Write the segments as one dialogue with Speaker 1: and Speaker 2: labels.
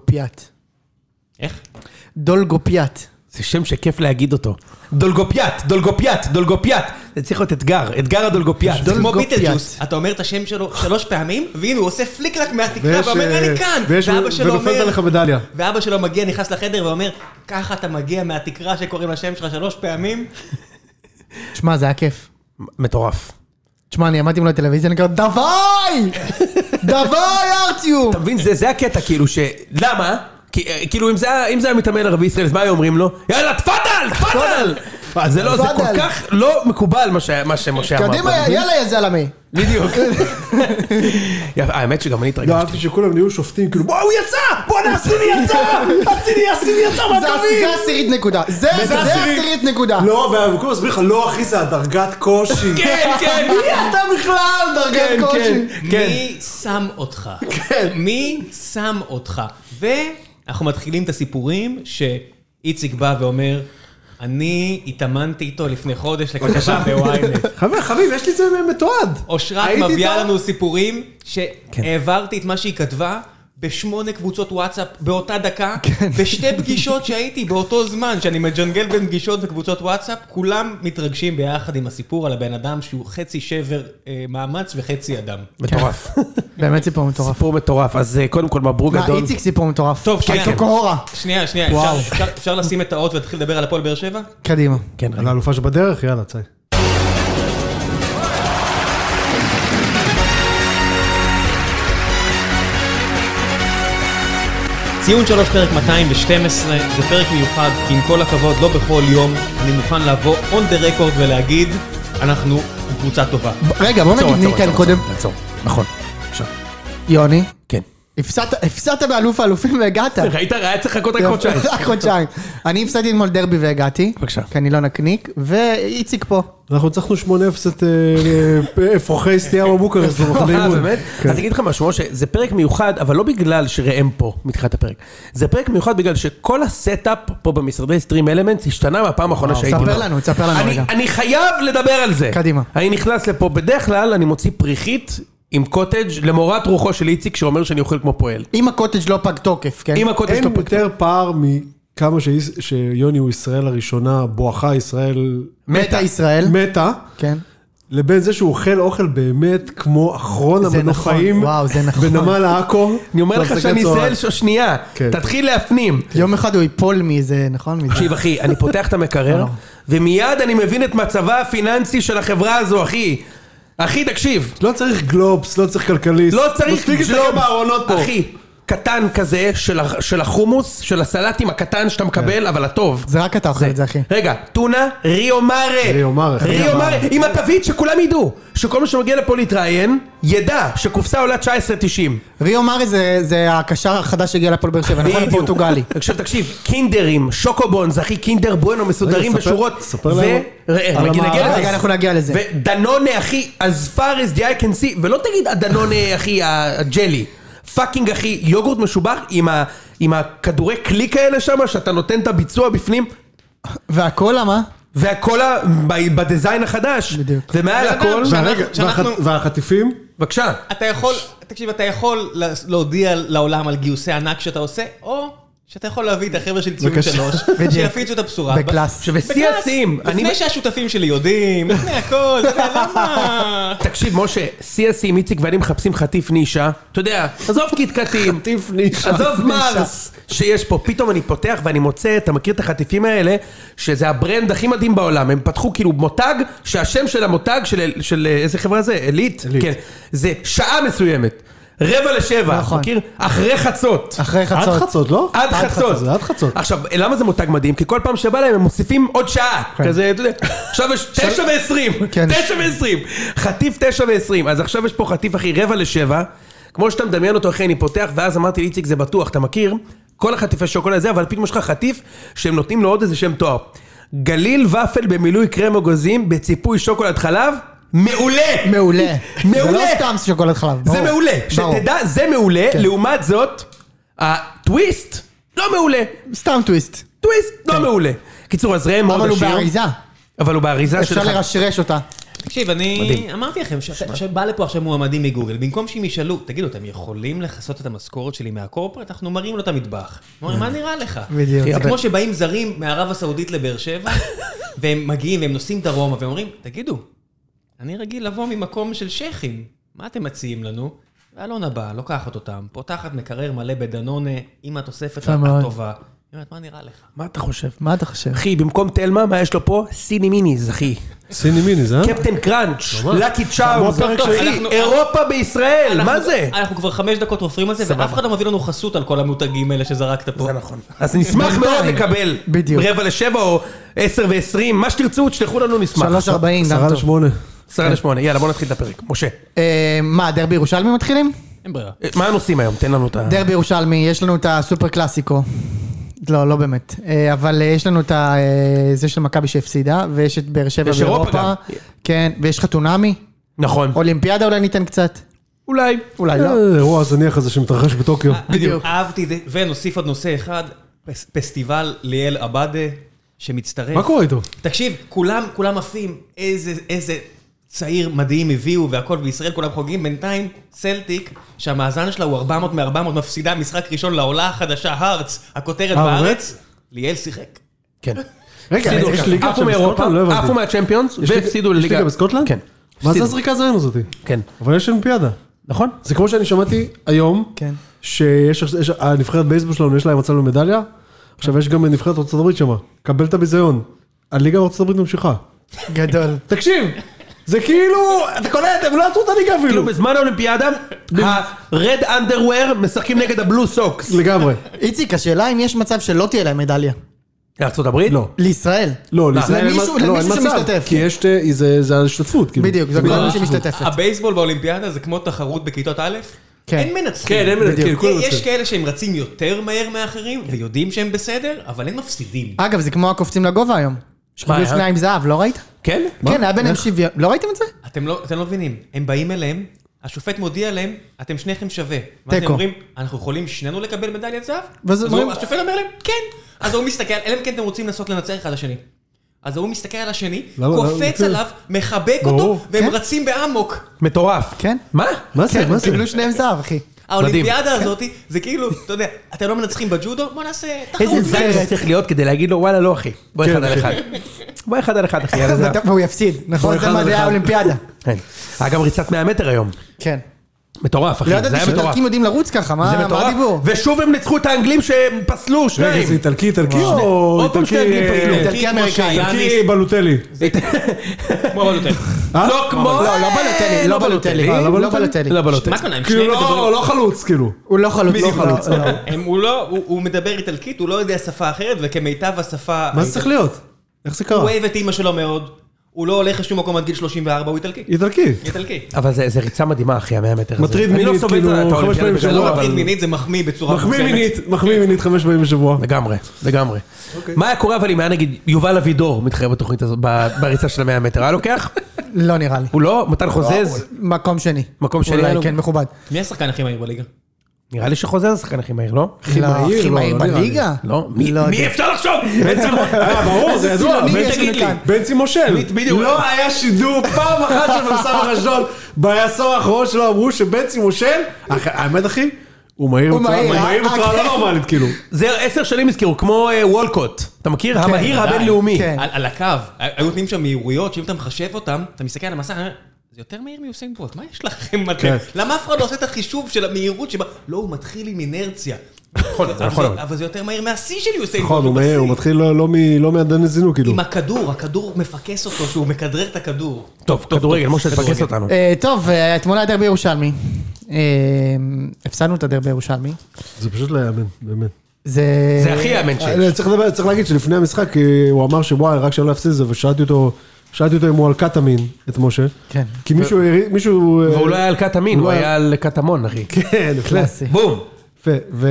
Speaker 1: דולגופיאט.
Speaker 2: איך?
Speaker 1: דולגופיאט.
Speaker 2: זה שם שכיף להגיד אותו. דולגופיאט, דולגופיאט, דולגופיאט. זה צריך להיות אתגר, אתגר הדולגופיאט.
Speaker 3: זה כמו
Speaker 1: דולגופיאט.
Speaker 3: ביטלג'וס, אתה אומר את השם שלו שלוש פעמים, והנה הוא עושה פליקלק מהתקרה
Speaker 4: ויש,
Speaker 3: ואומר,
Speaker 4: אה,
Speaker 3: אני כאן!
Speaker 4: ויש-
Speaker 3: ואבא שלו
Speaker 4: ונופלת
Speaker 3: אומר...
Speaker 4: עליך מדליה.
Speaker 3: ואבא שלו מגיע, נכנס לחדר ואומר, ככה אתה מגיע מהתקרה שקוראים לשם שלך שלוש פעמים?
Speaker 1: שמע, זה היה כיף.
Speaker 2: מטורף.
Speaker 1: תשמע, אני עמדתי מול הטלוויזיה, אני קורא, דווי! דווי, ארטיום!
Speaker 2: אתה מבין, זה- זה הקטע, כאילו, ש... למה? כי, אה, כאילו, אם זה היה- אם זה היה מתאמן ערבי ישראל, אז מה היו אומרים לו? יאללה, תפאדל! תפאדל! אז זה לא, זה כל
Speaker 1: תפאדל.
Speaker 2: כך לא מקובל מה ש- מה שמשה אמר.
Speaker 1: קדימה,
Speaker 2: אתה מבין?
Speaker 1: יאללה, יא זלמי.
Speaker 2: בדיוק. יפה, האמת שגם אני
Speaker 4: לא,
Speaker 2: התרגשתי.
Speaker 4: אהבתי שכולם נהיו שופטים, כאילו,
Speaker 2: בוא, הוא יצא! בוא'נה, הסיני יצא! הסיני, הסיני יצא
Speaker 1: זה
Speaker 2: מהקווים!
Speaker 1: זה עשירית נקודה. זה זה עשירית נקודה.
Speaker 4: לא, והוא מסביר לך, לא אחי, זה הדרגת קושי.
Speaker 2: כן, כן.
Speaker 4: מי אתה בכלל,
Speaker 2: כן,
Speaker 4: דרגת
Speaker 2: כן,
Speaker 4: קושי?
Speaker 2: כן.
Speaker 3: מי שם אותך? מי שם אותך? ואנחנו מתחילים את הסיפורים שאיציק בא ואומר, אני התאמנתי איתו לפני חודש לכתבה בוויינט.
Speaker 4: חבר, חביב, יש לי את זה מתועד.
Speaker 3: אושרת
Speaker 4: הייתי
Speaker 3: מביאה
Speaker 4: איתה?
Speaker 3: לנו סיפורים שהעברתי את מה שהיא כתבה. בשמונה קבוצות וואטסאפ באותה דקה, בשתי פגישות שהייתי באותו זמן, שאני מג'נגל בין פגישות וקבוצות וואטסאפ, כולם מתרגשים ביחד עם הסיפור על הבן אדם שהוא חצי שבר אה, מאמץ וחצי אדם.
Speaker 1: לא.
Speaker 2: מטורף.
Speaker 1: באמת סיפור מטורף.
Speaker 2: סיפור מטורף. אז אה, קודם כל, מברוק
Speaker 1: כן. מה,
Speaker 2: כן. גדול. כן.
Speaker 1: איציק סיפור מטורף.
Speaker 3: טוב, שנייה.
Speaker 1: איציק קוהורה.
Speaker 3: שנייה, שנייה, אפשר,
Speaker 1: וואו.
Speaker 3: אפשר, אפשר לשים את האות ולהתחיל לדבר על הפועל באר שבע?
Speaker 1: קדימה.
Speaker 2: כן,
Speaker 4: על האלופה שבדרך, יאללה, צא.
Speaker 3: ציון 3 פרק 212, זה פרק מיוחד, כי עם כל הכבוד, לא בכל יום, אני מוכן לבוא on the record ולהגיד, אנחנו קבוצה טובה.
Speaker 1: רגע, בוא
Speaker 2: עצור,
Speaker 1: נגיד
Speaker 2: עצור,
Speaker 1: מי כאן
Speaker 2: עצור,
Speaker 1: קודם.
Speaker 2: עצור, עצור. נכון. עכשיו,
Speaker 1: יוני,
Speaker 2: כן.
Speaker 1: הפסדת- הפסדת באלוף האלופים והגעת.
Speaker 2: ראית? היה צריך לחכות רק חודשיים.
Speaker 1: רק חודשיים. אני הפסדתי אתמול דרבי והגעתי.
Speaker 2: בבקשה.
Speaker 1: כי אני לא נקניק, ואיציק פה.
Speaker 4: אנחנו ניצחנו 8-0 את אה, אה, אפרוחי סטייה בבוקרסט במחנה
Speaker 2: אה,
Speaker 4: אימון.
Speaker 2: באמת?
Speaker 4: כן.
Speaker 2: אז אני אגיד לך משהו, משה, זה פרק מיוחד, אבל לא בגלל שראם פה מתחילת הפרק. זה פרק מיוחד בגלל שכל הסטאפ פה במשרדי סטרים אלמנטס השתנה מהפעם האחרונה
Speaker 1: וואו,
Speaker 2: שהייתי.
Speaker 1: ספר
Speaker 2: פה.
Speaker 1: לנו, ספר לנו
Speaker 2: אני-
Speaker 1: רגע.
Speaker 2: אני חייב לדבר על זה.
Speaker 1: קדימה.
Speaker 2: אני נכנס לפה, בדרך כלל אני מוציא פריחית עם קוטג' למורת רוחו של איציק שאומר שאני אוכל כמו פועל.
Speaker 1: אם הקוטג' לא פג תוקף, כן?
Speaker 2: אם הקוטג'
Speaker 4: אין
Speaker 2: לא פקטור.
Speaker 4: יותר פער מכמה שאיס- שיוני הוא ישראל הראשונה, בואכה ישראל
Speaker 1: מתה ישראל.
Speaker 4: מתה,
Speaker 1: כן.
Speaker 4: לבין זה שהוא אוכל אוכל באמת כמו אחרון
Speaker 1: זה
Speaker 4: המנוחאים
Speaker 1: נכון, וואו, זה נכון.
Speaker 4: בנמל עכו.
Speaker 2: אני אומר לך
Speaker 4: בהפסקת
Speaker 2: שאני
Speaker 4: צהריים.
Speaker 2: ישראל ש- שנייה.
Speaker 4: כן.
Speaker 2: תתחיל להפנים.
Speaker 1: יום אחד הוא ייפול מזה, נכון? מזה.
Speaker 2: תקשיב אחי, אני פותח את המקרר,
Speaker 1: אה.
Speaker 2: ומיד אני מבין את מצבה הפיננסי של החברה הזו, אחי. אחי, תקשיב.
Speaker 4: לא צריך גלובס, לא צריך כלכליסט.
Speaker 2: לא צריך
Speaker 4: מספיק להסתכל בארונות פה.
Speaker 2: אחי, קטן כזה של הח- של החומוס, של הסלטים הקטן שאתה
Speaker 4: כן.
Speaker 2: מקבל, אבל הטוב.
Speaker 1: זה רק אתה אוכל את זה, אחי.
Speaker 2: רגע, טונה, ריו מארה.
Speaker 4: ריו מארה, חכה.
Speaker 2: ריו מארה, עם התווית שכולם ידעו. שכל מי שמגיע לפה להתראיין, ידע שקופסה עולה 19.90.
Speaker 1: ריו מארי זה- זה הקשר החדש שהגיע לפועל באר שבע, נכון?
Speaker 2: בדיוק.
Speaker 1: הפורטוגלי.
Speaker 2: עכשיו תקשיב, קינדרים, שוקובונז, אחי, קינדר בואנו מסודרים
Speaker 4: רגע, ספר-
Speaker 2: בשורות.
Speaker 4: ספר
Speaker 2: ו-
Speaker 4: להם
Speaker 2: ראה,
Speaker 4: על
Speaker 2: נגיד, נגיע
Speaker 4: המארז.
Speaker 2: לזה.
Speaker 1: רגע, אנחנו נגיע לזה.
Speaker 2: ודנונה, אחי, as far as the eye can see, ולא תגיד הדנונה, אחי, הג'לי. פאקינג, אחי, יוגורט משובח עם, ה, עם הכדורי קליק האלה שם, שאתה נותן את הביצוע בפנים,
Speaker 1: והקולה, מה?
Speaker 2: והקולה ב- בדיזיין החדש.
Speaker 1: בדיוק.
Speaker 2: ומעל
Speaker 3: בן אדם
Speaker 2: הכל,
Speaker 3: ש-
Speaker 4: והרגע-
Speaker 3: שאנחנו-
Speaker 4: והחט- והחטיפים?
Speaker 2: בבקשה.
Speaker 3: אתה יכול, תקשיב, אתה יכול לה- להודיע לעולם על גיוסי ענק שאתה עושה, או שאתה יכול להביא את החבר'ה של ציון
Speaker 4: בבקשה.
Speaker 3: שלוש,
Speaker 1: בדיוק.
Speaker 3: שיפיצו את הבשורה.
Speaker 1: בקלאס.
Speaker 2: עכשיו, בשיא
Speaker 3: בקלאס.
Speaker 2: השיאים, אני...
Speaker 3: לפני שהשותפים שלי יודעים, לפני הכל, אתה יודע, למה?
Speaker 2: תקשיב, משה, שיא השיאים, איציק ואני מחפשים חטיף נישה, אתה יודע, עזוב קיטקטים,
Speaker 4: חטיף נישה.
Speaker 2: עזוב מרס שיש פה, פתאום אני פותח ואני מוצא, אתה מכיר את החטיפים האלה, שזה הברנד הכי מדהים בעולם, הם פתחו כאילו מותג, שהשם של המותג של, של אה, איזה חברה זה? אליט?
Speaker 4: עילית.
Speaker 2: כן. זה שעה מסוימת, רבע לשבע,
Speaker 1: נכון.
Speaker 2: מכיר? אחרי חצות.
Speaker 1: אחרי
Speaker 4: עד
Speaker 1: חצות.
Speaker 4: חצות, לא?
Speaker 2: עד חצות.
Speaker 4: זה עד חצות.
Speaker 2: עכשיו, למה זה מותג מדהים? כי כל פעם שבא להם הם מוסיפים עוד שעה. כזה, אתה יודע, עכשיו יש תשע ועשרים.
Speaker 1: כן.
Speaker 2: תשע ועשרים. חטיף תשע ועשרים. אז עכשיו יש פה חטיף, אחי, רבע לשבע. כמו שאתה מדמיין אותו, אחי, אני פותח, ואז אמרתי לאיציק, זה בטוח, אתה מכיר? כל החטיפי שוקולד זה, אבל פתאום יש לך חטיף שהם נותנים לו עוד איזה שם תואר. גליל ופל במילוי קרם אגוזים, בציפוי שוקולד חלב, מעולה!
Speaker 1: מעולה. זה
Speaker 2: מעולה.
Speaker 1: לא סתם שוקולד חלב.
Speaker 2: זה
Speaker 1: ברור.
Speaker 2: מעולה,
Speaker 1: ברור.
Speaker 2: שתדע, זה מעולה,
Speaker 1: כן.
Speaker 2: לעומת זאת, הטוויסט לא מעולה,
Speaker 1: סתם טוויסט.
Speaker 2: טוויסט לא מעולה. קיצור, אז ראם מאוד
Speaker 1: כן. אבל הוא
Speaker 2: עשיר.
Speaker 1: באריזה.
Speaker 2: אבל הוא באריזה
Speaker 1: אפשר
Speaker 2: שלך.
Speaker 1: לרשרש אותה.
Speaker 3: תקשיב, אני
Speaker 2: מדהים.
Speaker 3: אמרתי לכם, ש- שבא לפה עכשיו מועמדים מגוגל, במקום שהם ישאלו, תגידו, אתם יכולים לכסות את המשכורת שלי מהקורפרט? אנחנו מראים לו את המטבח. אומרים, מה נראה לך?
Speaker 1: בדיוק.
Speaker 2: אחי,
Speaker 3: זה
Speaker 2: Mm. אבל-
Speaker 3: כמו שבאים זרים מערב הסעודית לבאר שבע, והם מגיעים והם נוסעים דרומה, והם אומרים, תגידו, אני רגיל לבוא ממקום של שכים, מה אתם מציעים לנו? ואלונה באה, לוקחת אותם, פותחת מקרר מלא בדנונה, עם התוספת
Speaker 1: יפה מאוד.
Speaker 3: הטובה. היא אומרת, מה נראה לך?
Speaker 2: מה אתה חושב?
Speaker 1: מה אתה חושב?
Speaker 2: אחי, במקום תלמה, מה יש לו פה? סיני מיניז, אחי.
Speaker 5: סיני מיניז, אה?
Speaker 2: קפטן קראנץ', לקי צ'ארמס,
Speaker 5: הפרק של-
Speaker 2: אחי,
Speaker 3: אנחנו-
Speaker 2: אירופה בישראל, מה
Speaker 3: אנחנו-
Speaker 2: זה?
Speaker 3: אנחנו כבר חמש דקות עופרים על זה, ואף אחד לא מביא לנו חסות על כל המותגים האלה שזרקת פה.
Speaker 2: זה נכון. אז נשמח מאוד
Speaker 1: בינתיים.
Speaker 2: לקבל.
Speaker 1: בדיוק.
Speaker 2: רבע לשבע או עשר ועשרים, מה שתרצו, תשלחו לנו, נשמח.
Speaker 1: 3.40 גם
Speaker 5: עשרה
Speaker 1: טוב.
Speaker 5: לשמונה.
Speaker 2: עשרה לשמונה, יאללה, בוא נתחיל את הפרק. משה,
Speaker 1: אה, מה, דרבי ירושלמי מתחילים?
Speaker 3: אין ברירה.
Speaker 2: אה, מה הנושאים היום? תן לנו את ה...
Speaker 1: דרבי ירושלמי, יש לנו את הסופר קלאסיקו. לא, לא באמת. אה, אבל אה, יש לנו את ה- אה, זה של מכבי שהפסידה, ויש את באר שבע
Speaker 2: יש אירופה
Speaker 1: ואירופה.
Speaker 2: גם.
Speaker 1: כן, ויש חתונמי.
Speaker 2: נכון.
Speaker 1: אולימפיאדה אולי ניתן קצת.
Speaker 2: אולי.
Speaker 1: אולי לא.
Speaker 5: אה, האירוע הזניח הזה שמתרחש בטוקיו.
Speaker 2: אה,
Speaker 1: בדיוק.
Speaker 3: אהבתי את זה, ונוסיף עוד נושא אחד, פס- פסטיבל ליאל עבאדה, שמצטרף.
Speaker 5: מה קורה איתו?
Speaker 3: תקשיב, כולם, כולם עפים, איזה, איזה צעיר מדהים הביאו והכל בישראל, כולם חוגגים. בינתיים, סלטיק, שהמאזן שלה הוא 400 מ-400, מפסידה משחק ראשון לעולה החדשה, הארץ, הכותרת
Speaker 5: אה,
Speaker 3: בארץ, ליאל שיחק.
Speaker 2: כן.
Speaker 5: רגע,
Speaker 2: הפסידו.
Speaker 5: יש ליגה
Speaker 2: עפו
Speaker 5: של
Speaker 2: מאירופה,
Speaker 5: בסקוטלנד? לא הבנתי.
Speaker 2: עפו מהצ'מפיונס,
Speaker 5: יש ליגה-
Speaker 2: והפסידו
Speaker 5: יש
Speaker 2: לליגה.
Speaker 5: ליגה בסקוטלנד?
Speaker 2: כן.
Speaker 5: מה זה
Speaker 2: הפסידו.
Speaker 5: הזריקה הזין הזאתי?
Speaker 2: כן.
Speaker 5: אבל יש אולימפיאדה.
Speaker 2: נכון.
Speaker 5: זה כמו שאני שמעתי היום,
Speaker 1: כן.
Speaker 5: שיש, יש- הנבחרת בייסבול שלנו, יש להם מצאנו מדליה, עכשיו יש גם נבחרת ארצות הברית שמה, קבל את הביזיון. הליגה בארצות הברית ממשיכה.
Speaker 1: גדול.
Speaker 5: תקשיב, זה כאילו, אתה קולט, הם לא עצרו את הליגה אפילו.
Speaker 2: כאילו בזמן האולימפיאדה, ה-red underwear משחקים נגד הבלו סוקס.
Speaker 5: לגמרי.
Speaker 1: איציק, השאלה אם יש מצב שלא תהיה להם מדליה.
Speaker 2: לארצות הברית?
Speaker 5: לא.
Speaker 1: לישראל.
Speaker 5: לא, לישראל אין
Speaker 1: למישהו-
Speaker 5: מצב. לא, אין
Speaker 1: למישהו
Speaker 5: מצב.
Speaker 1: שמשתתף.
Speaker 5: כי יש, אה, זה- זה ההשתתפות. כאילו.
Speaker 1: בדיוק, זה
Speaker 5: בגלל
Speaker 1: כל מי
Speaker 3: לא.
Speaker 5: ההשתתפות.
Speaker 1: שמשתתפת.
Speaker 3: הבייסבול באולימפיאדה זה כמו תחרות בכיתות א',
Speaker 1: כן.
Speaker 3: אין מנצחים.
Speaker 2: כן, אין מנצחים,
Speaker 1: בדיוק.
Speaker 2: כולם
Speaker 3: יש
Speaker 2: מנצחים.
Speaker 3: כאלה שהם רצים יותר מהר מאחרים,
Speaker 5: כן.
Speaker 3: ויודעים שהם בסדר, אבל הם מפסידים.
Speaker 1: אגב, זה כמו הקופצים לגובה היום. שקיבלו
Speaker 2: היה?
Speaker 1: שניים זהב, לא ראית?
Speaker 2: כן?
Speaker 1: כן, היה ביניהם שוויון. לא ראיתם את זה?
Speaker 3: אתם לא, אתם לא מבינים, הם באים אליהם, השופט מודיע להם, אתם שניכם שווה. ואז הם
Speaker 1: תיקו.
Speaker 3: אומרים, אנחנו יכולים שנינו לקבל מדליית זהב?
Speaker 1: ואז
Speaker 3: אז הוא-
Speaker 1: אומרים-
Speaker 3: השופט אומר להם, כן. אז הוא מסתכל, אלא אם כן אתם רוצים לנסות לנצח אחד לשני. אז הוא מסתכל על השני,
Speaker 5: למה-
Speaker 3: קופץ
Speaker 5: למה-
Speaker 3: עליו, מחבק
Speaker 5: ברור.
Speaker 3: אותו, והם
Speaker 1: כן.
Speaker 3: רצים באמוק.
Speaker 2: מטורף.
Speaker 1: כן.
Speaker 2: מה?
Speaker 5: מה זה,
Speaker 1: כן,
Speaker 5: מה
Speaker 1: הם
Speaker 5: זה?
Speaker 1: קיבלו שניהם זהב, אחי.
Speaker 3: האולימפיאדה הזאת, זה כאילו, אתה יודע, אתם לא מנצחים בג'ודו, בוא נעשה תחרות.
Speaker 1: אוקיי.
Speaker 2: איזה זין היה צריך להיות כדי להגיד לו, וואלה, לא אחי. בוא
Speaker 5: כן,
Speaker 2: אחד על
Speaker 5: כן.
Speaker 2: אחד. בוא אחד על אחד, אחי, יאללה זה...
Speaker 1: והוא יפסיד, נכון? זה
Speaker 5: אחד
Speaker 1: מה
Speaker 5: על
Speaker 1: זה היה
Speaker 5: אחד.
Speaker 1: האולימפיאדה.
Speaker 2: כן. היה גם ריצת 100 מטר היום.
Speaker 1: כן.
Speaker 2: מטורף, אחי.
Speaker 1: לא
Speaker 2: זה
Speaker 1: ידעתי
Speaker 2: היה מטורף.
Speaker 1: שאיטלקים יודעים לרוץ ככה,
Speaker 2: זה
Speaker 1: מה מה
Speaker 2: מטורף.
Speaker 1: הדיבור?
Speaker 2: ושוב הם ניצחו את האנגלים שהם פסלו,
Speaker 5: רגע,
Speaker 2: שניים.
Speaker 5: זה איטלקי, איטלקי או
Speaker 2: עוד פעם
Speaker 5: איטלקי...
Speaker 2: שני אנגלים
Speaker 5: אה,
Speaker 2: פסלו.
Speaker 1: איטלקי אמריקאי.
Speaker 5: איטלקי בלוטלי. אה?
Speaker 2: לא כמו...
Speaker 1: לא, לא בלוטלי, לא בלוטלי.
Speaker 5: אה, לא
Speaker 1: לא
Speaker 5: בלוטלי?
Speaker 1: בלוטלי.
Speaker 2: לא בלוטלי.
Speaker 3: מה קורה, הם
Speaker 5: כאילו
Speaker 3: שניהם
Speaker 5: לא,
Speaker 3: מדברים-
Speaker 5: לא חלוץ, כאילו.
Speaker 1: הוא לא חלוץ.
Speaker 5: בדיוק,
Speaker 1: לא חלוץ.
Speaker 5: לא.
Speaker 1: לא.
Speaker 3: הם- הוא לא, הוא הוא מדבר איטלקית, הוא לא יודע שפה אחרת, וכמיטב השפה...
Speaker 5: מה זה צריך להיות? איך זה קרה?
Speaker 3: הוא אוהב את אימא שלו מאוד, הוא לא הולך לשום מקום עד גיל 34, הוא איטלקי.
Speaker 5: איטלקי.
Speaker 3: איטלקי.
Speaker 2: אבל זה זה ריצה מדהימה, אחי, המאה מטר הזה.
Speaker 5: מטריד
Speaker 2: אני לא
Speaker 5: מינית,
Speaker 2: סובל את
Speaker 5: כאילו,
Speaker 2: האולימפיאדה
Speaker 5: חמש פעמים
Speaker 2: בגדול,
Speaker 5: בשבוע.
Speaker 2: אבל-
Speaker 3: מטריד לא מינית זה מחמיא בצורה
Speaker 5: מחמיא
Speaker 3: מוגזמת.
Speaker 5: מינית, מחמיא מינית חמש פעמים בשבוע.
Speaker 2: לגמרי, לגמרי. מה היה קורה אבל אם היה נגיד יובל אבידור מתחרה בתוכנית הזאת, ב- בריצה של המאה מטר, היה לוקח?
Speaker 1: לא נראה לי.
Speaker 2: הוא לא? מתן חוזז?
Speaker 1: מקום שני.
Speaker 2: מקום שני היה לו.
Speaker 1: אולי כן, מכובד.
Speaker 3: מי השחקן הכי מהיר בליגה?
Speaker 2: נראה לי שחוזז השחקן הכי מהיר, לא?
Speaker 1: הכי
Speaker 5: מהיר,
Speaker 1: הכי
Speaker 5: לא,
Speaker 1: מהיר
Speaker 5: לא נראה לי.
Speaker 1: בליגה?
Speaker 2: לא? מי-
Speaker 1: יודע.
Speaker 2: מי אפשר לחשוב?
Speaker 5: אה, ברור, זה ידוע.
Speaker 1: סילוני
Speaker 5: בן-
Speaker 1: יש
Speaker 5: תגיד לי,
Speaker 1: לכאן.
Speaker 5: בנצי מושל.
Speaker 2: בדיוק.
Speaker 5: לא היה שידור פעם אחת של במסע אשדוד. בעשור האחרון שלו אמרו שבנצי מושל, אח- האמת אחי, הוא מהיר
Speaker 1: הוא
Speaker 5: בצורה-
Speaker 1: מהיר,
Speaker 5: הוא
Speaker 1: אה?
Speaker 5: מהיר
Speaker 1: אה,
Speaker 5: בצורה
Speaker 1: כן.
Speaker 5: לא נורמלית, כאילו.
Speaker 2: זה עשר שנים הזכירו, כמו אה, וולקוט. אתה מכיר? המהיר
Speaker 3: ודאי.
Speaker 2: הבינלאומי.
Speaker 1: כן.
Speaker 3: על על הקו, היו נותנים שם מהירויות, שאם אתה מחשב אותן, אתה מסתכל על המסך, אני אומר, זה יותר מהיר מיוסיין בולט, מה יש לכם? אתם?"
Speaker 5: כן.
Speaker 3: למה אף אחד לא עושה את החישוב של המהירות שבה, לא, הוא מתחיל עם אינרציה.
Speaker 2: נכון, זה
Speaker 3: אבל
Speaker 2: נכון.
Speaker 3: זה-
Speaker 2: אבל.
Speaker 3: אבל זה יותר מהיר מהשיא של יוסיין בולט.
Speaker 5: נכון, הוא מהיר, הוא
Speaker 3: בשיא.
Speaker 5: מתחיל לא- לא מ- לא מהדן לזינוק, כאילו.
Speaker 3: עם הכדור, הכדור מפקס אותו, שהוא מכדרר את הכדור.
Speaker 2: טוב, כדורגל, משה, תפקס אותנו.
Speaker 1: אה, טוב, אה, אתמול היה דרבי ירושלמי. אה, הפסדנו את הדרבי ירושלמי.
Speaker 5: זה פשוט לא יאמן, באמת.
Speaker 1: זה...
Speaker 2: זה הכי האמן שיש.
Speaker 5: אה, אני צריך לדבר, צריך להגיד שלפני המשחק אה, הוא אמר שוואי, רק שאני לא אפסיד את זה, ושאלתי אותו, שאלתי אותו אם הוא על קטמין, את משה.
Speaker 1: כן.
Speaker 5: כי מישהו, הרי- מישהו... אה,
Speaker 2: והוא לא היה על קטמין, הוא
Speaker 5: לא
Speaker 2: היה על קטמון, אחי.
Speaker 5: כן, יפה.
Speaker 1: קלאסי.
Speaker 2: בום.
Speaker 5: יפה. ו...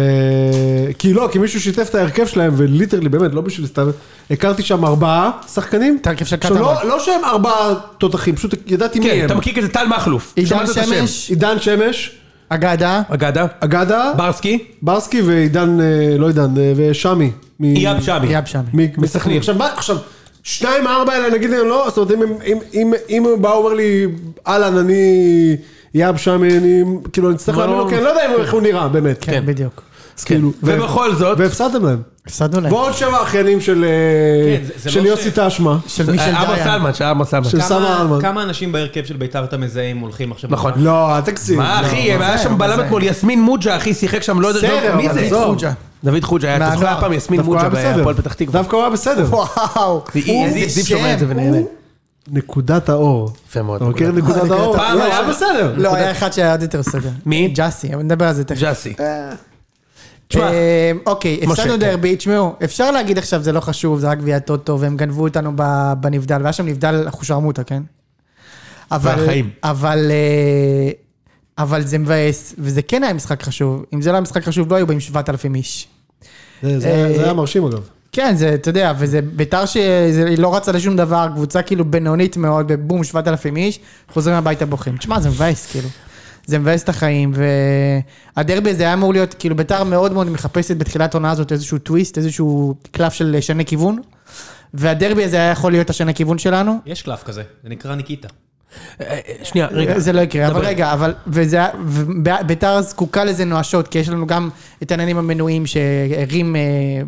Speaker 5: כי לא, כי מישהו שיתף את ההרכב שלהם, וליטרלי, באמת, לא בשביל סתם, הכרתי שם ארבעה שחקנים.
Speaker 1: את ההרכב של
Speaker 5: עכשיו,
Speaker 1: קטמון.
Speaker 5: לא- לא שהם ארבעה תותחים, פשוט ידעתי מי
Speaker 2: כן,
Speaker 5: הם.
Speaker 2: אתה מכיר כזה טל מכלוף.
Speaker 1: עידן
Speaker 2: שמעת את השם.
Speaker 1: שמש.
Speaker 5: עידן שמש,
Speaker 1: אגדה,
Speaker 2: אגדה.
Speaker 5: אגדה,
Speaker 2: ברסקי.
Speaker 5: ברסקי ועידן, אה, לא עידן, אה, ושמי. מ-
Speaker 2: אייב שמי.
Speaker 1: יאב שמי.
Speaker 5: מ- מסכנין.
Speaker 2: מסכנין.
Speaker 5: עכשיו, מה, עכשיו, שתיים ארבע אלא נגיד להם לא, זאת אומרת, אם הם- אם- אם- אם הוא בא אומר לי, אהלן, אני יבשמי, אני, כאילו, אני אצטרך
Speaker 2: ברור.
Speaker 5: להאמין לו, כי אני לא יודע אם- איך הוא נראה, באמת.
Speaker 1: כן, בדיוק.
Speaker 5: אז כאילו, ו-
Speaker 2: ובכל זאת,
Speaker 5: והפסדתם להם.
Speaker 1: הפסדנו להם.
Speaker 5: ועוד שבע אחיינים של אה,
Speaker 3: כן, זה- זה
Speaker 5: של
Speaker 3: לא
Speaker 5: יוסי
Speaker 3: ש-
Speaker 5: תשמע.
Speaker 1: של מישל
Speaker 2: אבא
Speaker 1: דיין.
Speaker 2: אה, סלמן, שהיה אבא סלמן.
Speaker 5: של
Speaker 3: כמה-
Speaker 5: סמה אלמן.
Speaker 3: כמה אנשים בהרכב של ביתר אתה מזהה אם הולכים עכשיו?
Speaker 2: נכון.
Speaker 5: לא, אל תגזים.
Speaker 2: מה
Speaker 5: לא.
Speaker 2: אחי, היה שם בלם אתמול, יסמין מוג'ה אחי, שיחק שם, לא יודע
Speaker 5: בסדר,
Speaker 2: מי
Speaker 5: אבל
Speaker 2: זה.
Speaker 5: עזוב.
Speaker 1: חוג'ה.
Speaker 2: דוד חוג'ה היה, אתה זוכר
Speaker 1: מהנוער.
Speaker 2: היה פעם יסמין
Speaker 5: דווקא הוא
Speaker 2: מוג'ה
Speaker 5: היה בסדר.
Speaker 2: בהפועל פתח תקווה.
Speaker 5: דווקא הוא היה בסדר.
Speaker 1: וואו.
Speaker 2: היא- זיו- זיו שומע את זה ונהנה.
Speaker 5: נקודת האור.
Speaker 2: יפה מאוד.
Speaker 5: אתה מכיר את נקודת
Speaker 1: נקודת
Speaker 5: האור?
Speaker 2: פעם
Speaker 5: לא,
Speaker 2: היה-
Speaker 5: היה בסדר.
Speaker 1: לא, היה אחד שהיה עוד יותר סדר.
Speaker 2: מי?
Speaker 1: ג'אסי, אבל נדבר על זה תכף.
Speaker 2: ג'אסי.
Speaker 5: אה,
Speaker 2: תשמע,
Speaker 1: אה, אוקיי,
Speaker 2: משה,
Speaker 1: הפסדנו
Speaker 2: כן.
Speaker 1: דרבי, תשמעו, אפשר להגיד עכשיו זה לא חשוב, זה רק גביע טוטו, והם גנבו אותנו ב- בנבדל, והיה שם נבדל אחושרמוטה, כן? אבל,
Speaker 2: והחיים.
Speaker 1: אבל, אה, אבל זה מבאס, וזה כן היה משחק חשוב. אם זה לא היה משחק חשוב, לא היו באים 7,000 איש.
Speaker 5: זה- זה היה- זה היה מרשים אגב.
Speaker 1: כן, זה, אתה יודע, וזה ביתר שהיא לא רצה לשום דבר, קבוצה כאילו בינונית מאוד, בבום, 7,000 איש, חוזרים הביתה בוכים. תשמע, זה מבאס, כאילו. זה מבאס את החיים, והדרבי הזה היה אמור להיות, כאילו, ביתר מאוד מאוד מחפשת בתחילת העונה הזאת איזשהו טוויסט, איזשהו קלף של שני כיוון, והדרבי הזה היה יכול להיות השני כיוון שלנו.
Speaker 3: יש קלף כזה, זה נקרא ניקיטה.
Speaker 2: אה, אה, שנייה, רגע.
Speaker 1: זה לא יקרה, אבל
Speaker 2: דבר.
Speaker 1: רגע, אבל וזה היה- וביתר ביתר זקוקה לזה נואשות, כי יש לנו גם את העניינים המנויים שהרים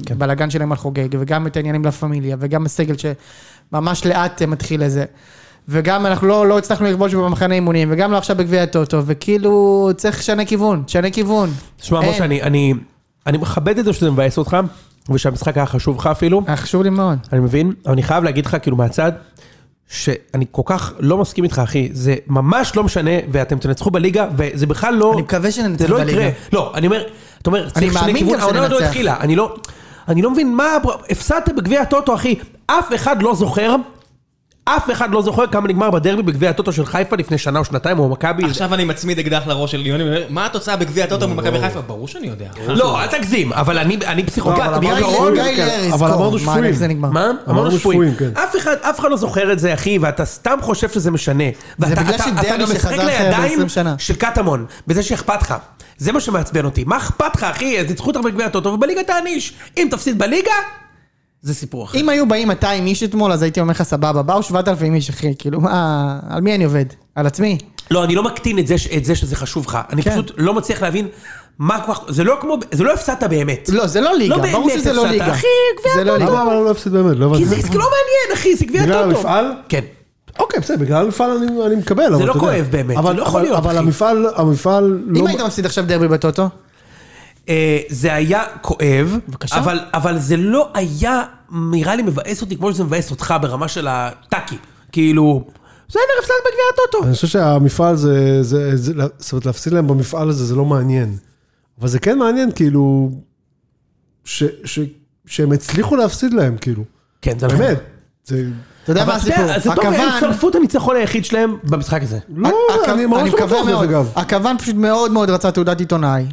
Speaker 1: כן. בלאגן שלהם על חוגג, וגם את העניינים לה פמיליה, וגם הסגל שממש לאט אה, מתחיל לזה. וגם אנחנו לא, לא הצלחנו לכבוש במחנה אימונים, וגם לא עכשיו בגביע הטוטו, וכאילו צריך שנה כיוון, שנה כיוון.
Speaker 2: תשמע,
Speaker 1: אין.
Speaker 5: אה.
Speaker 2: משה, אני- אני- אני מכבד את זה שזה מבאס אותך, ושהמשחק היה חשוב לך אפילו.
Speaker 1: היה חשוב לי מאוד.
Speaker 2: אני מבין, אבל אני חייב להגיד לך, כאילו, מהצד, שאני כל כך לא מסכים איתך, אחי. זה ממש לא משנה, ואתם תנצחו בליגה, וזה בכלל לא...
Speaker 1: אני מקווה שננצח
Speaker 2: זה לא
Speaker 1: בליגה.
Speaker 2: יקרה. לא, אני אומר, אתה אומר, צריך שני
Speaker 1: מאמין
Speaker 2: כיוון,
Speaker 1: גם
Speaker 2: העונה עוד לא
Speaker 1: שננצח.
Speaker 2: התחילה. אני לא... אני לא מבין מה... הבר- הפסדת בגביע הטוטו, אחי. אף אחד לא זוכר. אף אחד לא זוכר כמה נגמר בדרבי בגביע הטוטו של חיפה לפני שנה או שנתיים, או מכבי.
Speaker 3: עכשיו אני מצמיד אקדח לראש של יוני, ואומר, מה התוצאה בגביע הטוטו במכבי חיפה? ברור שאני יודע.
Speaker 2: לא, אל תגזים, לא, אבל אני אני פסיכופת,
Speaker 5: אבל
Speaker 2: אני
Speaker 5: אמרנו-
Speaker 2: גאון.
Speaker 1: גיא לרר,
Speaker 5: אבל
Speaker 1: יזכור
Speaker 5: אמרנו
Speaker 1: מה,
Speaker 5: שפויים.
Speaker 1: איך זה נגמר.
Speaker 2: מה? אמרנו
Speaker 5: אמרנו
Speaker 2: שפויים.
Speaker 5: שפויים, כן.
Speaker 2: אף אחד, אף אחד לא זוכר את זה, אחי, ואתה סתם חושב שזה משנה. ואתה-
Speaker 1: בגלל
Speaker 2: אתה-
Speaker 1: שדרבי
Speaker 2: אתה גם
Speaker 1: שחזר
Speaker 2: משחק
Speaker 1: אחרי
Speaker 2: לידיים
Speaker 1: 20 שנה.
Speaker 2: של קטמון, בזה שאכפת לך. זה מה שמעצבן אותי. מה אכפת לך, אחי? אז ניצחו אותך בגביע הטוטו, ובליגה תעניש. אם תפסיד בליגה, זה סיפור אחר.
Speaker 1: אם היו באים 200 איש אתמול, אז הייתי אומר לך סבבה, באו 7,000 איש, אחי, כאילו מה, על מי אני עובד? על עצמי?
Speaker 2: לא, אני לא מקטין את זה ש- את זה שזה חשוב לך. אני
Speaker 1: כן.
Speaker 2: פשוט לא מצליח להבין מה כל כך... זה לא כמו... זה לא הפסדת באמת.
Speaker 1: לא, זה לא ליגה,
Speaker 2: לא
Speaker 1: ברור
Speaker 2: באמת
Speaker 1: שזה לא
Speaker 2: הפסדת.
Speaker 1: ליגה.
Speaker 2: אחי, גביע
Speaker 1: זה לא
Speaker 2: הטוטו.
Speaker 1: ליגה.
Speaker 5: למה אבל הוא לא הפסיד באמת? לא
Speaker 2: כי זה
Speaker 5: הבנתי.
Speaker 2: זה לא מעניין, אחי, זה גביע
Speaker 5: בגלל
Speaker 2: הטוטו.
Speaker 5: המפעל?
Speaker 2: כן.
Speaker 5: אוקיי, בסדר, בגלל המפעל אני- אני מקבל, אבל אתה
Speaker 2: לא
Speaker 5: יודע.
Speaker 2: כואב באמת,
Speaker 5: אבל-
Speaker 2: לא יכול
Speaker 5: אבל-
Speaker 2: להיות,
Speaker 5: אבל
Speaker 2: אחי.
Speaker 5: המפעל, המפעל לא...
Speaker 1: אם היית מפסיד עכשיו דרבי בטוטו?
Speaker 2: אה, זה היה כואב,
Speaker 1: בבקשה.
Speaker 2: אבל, אבל זה לא היה נראה לי מבאס אותי כמו שזה מבאס אותך ברמה של הטאקי. כאילו, בסדר, הפסדת בגביע הטוטו.
Speaker 5: אני חושב שהמפעל זה, זה, זה, זאת אומרת, להפסיד להם במפעל הזה זה לא מעניין. אבל זה כן מעניין, כאילו, ש, ש, שהם הצליחו להפסיד להם, כאילו.
Speaker 2: כן, זה
Speaker 5: באמת. זה...
Speaker 1: אתה יודע
Speaker 2: אבל
Speaker 1: מה
Speaker 2: אתה יודע,
Speaker 1: הסיפור?
Speaker 2: זה טוב, הם
Speaker 1: הכוון...
Speaker 2: שרפו את הניצחון היחיד שלהם במשחק הזה.
Speaker 5: לא,
Speaker 1: הכ-
Speaker 5: אני ממש לא
Speaker 1: מקווה
Speaker 5: בטוח דרך
Speaker 1: מאוד.
Speaker 5: אגב.
Speaker 1: הכוון פשוט מאוד מאוד רצה תעודת עיתונאי.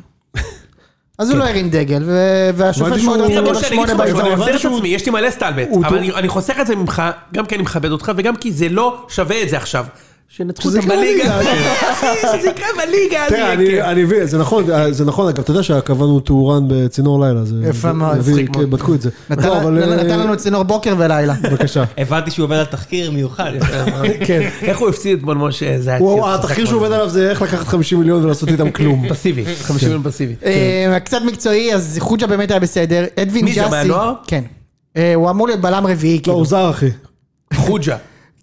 Speaker 1: אז הוא לא הרים דגל, ו- והשופט
Speaker 5: הבנתי
Speaker 1: מאוד
Speaker 5: שהוא-
Speaker 1: רצה
Speaker 2: תראה,
Speaker 1: לו
Speaker 2: משה, אני אגיד
Speaker 1: שמונה
Speaker 2: לך משהו,
Speaker 1: בעיתון.
Speaker 2: אני
Speaker 5: אבל
Speaker 2: מחזיר את
Speaker 5: שהוא-
Speaker 2: עצמי, יש לי מלא סטלבט,
Speaker 5: הוא
Speaker 2: אבל
Speaker 5: טוב.
Speaker 2: אני- אני חוסך את זה ממך, גם כי אני מכבד אותך וגם כי זה לא שווה את זה עכשיו. שנצחו
Speaker 5: שזה
Speaker 2: אותם
Speaker 5: יקרה
Speaker 2: בליגה.
Speaker 5: בליגה,
Speaker 2: אחי, שזה יקרה
Speaker 1: אה,
Speaker 2: בליגה, אני
Speaker 5: תראה, אני-
Speaker 1: כן.
Speaker 2: אהיה
Speaker 5: אני מבין, זה נכון, זה נכון, אגב, אתה יודע שהכוון הוא טהורן בצינור לילה. זה-
Speaker 1: יפה
Speaker 5: זה-
Speaker 1: מאוד.
Speaker 5: הביא-
Speaker 1: מצחיק
Speaker 5: כן,
Speaker 1: מאוד.
Speaker 5: בדקו את זה.
Speaker 1: נתן-
Speaker 5: לא, אבל, אה, כן.
Speaker 1: נתן לנו צינור בוקר ולילה.
Speaker 5: בבקשה.
Speaker 3: הבנתי שהוא עובד על תחקיר מיוחד.
Speaker 5: כן.
Speaker 2: כן. איך הוא הפסיד אתמול, משה? זה היה
Speaker 5: הוא-
Speaker 2: ציוץ,
Speaker 5: התחקיר
Speaker 2: חזק
Speaker 5: שהוא
Speaker 2: מאוד.
Speaker 5: עובד כן. עליו זה איך לקחת 50 מיליון ולעשות איתם כלום.
Speaker 2: פסיבי, 50 מיליון פסיבי.
Speaker 1: אה, קצת מקצועי, אז חוג'ה באמת היה בסדר. אדווין
Speaker 2: מי
Speaker 1: ג'אסי...
Speaker 2: זה, מהנוער?
Speaker 1: כן. אה, הוא אמור להיות בלם רביעי,
Speaker 5: לא,
Speaker 1: כאילו.
Speaker 5: הוא זר, אחי.
Speaker 2: חוג'ה.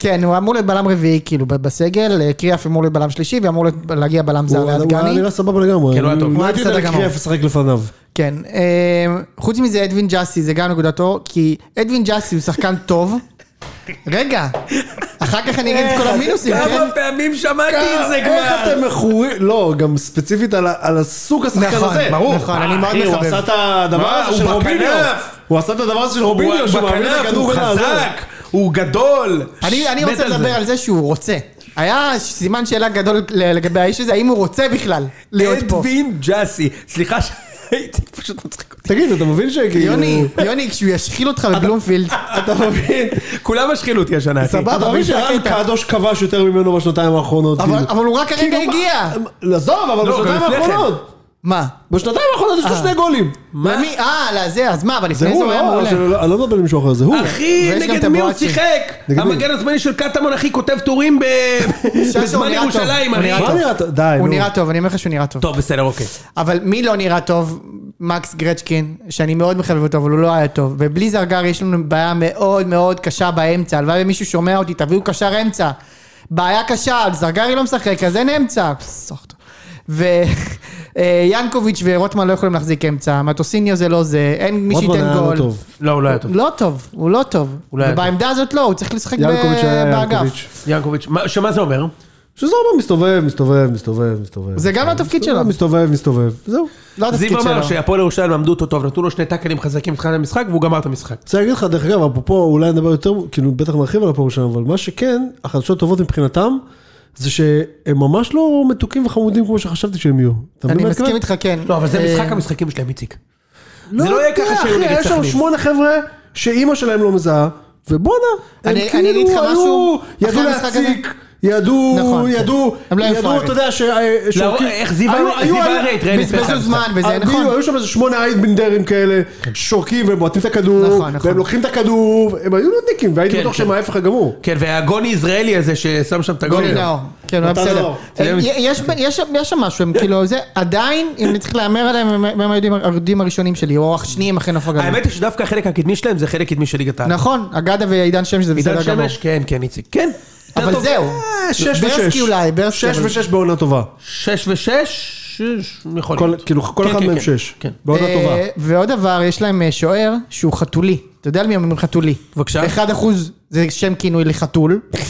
Speaker 1: כן, הוא אמור להיות בלם רביעי, כאילו, ב- בסגל. אה, קריאף אמור להיות בלם שלישי, ואמור להיות- להגיע בלם זר
Speaker 5: הוא
Speaker 1: ליד
Speaker 5: הוא היה
Speaker 1: גני.
Speaker 5: נראה סבבה לגמרי.
Speaker 2: כן, הוא היה טוב.
Speaker 1: הוא
Speaker 5: לא
Speaker 1: היה
Speaker 5: הייתי
Speaker 1: בסדר
Speaker 5: יודע לקריאה
Speaker 1: גמור.
Speaker 5: לשחק לפניו.
Speaker 1: כן, אה, חוץ מזה אדווין ג'אסי זה גם נקודת אור, כי אדווין ג'אסי הוא שחקן טוב. רגע, אחר כך אני אגיד את כל המינוסים, כן?
Speaker 2: כמה פעמים שמעתי את זה
Speaker 5: אה, איך
Speaker 2: כבר?
Speaker 5: אתם מכורים? לא, גם ספציפית על ה- על הסוג השחקן
Speaker 1: נכון,
Speaker 5: הזה.
Speaker 1: ברור. נכון, אני מאוד
Speaker 5: אה, אחי, הוא
Speaker 1: מחבב.
Speaker 5: עשה את הדבר
Speaker 2: מה,
Speaker 5: הזה
Speaker 2: הוא
Speaker 5: של רוביניו.
Speaker 2: בכנף.
Speaker 5: הוא עשה את הדבר הזה של
Speaker 2: הוא
Speaker 5: רוביניו, שהוא מעביר את
Speaker 2: בכנף,
Speaker 5: הכדור
Speaker 2: הוא
Speaker 5: בין העזר.
Speaker 2: חזק, הוא גדול.
Speaker 1: אני, אני
Speaker 2: מת
Speaker 1: רוצה
Speaker 2: על
Speaker 1: לדבר
Speaker 2: זה.
Speaker 1: על זה שהוא רוצה. היה סימן שאלה גדול ל- לגבי האיש הזה, האם הוא רוצה בכלל להיות פה.
Speaker 2: אדווין ג'אסי. סליחה שהייתי פשוט מצחיק אותי.
Speaker 5: תגיד, אתה מבין שכאילו...
Speaker 1: יוני, יוני, כשהוא ישחיל אותך בבלומפילד,
Speaker 2: אתה מבין? כולם השחילו אותי השנה, אחי.
Speaker 1: סבבה.
Speaker 5: אתה מבין
Speaker 1: זה
Speaker 5: שרן
Speaker 1: הקטע.
Speaker 5: קדוש כבש יותר ממנו בשנתיים האחרונות.
Speaker 1: אבל
Speaker 5: כאילו.
Speaker 1: אבל הוא רק הרגע
Speaker 5: כאילו,
Speaker 1: הגיע.
Speaker 5: מה- עזוב, אבל
Speaker 2: לא, גם
Speaker 5: בשנתיים
Speaker 2: לפני כן.
Speaker 5: האחרונות.
Speaker 1: מה?
Speaker 5: בשנתיים האחרונות יש לו שני גולים.
Speaker 1: מה? למי? אה, לזה, אז מה, אבל
Speaker 5: אה. זה
Speaker 1: לפני זה
Speaker 5: הוא,
Speaker 1: הוא היה
Speaker 5: לא?
Speaker 1: מעולה.
Speaker 5: אני לא- אני לא מדבר על מישהו אחר, זה הוא.
Speaker 2: אחי,
Speaker 1: ויש גם את
Speaker 2: נגד מי הוא
Speaker 1: הבואצ'י.
Speaker 2: שיחק?
Speaker 5: נגד מי?
Speaker 2: המגן הזמני של קטמון, אחי, כותב טורים ב-
Speaker 1: הוא
Speaker 2: בזמן
Speaker 1: נראה טוב.
Speaker 2: ירושלים,
Speaker 1: הוא
Speaker 2: אחי.
Speaker 1: נראה
Speaker 5: מה נראה? די,
Speaker 1: הוא
Speaker 5: נו.
Speaker 1: נראה טוב, אני אומר לך שהוא נראה טוב.
Speaker 2: טוב, בסדר, אוקיי.
Speaker 1: אבל מי לא נראה טוב? מקס גרצ'קין, שאני מאוד מחבב אותו, אבל הוא לא היה טוב. ובלי זרגר יש לנו בעיה מאוד מאוד קשה באמצע. הלוואי ומישהו שומע אותי, תביאו קשר אמצע. בעיה קשה, זרגרי לא משחק, אז אין אמצע. סחטו. ויאנקוביץ' ורוטמן לא יכולים להחזיק אמצע. מטוסיניו זה לא זה, אין מי
Speaker 5: רוטמן
Speaker 1: שייתן
Speaker 5: היה לא
Speaker 1: גול.
Speaker 5: טוב.
Speaker 2: לא, הוא לא היה טוב.
Speaker 1: לא טוב, הוא לא טוב.
Speaker 2: אולי היה
Speaker 1: ובעמדה הזאת לא, הוא צריך לשחק ב-
Speaker 5: ינקוביץ' היה
Speaker 1: באגף.
Speaker 5: ינקוביץ'.
Speaker 2: ינקוביץ', מה- שמה זה אומר?
Speaker 1: לא,
Speaker 5: שזה אומר מסתובב, מסתובב, מסתובב, מסתובב.
Speaker 1: זה גם לא התפקיד שלו.
Speaker 5: מסתובב, מסתובב, זהו.
Speaker 1: לא התפקיד
Speaker 2: זיו אמר
Speaker 1: שלו.
Speaker 2: שהפועל ירושלים עמדו אותו טוב, נתנו לו שני טאקלים חזקים בתחילת המשחק והוא גמר את המשחק.
Speaker 5: רוצה להגיד לך, דרך אגב, אפרופו, אולי נדבר יותר, כאילו, בטח נרחיב על הפועל שם, אבל מה שכן, החדשות הטובות מבחינתם, זה שהם ממש לא מתוקים וחמודים כמו שחשבתי שהם יהיו. אתה מבין
Speaker 1: אני
Speaker 5: מה
Speaker 1: מסכים
Speaker 5: מתכוון?
Speaker 1: איתך, כן.
Speaker 2: לא, אבל זה
Speaker 1: אה,
Speaker 2: משחק המשחקים שלהם, איציק. זה לא
Speaker 5: יודע,
Speaker 2: יהיה ככה שהיו
Speaker 5: אחי,
Speaker 2: נגד
Speaker 5: יש שם
Speaker 2: סכנין.
Speaker 5: שמונה חבר'ה שאימא שלהם לא מזהה, ובואנה, הם
Speaker 1: אני- אני אגיד לך
Speaker 5: כאילו היו,
Speaker 1: משהו,
Speaker 5: ידעו
Speaker 1: אחרי המשחק הזה-
Speaker 5: להציק, ידעו,
Speaker 1: נכון, כן.
Speaker 5: ידעו,
Speaker 1: הם לא היו
Speaker 5: ידעו,
Speaker 1: פראיירים.
Speaker 5: אתה יודע, ש... שהוקיעו-
Speaker 2: איך זיו
Speaker 5: היו-
Speaker 2: אריה- זיו
Speaker 5: היו-
Speaker 2: אריה התראיין לפני
Speaker 1: בזבזו
Speaker 2: המשחק.
Speaker 1: זמן וזה
Speaker 5: אה, בדיוק,
Speaker 1: נכון.
Speaker 5: היו שם איזה שמונה אייטבינדרים כאלה, שורקים והם בועטים את הכדור,
Speaker 1: נכון, נכון.
Speaker 5: והם לוקחים את הכדור, הם היו נודניקים, והייתי
Speaker 2: כן,
Speaker 5: בטוח
Speaker 2: כן.
Speaker 5: שהם ההפך הגמור.
Speaker 2: כן, והגוני יזרעאלי הזה ששם שם את הגול.
Speaker 1: גולי נאור. כן, הוא היה
Speaker 5: נתן
Speaker 1: בסדר.
Speaker 2: לא.
Speaker 5: לו.
Speaker 1: אה, יש- יש יש שם משהו, הם כאילו, זה עדיין, אם אני צריך להמר עליהם, הם- הם היהודים היהודים הראשונים שלי, או השניים אחרי נוף הגליל.
Speaker 2: האמת היא שדווקא החלק הקדמי שלהם זה חלק קדמי של ליגת העל.
Speaker 1: נכון, אגדה ועידן שמש זה
Speaker 2: עידן
Speaker 1: בסדר גמור.
Speaker 2: שמש? כן, כן, איציק. כן. יותר
Speaker 1: אבל
Speaker 2: טוב.
Speaker 1: זהו.
Speaker 5: אה, שש ושש.
Speaker 1: ברסקי אולי, ברסקי.
Speaker 5: שש
Speaker 1: אבל-
Speaker 5: ושש בעונה טובה.
Speaker 2: שש ושש? שש, יכול
Speaker 5: כל-
Speaker 2: להיות.
Speaker 5: כאילו, כל
Speaker 2: כן,
Speaker 5: אחד
Speaker 2: כן,
Speaker 5: מהם
Speaker 2: כן,
Speaker 5: שש.
Speaker 2: כן.
Speaker 5: בעונה
Speaker 1: אה,
Speaker 5: לא טובה.
Speaker 1: ועוד דבר, יש להם אה, שוער שהוא חתולי. אתה יודע על מי אומרים חתולי?
Speaker 2: בבקשה.
Speaker 1: 1 אחוז זה שם כינוי לחתול.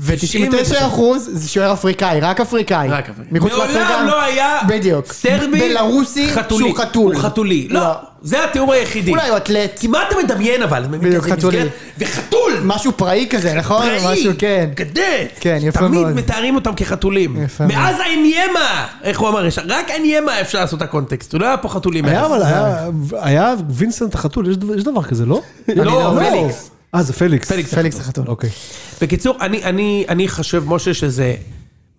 Speaker 1: ו-99 אחוז זה שוער אפריקאי, רק אפריקאי.
Speaker 2: רק אפריקאי.
Speaker 1: מחוץ לאפריקה-
Speaker 2: מעולם לא היה
Speaker 1: בדיוק.
Speaker 2: סרבי
Speaker 1: בלרוסי
Speaker 2: חתולי.
Speaker 1: שהוא חתול.
Speaker 2: הוא חתולי. לא, זה התיאור היחידי.
Speaker 1: אולי הוא אתלט.
Speaker 2: כי מה אתה מדמיין אבל?
Speaker 1: בדיוק, חתולי.
Speaker 2: וחתול!
Speaker 1: משהו פראי כזה, נכון?
Speaker 2: פראי,
Speaker 1: משהו, כן.
Speaker 2: גדל.
Speaker 1: כן, יפה מאוד.
Speaker 2: תמיד מתארים אותם כחתולים.
Speaker 1: יפה
Speaker 2: מאז עניימה! איך הוא אמר? יש- רק עניימה אפשר לעשות את הקונטקסט. הוא לא היה פה חתולים.
Speaker 5: היה
Speaker 2: מאז.
Speaker 5: אבל, היה- היה וינסנט החתול, יש דבר- יש דבר כזה, לא?
Speaker 2: לא, פליקס.
Speaker 5: אה, זה פליקס.
Speaker 2: פליקס.
Speaker 1: פליקס החתול.
Speaker 5: אוקיי.
Speaker 2: בקיצור, אני- אני אני חושב, משה, שזה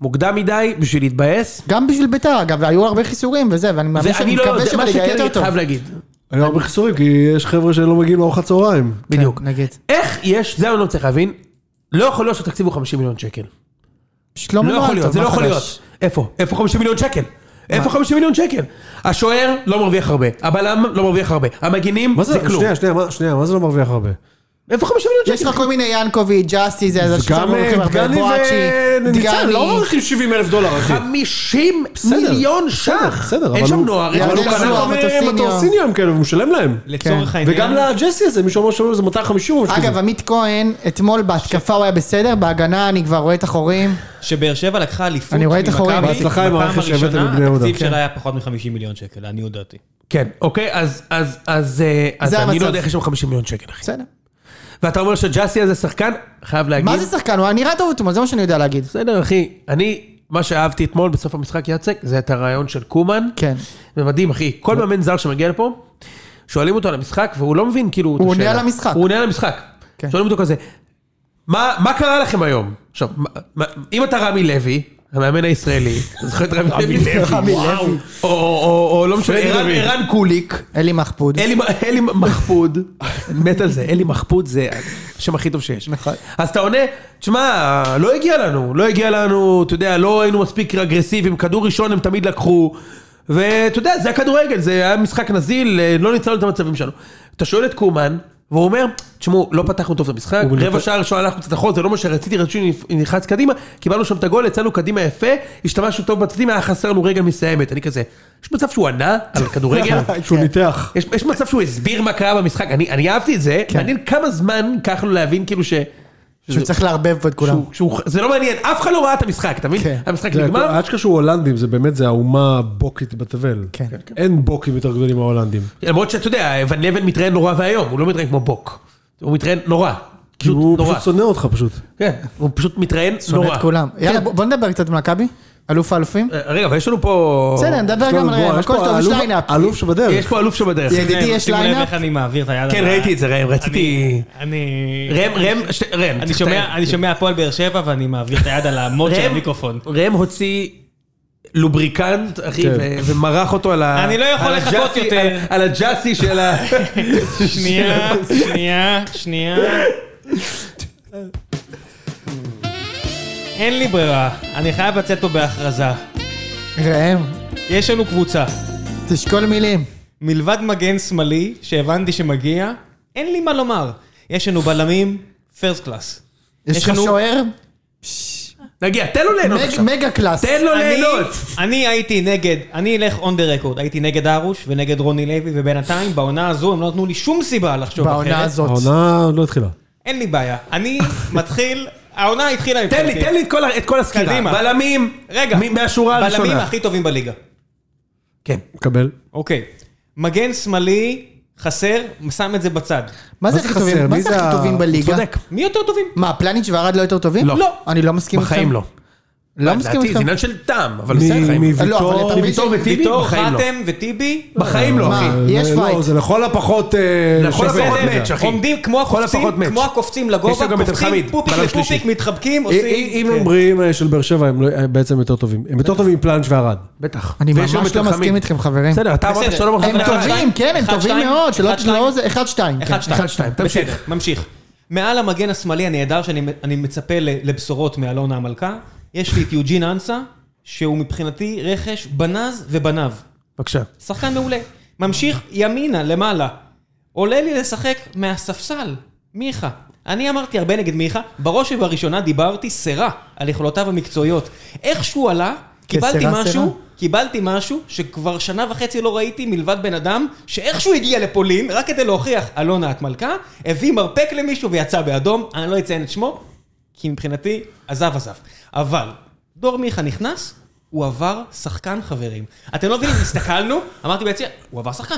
Speaker 2: מוקדם מדי בשביל להתבאס.
Speaker 1: גם בשביל ביתר, אגב, והיו הרבה חיסורים וזה, ואני מאמין שאני
Speaker 2: ואני לא
Speaker 1: מקווה
Speaker 2: יודע, מה
Speaker 1: שבליגה
Speaker 2: שכן
Speaker 1: יותר
Speaker 2: אני
Speaker 1: טוב. כן,
Speaker 2: חייב להגיד.
Speaker 5: היו הרבה חיסורים, כי יש חבר'ה שלא מגיעים לארוחת צהריים.
Speaker 2: בדיוק.
Speaker 1: נגיד.
Speaker 2: איך יש, זה אני לא צריך להבין, לא יכול להיות שהתקציב הוא 50 מיליון שקל.
Speaker 1: שלומי
Speaker 2: לא יכול להיות, זה לא יכול להיות. איפה? איפה 50 מיליון שקל? איפה 50 מיליון שקל? השוער לא מרוויח הרבה, הבלם לא מרוויח הרבה, המגינים
Speaker 5: מה
Speaker 2: זה
Speaker 5: זה,
Speaker 2: כלום.
Speaker 5: שנייה, שנייה, מה- שנייה, מה זה לא מרוויח הרבה?
Speaker 2: איפה 50 מיליון
Speaker 1: יש
Speaker 2: שקל?
Speaker 1: לך כל מיני ינקוביץ', ג'אסי, זה, אז השופטים
Speaker 5: גם
Speaker 1: הולכים הרבה,
Speaker 5: דגני
Speaker 1: בואצ'י,
Speaker 5: וניצן
Speaker 1: דגני.
Speaker 5: לא מרוויחים 70 אלף דולר, אחי.
Speaker 2: 50
Speaker 5: בסדר,
Speaker 2: מיליון
Speaker 5: בסדר,
Speaker 2: ש"ח!
Speaker 5: בסדר,
Speaker 2: אין
Speaker 5: אבל
Speaker 2: שם
Speaker 5: הוא-
Speaker 2: נוער, אין
Speaker 1: אבל
Speaker 2: שם
Speaker 1: הוא
Speaker 2: קנה
Speaker 1: קנה
Speaker 2: אותו.
Speaker 1: אותו. מטוסיניו.
Speaker 5: מטוסיניו הם כאלה, הוא משלם להם.
Speaker 3: לצורך העניין.
Speaker 5: כן. וגם לג'סי הזה, מישהו אמר שהוא זה 250 או משהו
Speaker 1: אגב,
Speaker 5: כזה.
Speaker 1: עמית כהן, אתמול בהתקפה הוא היה בסדר, בהגנה אני כבר רואה את החורים.
Speaker 3: שבאר שבע לקחה אליפות
Speaker 1: אני רואה את החורים.
Speaker 3: ממכבי,
Speaker 5: בהצלחה עם
Speaker 3: בפעם
Speaker 5: הרכש שהבאתם
Speaker 3: הראשונה,
Speaker 5: לבני יהודה.
Speaker 3: התקציב
Speaker 5: כן.
Speaker 3: שלה היה פחות מ-50 מיליון שקל, לעניות דעתי.
Speaker 2: כן, אוקיי, אז- אז- אז אה, אז
Speaker 1: זה
Speaker 2: אני
Speaker 1: המצב.
Speaker 2: לא יודע איך יש שם 50 מיליון שקל, אחי.
Speaker 1: בסדר.
Speaker 2: ואתה אומר שג'אסי הזה שחקן, חייב להגיד.
Speaker 1: מה זה שחקן? הוא היה נראה טוב אתמול, זה מה שאני יודע להגיד.
Speaker 2: בסדר, אחי. אני, מה שאהבתי אתמול בסוף המשחק, יצק, זה את הרעיון של קומן.
Speaker 1: כן.
Speaker 2: זה מדהים, אחי. כל מאמן זר שמגיע לפה, שואלים אותו על המשחק, והוא לא מבין, כאילו, את
Speaker 1: הוא עונה
Speaker 2: השאלה.
Speaker 1: על המשחק.
Speaker 2: הוא עונה על המשחק.
Speaker 1: כן.
Speaker 2: שואלים אותו כזה, מה מה קרה לכם היום? עכשיו, מה- מה- אם אתה רמי לוי, המאמן הישראלי, אתה זוכר את רמי לוי? וואו. או- או או לא משנה,
Speaker 5: פרדי
Speaker 2: ערן-
Speaker 5: דוד.
Speaker 2: ערן קוליק.
Speaker 1: אלי מחפוד.
Speaker 2: אלי, אלי מחפוד, אני מת על זה, אלי מחפוד זה השם הכי טוב שיש.
Speaker 1: נכון.
Speaker 2: אז אתה עונה, תשמע, לא הגיע לנו, לא הגיע לנו, אתה יודע, לא היינו מספיק אגרסיביים, כדור ראשון הם תמיד לקחו, ואתה יודע, זה הכדורגל, זה היה משחק נזיל, אה, לא ניצלנו את המצבים שלנו. אתה שואל את קומן, והוא אומר, תשמעו, לא פתחנו טוב את המשחק,
Speaker 5: הוא
Speaker 2: רבע
Speaker 5: מנתק-
Speaker 2: שעה ראשונה הלכנו קצת אחורה, זה לא מה שרציתי, רציתי שנלחץ קדימה, קיבלנו שם את הגול, יצאנו קדימה יפה, השתמשנו טוב בצדדים, היה חסר לנו רגל מסיימת, אני כזה, יש מצב שהוא ענה על כדורגל? כן.
Speaker 5: שהוא ניתח.
Speaker 2: יש, יש מצב שהוא הסביר מה קרה במשחק, אני, אני אהבתי את זה,
Speaker 1: כן.
Speaker 2: מעניין כמה זמן ייקח לו להבין כאילו ש...
Speaker 1: שהוא צריך לערבב פה את כולם.
Speaker 2: שהוא, שהוא, זה לא מעניין, אף אחד לא ראה את המשחק, אתה מבין?
Speaker 1: כן.
Speaker 2: המשחק
Speaker 5: זה הכל-
Speaker 2: נגמר,
Speaker 5: אשכרה שהוא הולנדים, זה באמת, זה האומה הבוקית בתבל.
Speaker 1: כן.
Speaker 5: אין בוקים יותר גדולים מההולנדים.
Speaker 2: למרות שאתה יודע, ון לבן מתראיין נורא ואיום, הוא לא מתראיין כמו בוק, הוא מתראיין נורא,
Speaker 5: כי
Speaker 2: פשוט
Speaker 5: הוא
Speaker 2: נורא,
Speaker 5: פשוט שונא אותך פשוט.
Speaker 2: כן, הוא פשוט מתראיין
Speaker 1: שונא
Speaker 2: נורא. כן.
Speaker 1: את כולם. יאללה, בוא בוא נדבר קצת על מכבי. אלוף האלופים.
Speaker 2: אה, רגע, אבל יש לנו פה...
Speaker 1: בסדר, נדבר גם
Speaker 5: בוא,
Speaker 1: על
Speaker 5: יש
Speaker 1: הכל
Speaker 5: פה
Speaker 1: טוב, יש
Speaker 5: אלוף-
Speaker 1: ליינאפ.
Speaker 5: אלוף שבדרך.
Speaker 2: יש פה אלוף שבדרך.
Speaker 1: ידידי, יש
Speaker 3: שימו לב
Speaker 1: ליינאפ?
Speaker 3: איך אני מעביר את היד.
Speaker 2: כן,
Speaker 3: על ה-
Speaker 2: ראיתי את זה, ראם, רציתי...
Speaker 3: אני- אני...
Speaker 2: ראם, ראם, שת- ראם,
Speaker 3: אני
Speaker 2: צריך
Speaker 3: שומע-
Speaker 2: לתאר.
Speaker 3: אני שומע הפועל באר שבע ואני מעביר את היד על המוט של
Speaker 2: ראם-
Speaker 3: המיקרופון.
Speaker 2: ראם הוציא לובריקנט, אחי,
Speaker 4: כן.
Speaker 2: ו- ומרח אותו על ה...
Speaker 3: אני לא יכול
Speaker 2: על
Speaker 3: לחכות
Speaker 2: הג'אסי-
Speaker 3: יותר.
Speaker 2: על- על הג'אסי של ה...
Speaker 3: שנייה, שנייה, שנייה. אין לי ברירה, אני חייב לצאת פה בהכרזה.
Speaker 1: ראם,
Speaker 3: יש לנו קבוצה.
Speaker 1: תשקול מילים.
Speaker 3: מלבד מגן שמאלי, שהבנתי שמגיע, אין לי מה לומר. יש לנו בלמים, פרסט קלאס.
Speaker 1: יש לך שוער?
Speaker 2: נגיע, תן לו ליהנות
Speaker 1: מג-
Speaker 2: עכשיו.
Speaker 1: מגה קלאס.
Speaker 2: תן לו
Speaker 3: אני-
Speaker 2: לא ליהנות.
Speaker 3: אני הייתי נגד, אני אלך on the record, הייתי נגד ארוש ונגד רוני לוי, ובינתיים בעונה הזו הם לא נתנו לי שום סיבה לחשוב אחרת.
Speaker 1: בעונה הזאת.
Speaker 4: העונה עוד לא התחילה.
Speaker 3: אין לי בעיה. אני מתחיל, העונה התחילה
Speaker 2: תן לי, תן לי את כל ה- את כל הסקירה.
Speaker 3: קדימה.
Speaker 2: בלמים.
Speaker 3: רגע,
Speaker 2: מ- מהשורה
Speaker 3: בלמים
Speaker 2: הראשונה.
Speaker 3: הכי טובים בליגה.
Speaker 2: כן.
Speaker 4: מקבל.
Speaker 3: אוקיי. מגן שמאלי, חסר, שם את זה בצד.
Speaker 1: מה זה הכי טובים? מה
Speaker 4: מי
Speaker 1: זה הכי
Speaker 4: ה-
Speaker 1: טובים
Speaker 2: הוא
Speaker 1: בליגה?
Speaker 2: צודק.
Speaker 3: מי יותר טובים?
Speaker 1: מה, פלניץ' וערד לא יותר טובים?
Speaker 2: לא.
Speaker 1: אני לא מסכים איתכם.
Speaker 2: בחיים לא.
Speaker 1: לא מסכים
Speaker 2: לדעתי, זה
Speaker 1: איתכם.
Speaker 2: עניין של טעם, אבל
Speaker 4: מ-
Speaker 2: בסדר, חיים.
Speaker 4: מ-
Speaker 1: לא, אבל
Speaker 4: ויטור-
Speaker 1: אתה מבין
Speaker 2: ויטור
Speaker 1: ש-
Speaker 2: וטיבי?
Speaker 3: ויטור,
Speaker 2: בחיים לא.
Speaker 3: חאתם וטיבי?
Speaker 2: בחיים לא,
Speaker 1: מה?
Speaker 2: אחי.
Speaker 5: אה,
Speaker 1: יש
Speaker 4: לא,
Speaker 1: פייט.
Speaker 4: זה לכל הפחות... אה,
Speaker 2: לכל
Speaker 4: שופט.
Speaker 2: הפחות
Speaker 3: בסדר,
Speaker 2: מאץ', אחי.
Speaker 3: עומדים כמו
Speaker 2: לכל הפחות
Speaker 3: הקופצים,
Speaker 2: מאץ'.
Speaker 3: כמו הקופצים
Speaker 2: יש לו
Speaker 3: לגובה,
Speaker 2: גם את
Speaker 3: קופצים
Speaker 2: אלחמיד,
Speaker 3: פופיק
Speaker 2: בלם
Speaker 3: לפופיק,
Speaker 2: שלישי. אה,
Speaker 3: מתחבקים,
Speaker 4: אם-
Speaker 3: עושים... כן.
Speaker 4: אם הם בריאים אה, של באר שבע, הם לא- הם בעצם יותר טובים. הם יותר טובים מפלנץ' וערד.
Speaker 2: בטח.
Speaker 1: אני
Speaker 2: ויש לו
Speaker 1: ממש לא
Speaker 2: מתחמים.
Speaker 1: מסכים איתכם, חברים.
Speaker 2: בסדר, אתה אמרת
Speaker 3: בסדר.
Speaker 2: שאתה לא
Speaker 1: הם
Speaker 3: אחד,
Speaker 2: מחזיר.
Speaker 1: טובים,
Speaker 3: שתיים.
Speaker 1: כן, הם
Speaker 3: אחד,
Speaker 1: טובים
Speaker 3: שתיים.
Speaker 1: מאוד, שלא
Speaker 3: אחד, שתיים.
Speaker 1: לא זה, אחד, שתיים. כן.
Speaker 3: אחד, שתיים.
Speaker 2: אחד, שתיים, תמשיך.
Speaker 3: בסדר, ממשיך. מעל המגן השמאלי הנהדר שאני אני מצפה ל- לבשורות מאלונה המלכה, יש לי את יוג'ין אנסה, שהוא מבחינתי רכש בנז ובניו.
Speaker 2: בבקשה.
Speaker 3: שחקן מעולה. ממשיך ימינה, למעלה. עולה לי לשחק מהספסל, מיכה. אני אמרתי הרבה נגד מיכה, בראש ובראשונה דיברתי סרה על יכולותיו המקצועיות. איך שהוא עלה, קיבלתי
Speaker 1: כסרה, סרה?
Speaker 3: משהו, קיבלתי משהו שכבר שנה וחצי לא ראיתי מלבד בן אדם שאיכשהו הגיע לפולין, רק כדי להוכיח, אלונה את מלכה, הביא מרפק למישהו ויצא באדום, אני לא אציין את שמו, כי מבחינתי, עזב עזב. אבל, דור מיכה נכנס, הוא עבר שחקן חברים. אתם לא מבינים, הסתכלנו, אמרתי ביציע, הוא עבר שחקן.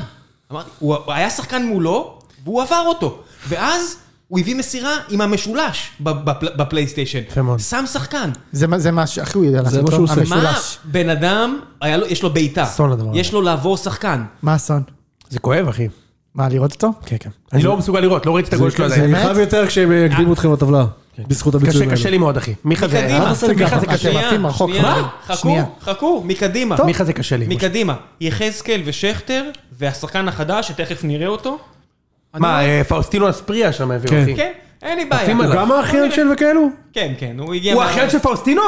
Speaker 3: אמרתי, הוא הוא היה שחקן מולו, והוא עבר אותו. ואז... הוא הביא מסירה עם המשולש בפל- בפלייסטיישן.
Speaker 2: יפה מאוד.
Speaker 3: שם שחקן.
Speaker 1: זה מה- זה מה שהכי הוא יודע לעשות.
Speaker 4: מה
Speaker 1: לא?
Speaker 4: שהוא עושה.
Speaker 3: מה,
Speaker 1: המשולש.
Speaker 3: בן אדם, היה לו- יש לו בעיטה.
Speaker 2: אסון הדבר הזה.
Speaker 3: יש לו לעבור שחקן.
Speaker 1: מה אסון?
Speaker 2: זה כואב, אחי.
Speaker 1: מה, לראות אותו?
Speaker 2: כן, כן. אני לא מסוגל לראות, לא ראיתי את הגול שלו
Speaker 4: זה
Speaker 2: עדיין.
Speaker 4: יכאב יותר כשהם
Speaker 3: אה.
Speaker 4: יקדימו אתכם בטבלה. בזכות הביצועים
Speaker 2: קשה, קשה
Speaker 4: האלה.
Speaker 2: לי מאוד, אחי. מיכה זה...
Speaker 3: מקדימה.
Speaker 2: אה, מיכה זה
Speaker 1: אתם
Speaker 2: קשה.
Speaker 1: עפים רחוק, חברים.
Speaker 3: שנייה, חכו,
Speaker 1: שנייה.
Speaker 3: חכו, מקדימה.
Speaker 2: מיכה זה קשה לי.
Speaker 3: מקדימה. יחזקאל ושכטר, והשחקן החדש, שתכף נראה אותו. אני
Speaker 2: מה,
Speaker 3: לא-
Speaker 2: אה, פאוסטינו אספריה שם הביאו,
Speaker 4: כן.
Speaker 2: אחי.
Speaker 3: כן, אין לי בעיה.
Speaker 2: עפים
Speaker 4: הוא
Speaker 2: עליו.
Speaker 4: גם האחיין של וכאלו?
Speaker 3: כן, כן, הוא הגיע...
Speaker 2: הוא
Speaker 3: מה-
Speaker 2: האחיין של פאוסטינו?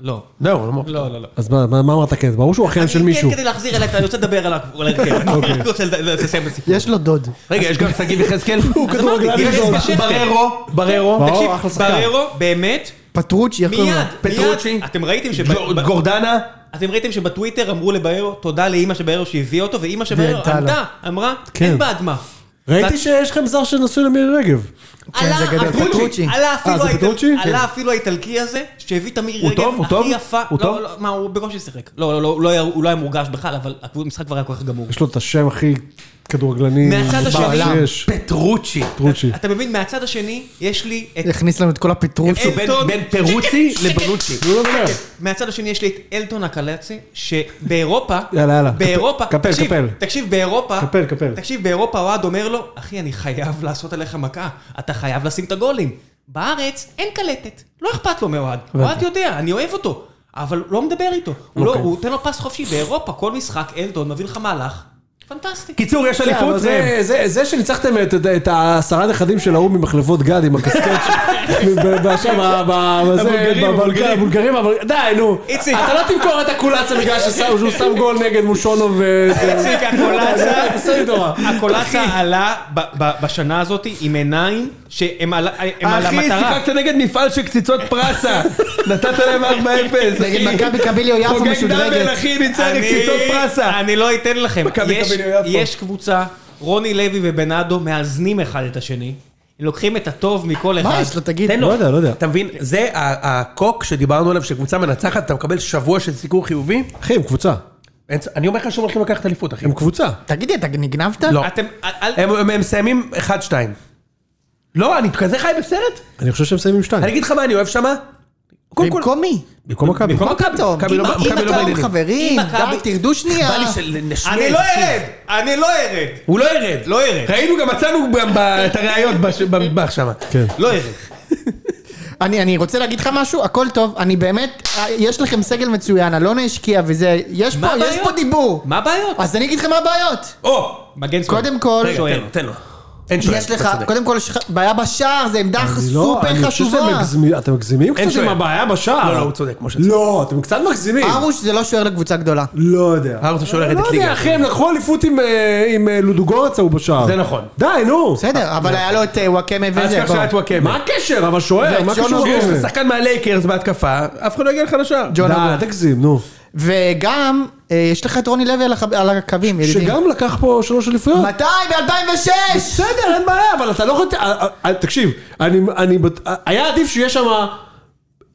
Speaker 3: לא.
Speaker 2: לא, הוא לא מור.
Speaker 3: לא, לא, לא.
Speaker 4: אז מה מה- מה אמרת כן? ברור שהוא אחיין של
Speaker 3: אני
Speaker 4: מישהו. אוקיי.
Speaker 3: כן, כדי להחזיר אליי, אני רוצה לדבר על ה- על ההרכב. אני רק רוצה לסיים את הסיפור.
Speaker 1: יש לו דוד.
Speaker 2: רגע, יש גם שגיב יחזקאל? הוא
Speaker 3: כדורגלן גדול.
Speaker 2: בררו, בררו.
Speaker 4: ברור,
Speaker 2: תקשיב,
Speaker 4: אחלה שחקן.
Speaker 3: בררו, באמת,
Speaker 1: פטרוצ'י, איך קוראים לו?
Speaker 3: מיד,
Speaker 2: פטרוצ'י.
Speaker 3: מיד. אתם ראיתם שב-
Speaker 2: ג'ור- גורדנה.
Speaker 3: אתם ראיתם שבטוויטר אמרו לבארו תודה לאימא שבארו שהביאה אותו, ואימא שבארו
Speaker 1: וענתה לו.
Speaker 3: ענתה, אמרה,
Speaker 4: כן.
Speaker 3: אין בעד מה.
Speaker 2: כן,
Speaker 4: ראיתי
Speaker 3: ואת-
Speaker 4: שיש לכם זר שנשוי למירי רגב.
Speaker 3: עלה
Speaker 1: כן, זה גדול.
Speaker 3: אפילו-
Speaker 1: פטרוצ'י.
Speaker 3: עלה אפילו
Speaker 4: אה, זה
Speaker 3: האיטל-
Speaker 4: פטרוצ'י?
Speaker 3: עלה אפילו האיטלקי הזה, שהביא את המירי
Speaker 2: כן. הוא
Speaker 3: רגב,
Speaker 2: טוב? הוא טוב?
Speaker 3: הכי יפה.
Speaker 2: הוא
Speaker 3: לא,
Speaker 2: טוב?
Speaker 3: לא, מה, הוא בקושי שיחק. לא, לא, לא, הוא לא היה- הוא לא היה מורגש בכלל, אבל הקבוצ- המשחק כבר היה כל כך גמור.
Speaker 4: יש לו את השם הכי כדורגלני
Speaker 3: מהצד השני.
Speaker 4: שיש.
Speaker 2: פטרוצ'י.
Speaker 4: פטרוצ'י.
Speaker 3: אתה מבין, מהצד השני, יש לי את...
Speaker 1: הכניס לנו את כל
Speaker 2: שהוא
Speaker 1: הפטרוצ'י.
Speaker 2: בין-
Speaker 3: אלטון.
Speaker 2: בין פרוצי לבנוצ'י.
Speaker 4: נו, לא מדבר.
Speaker 3: מהצד השני יש לי את אלטון הקלצי, שבאירופה,
Speaker 4: יאללה, יאללה.
Speaker 3: באירופה,
Speaker 4: קפל,
Speaker 3: תקשיב,
Speaker 4: קפל.
Speaker 3: תקשיב, באירופה,
Speaker 4: קפל, קפל.
Speaker 3: תקשיב, באירופה אוהד אומר לו, אחי, אני חייב לעשות עליך מכה, אתה חייב לשים את הגולים. בארץ אין קלטת, לא אכפת לו מאוהד. אוהד יודע, אני אוהב אותו, אבל לא מדבר איתו. הוא
Speaker 4: אוקיי.
Speaker 3: לא- הוא נותן לו פס חופשי, באירופה כל משחק אלטון מביא לך מהלך, פנטסטי.
Speaker 2: קיצור,
Speaker 5: לא,
Speaker 2: יש
Speaker 4: כן, אבל
Speaker 2: אליפות
Speaker 4: זה-
Speaker 2: ראם.
Speaker 4: זה- זה שניצחתם את- את- את העשרה נכדים של ההוא ממחלבות גד עם הקסקט שם,
Speaker 2: הבולגרים, הבולגרים.
Speaker 4: הבולגרים, אבל די, נו.
Speaker 3: איציק.
Speaker 4: אתה לא תמכור את הקולציה בגלל ששם- שהוא שם גול נגד מושונוב. אה, ו-
Speaker 3: איציק, הקולציה-
Speaker 4: עשה לי נורא.
Speaker 3: הקולציה עלה ב- ב- בשנה הזאת עם עיניים שהם על הם על
Speaker 2: אחי,
Speaker 3: המטרה.
Speaker 2: שיחקת נגד מפעל של קציצות פרסה. נתת להם 4-0.
Speaker 1: נגד
Speaker 2: אחי.
Speaker 1: מכבי קביליו יפו
Speaker 2: חוגג דאבל,
Speaker 1: משודרגת.
Speaker 2: אחי, ניצח את קציצות פרסה.
Speaker 3: אני לא אתן לכם.
Speaker 2: מכבי
Speaker 3: יש-
Speaker 2: קביליו יפו.
Speaker 3: יש קבוצה, רוני לוי ובנאדו מאזנים אחד את השני. לוקחים את הטוב מכל אחד.
Speaker 1: מה יש לו, תגיד?
Speaker 2: תן לו.
Speaker 4: לא יודע, לא יודע.
Speaker 2: אתה מבין, זה ה- הקוק שדיברנו עליו, שקבוצה מנצחת, אתה מקבל שבוע של סיקור חיובי.
Speaker 4: אחי, הם קבוצה.
Speaker 2: אין צ- אני אומר לך שהם הולכים לקחת אליפות, אחי.
Speaker 4: הם קבוצה.
Speaker 1: תגידי, אתה נגנבת?
Speaker 2: לא.
Speaker 3: אתם, אל- אל-
Speaker 2: הם- הם הם מסיימים 1-2. לא, אני כזה חי בסרט?
Speaker 4: אני חושב שהם מסיימים שתיים.
Speaker 2: אני אגיד לך מה אני אוהב שמה. קודם כל,
Speaker 1: במקום מי?
Speaker 4: במקום מכבי.
Speaker 1: מה פתאום?
Speaker 2: מכבי לא-
Speaker 1: אם-
Speaker 2: מכבי לא
Speaker 1: אם אתם
Speaker 2: בעניינים.
Speaker 1: חברים,
Speaker 3: אם מכבי-
Speaker 1: די, תרדו שנייה.
Speaker 2: בא לי של נשמד.
Speaker 3: אני לא ארד! אני לא ארד!
Speaker 2: הוא לא ירד.
Speaker 3: לא ירד.
Speaker 2: ראינו, גם מצאנו גם ב- את הראיות בש- במטבח שם.
Speaker 4: כן.
Speaker 3: לא ארד.
Speaker 1: אני, אני רוצה להגיד לך משהו, הכל טוב, אני באמת, אה, יש לכם סגל מצוין, אלונה השקיעה וזה, יש פה,
Speaker 3: מה
Speaker 1: יש
Speaker 3: הבעיות?
Speaker 1: פה דיבור.
Speaker 3: מה הבעיות?
Speaker 1: אז אני אגיד לך מה הבעיות.
Speaker 2: או!
Speaker 3: מגן שמאל.
Speaker 1: קודם כל,
Speaker 2: רגע,
Speaker 3: שוער.
Speaker 2: תן לו, תן לו. אין שוער,
Speaker 1: יש
Speaker 2: אתה
Speaker 1: לך,
Speaker 2: צודק.
Speaker 1: קודם כל יש לך בעיה בשער, זו עמדה
Speaker 5: אני לא- אני
Speaker 1: סופר
Speaker 5: חושב שאתם
Speaker 1: חשובה.
Speaker 5: מגזימים- אתם מגזימים
Speaker 2: אין
Speaker 5: קצת עם
Speaker 2: שוער.
Speaker 5: הבעיה בשער.
Speaker 2: לא, לא, הוא צודק, משה צודק.
Speaker 5: לא, אתם קצת מגזימים.
Speaker 1: ארוש זה לא שוער לקבוצה גדולה.
Speaker 5: לא יודע.
Speaker 2: הרוס השוער ירדת
Speaker 5: לא
Speaker 2: ליגה.
Speaker 5: יודע, אחי, הם לקחו אליפות עם, אה, עם אה, לודוגורצה הוא בשער.
Speaker 2: זה נכון.
Speaker 5: די, נו.
Speaker 1: בסדר,
Speaker 5: נכון.
Speaker 1: אבל היה לו את אה, וואקמה
Speaker 2: אל
Speaker 1: וזה.
Speaker 2: תשכח שהיה את
Speaker 1: בוא.
Speaker 2: וואקמה.
Speaker 5: מה הקשר? אבל שוער, מה
Speaker 1: וג'ון
Speaker 5: קשור?
Speaker 1: אוגו.
Speaker 2: יש
Speaker 5: אוקיי.
Speaker 2: לך שחקן מהלייקרס בהתקפה, אף אחד לא יגיע לך לשער.
Speaker 1: ג'ון
Speaker 5: די, אל
Speaker 1: אגו.
Speaker 5: תגזים, נו.
Speaker 1: וגם, אה, יש לך את רוני לוי על הח- על הקווים, ידידי.
Speaker 5: שגם לקח פה שלוש אליפויות.
Speaker 1: מתי? ב-2006!
Speaker 5: בסדר, אין בעיה, אבל אתה לא יכול... אה, אה, תקשיב, אני, אני, בט- היה עדיף שיהיה שם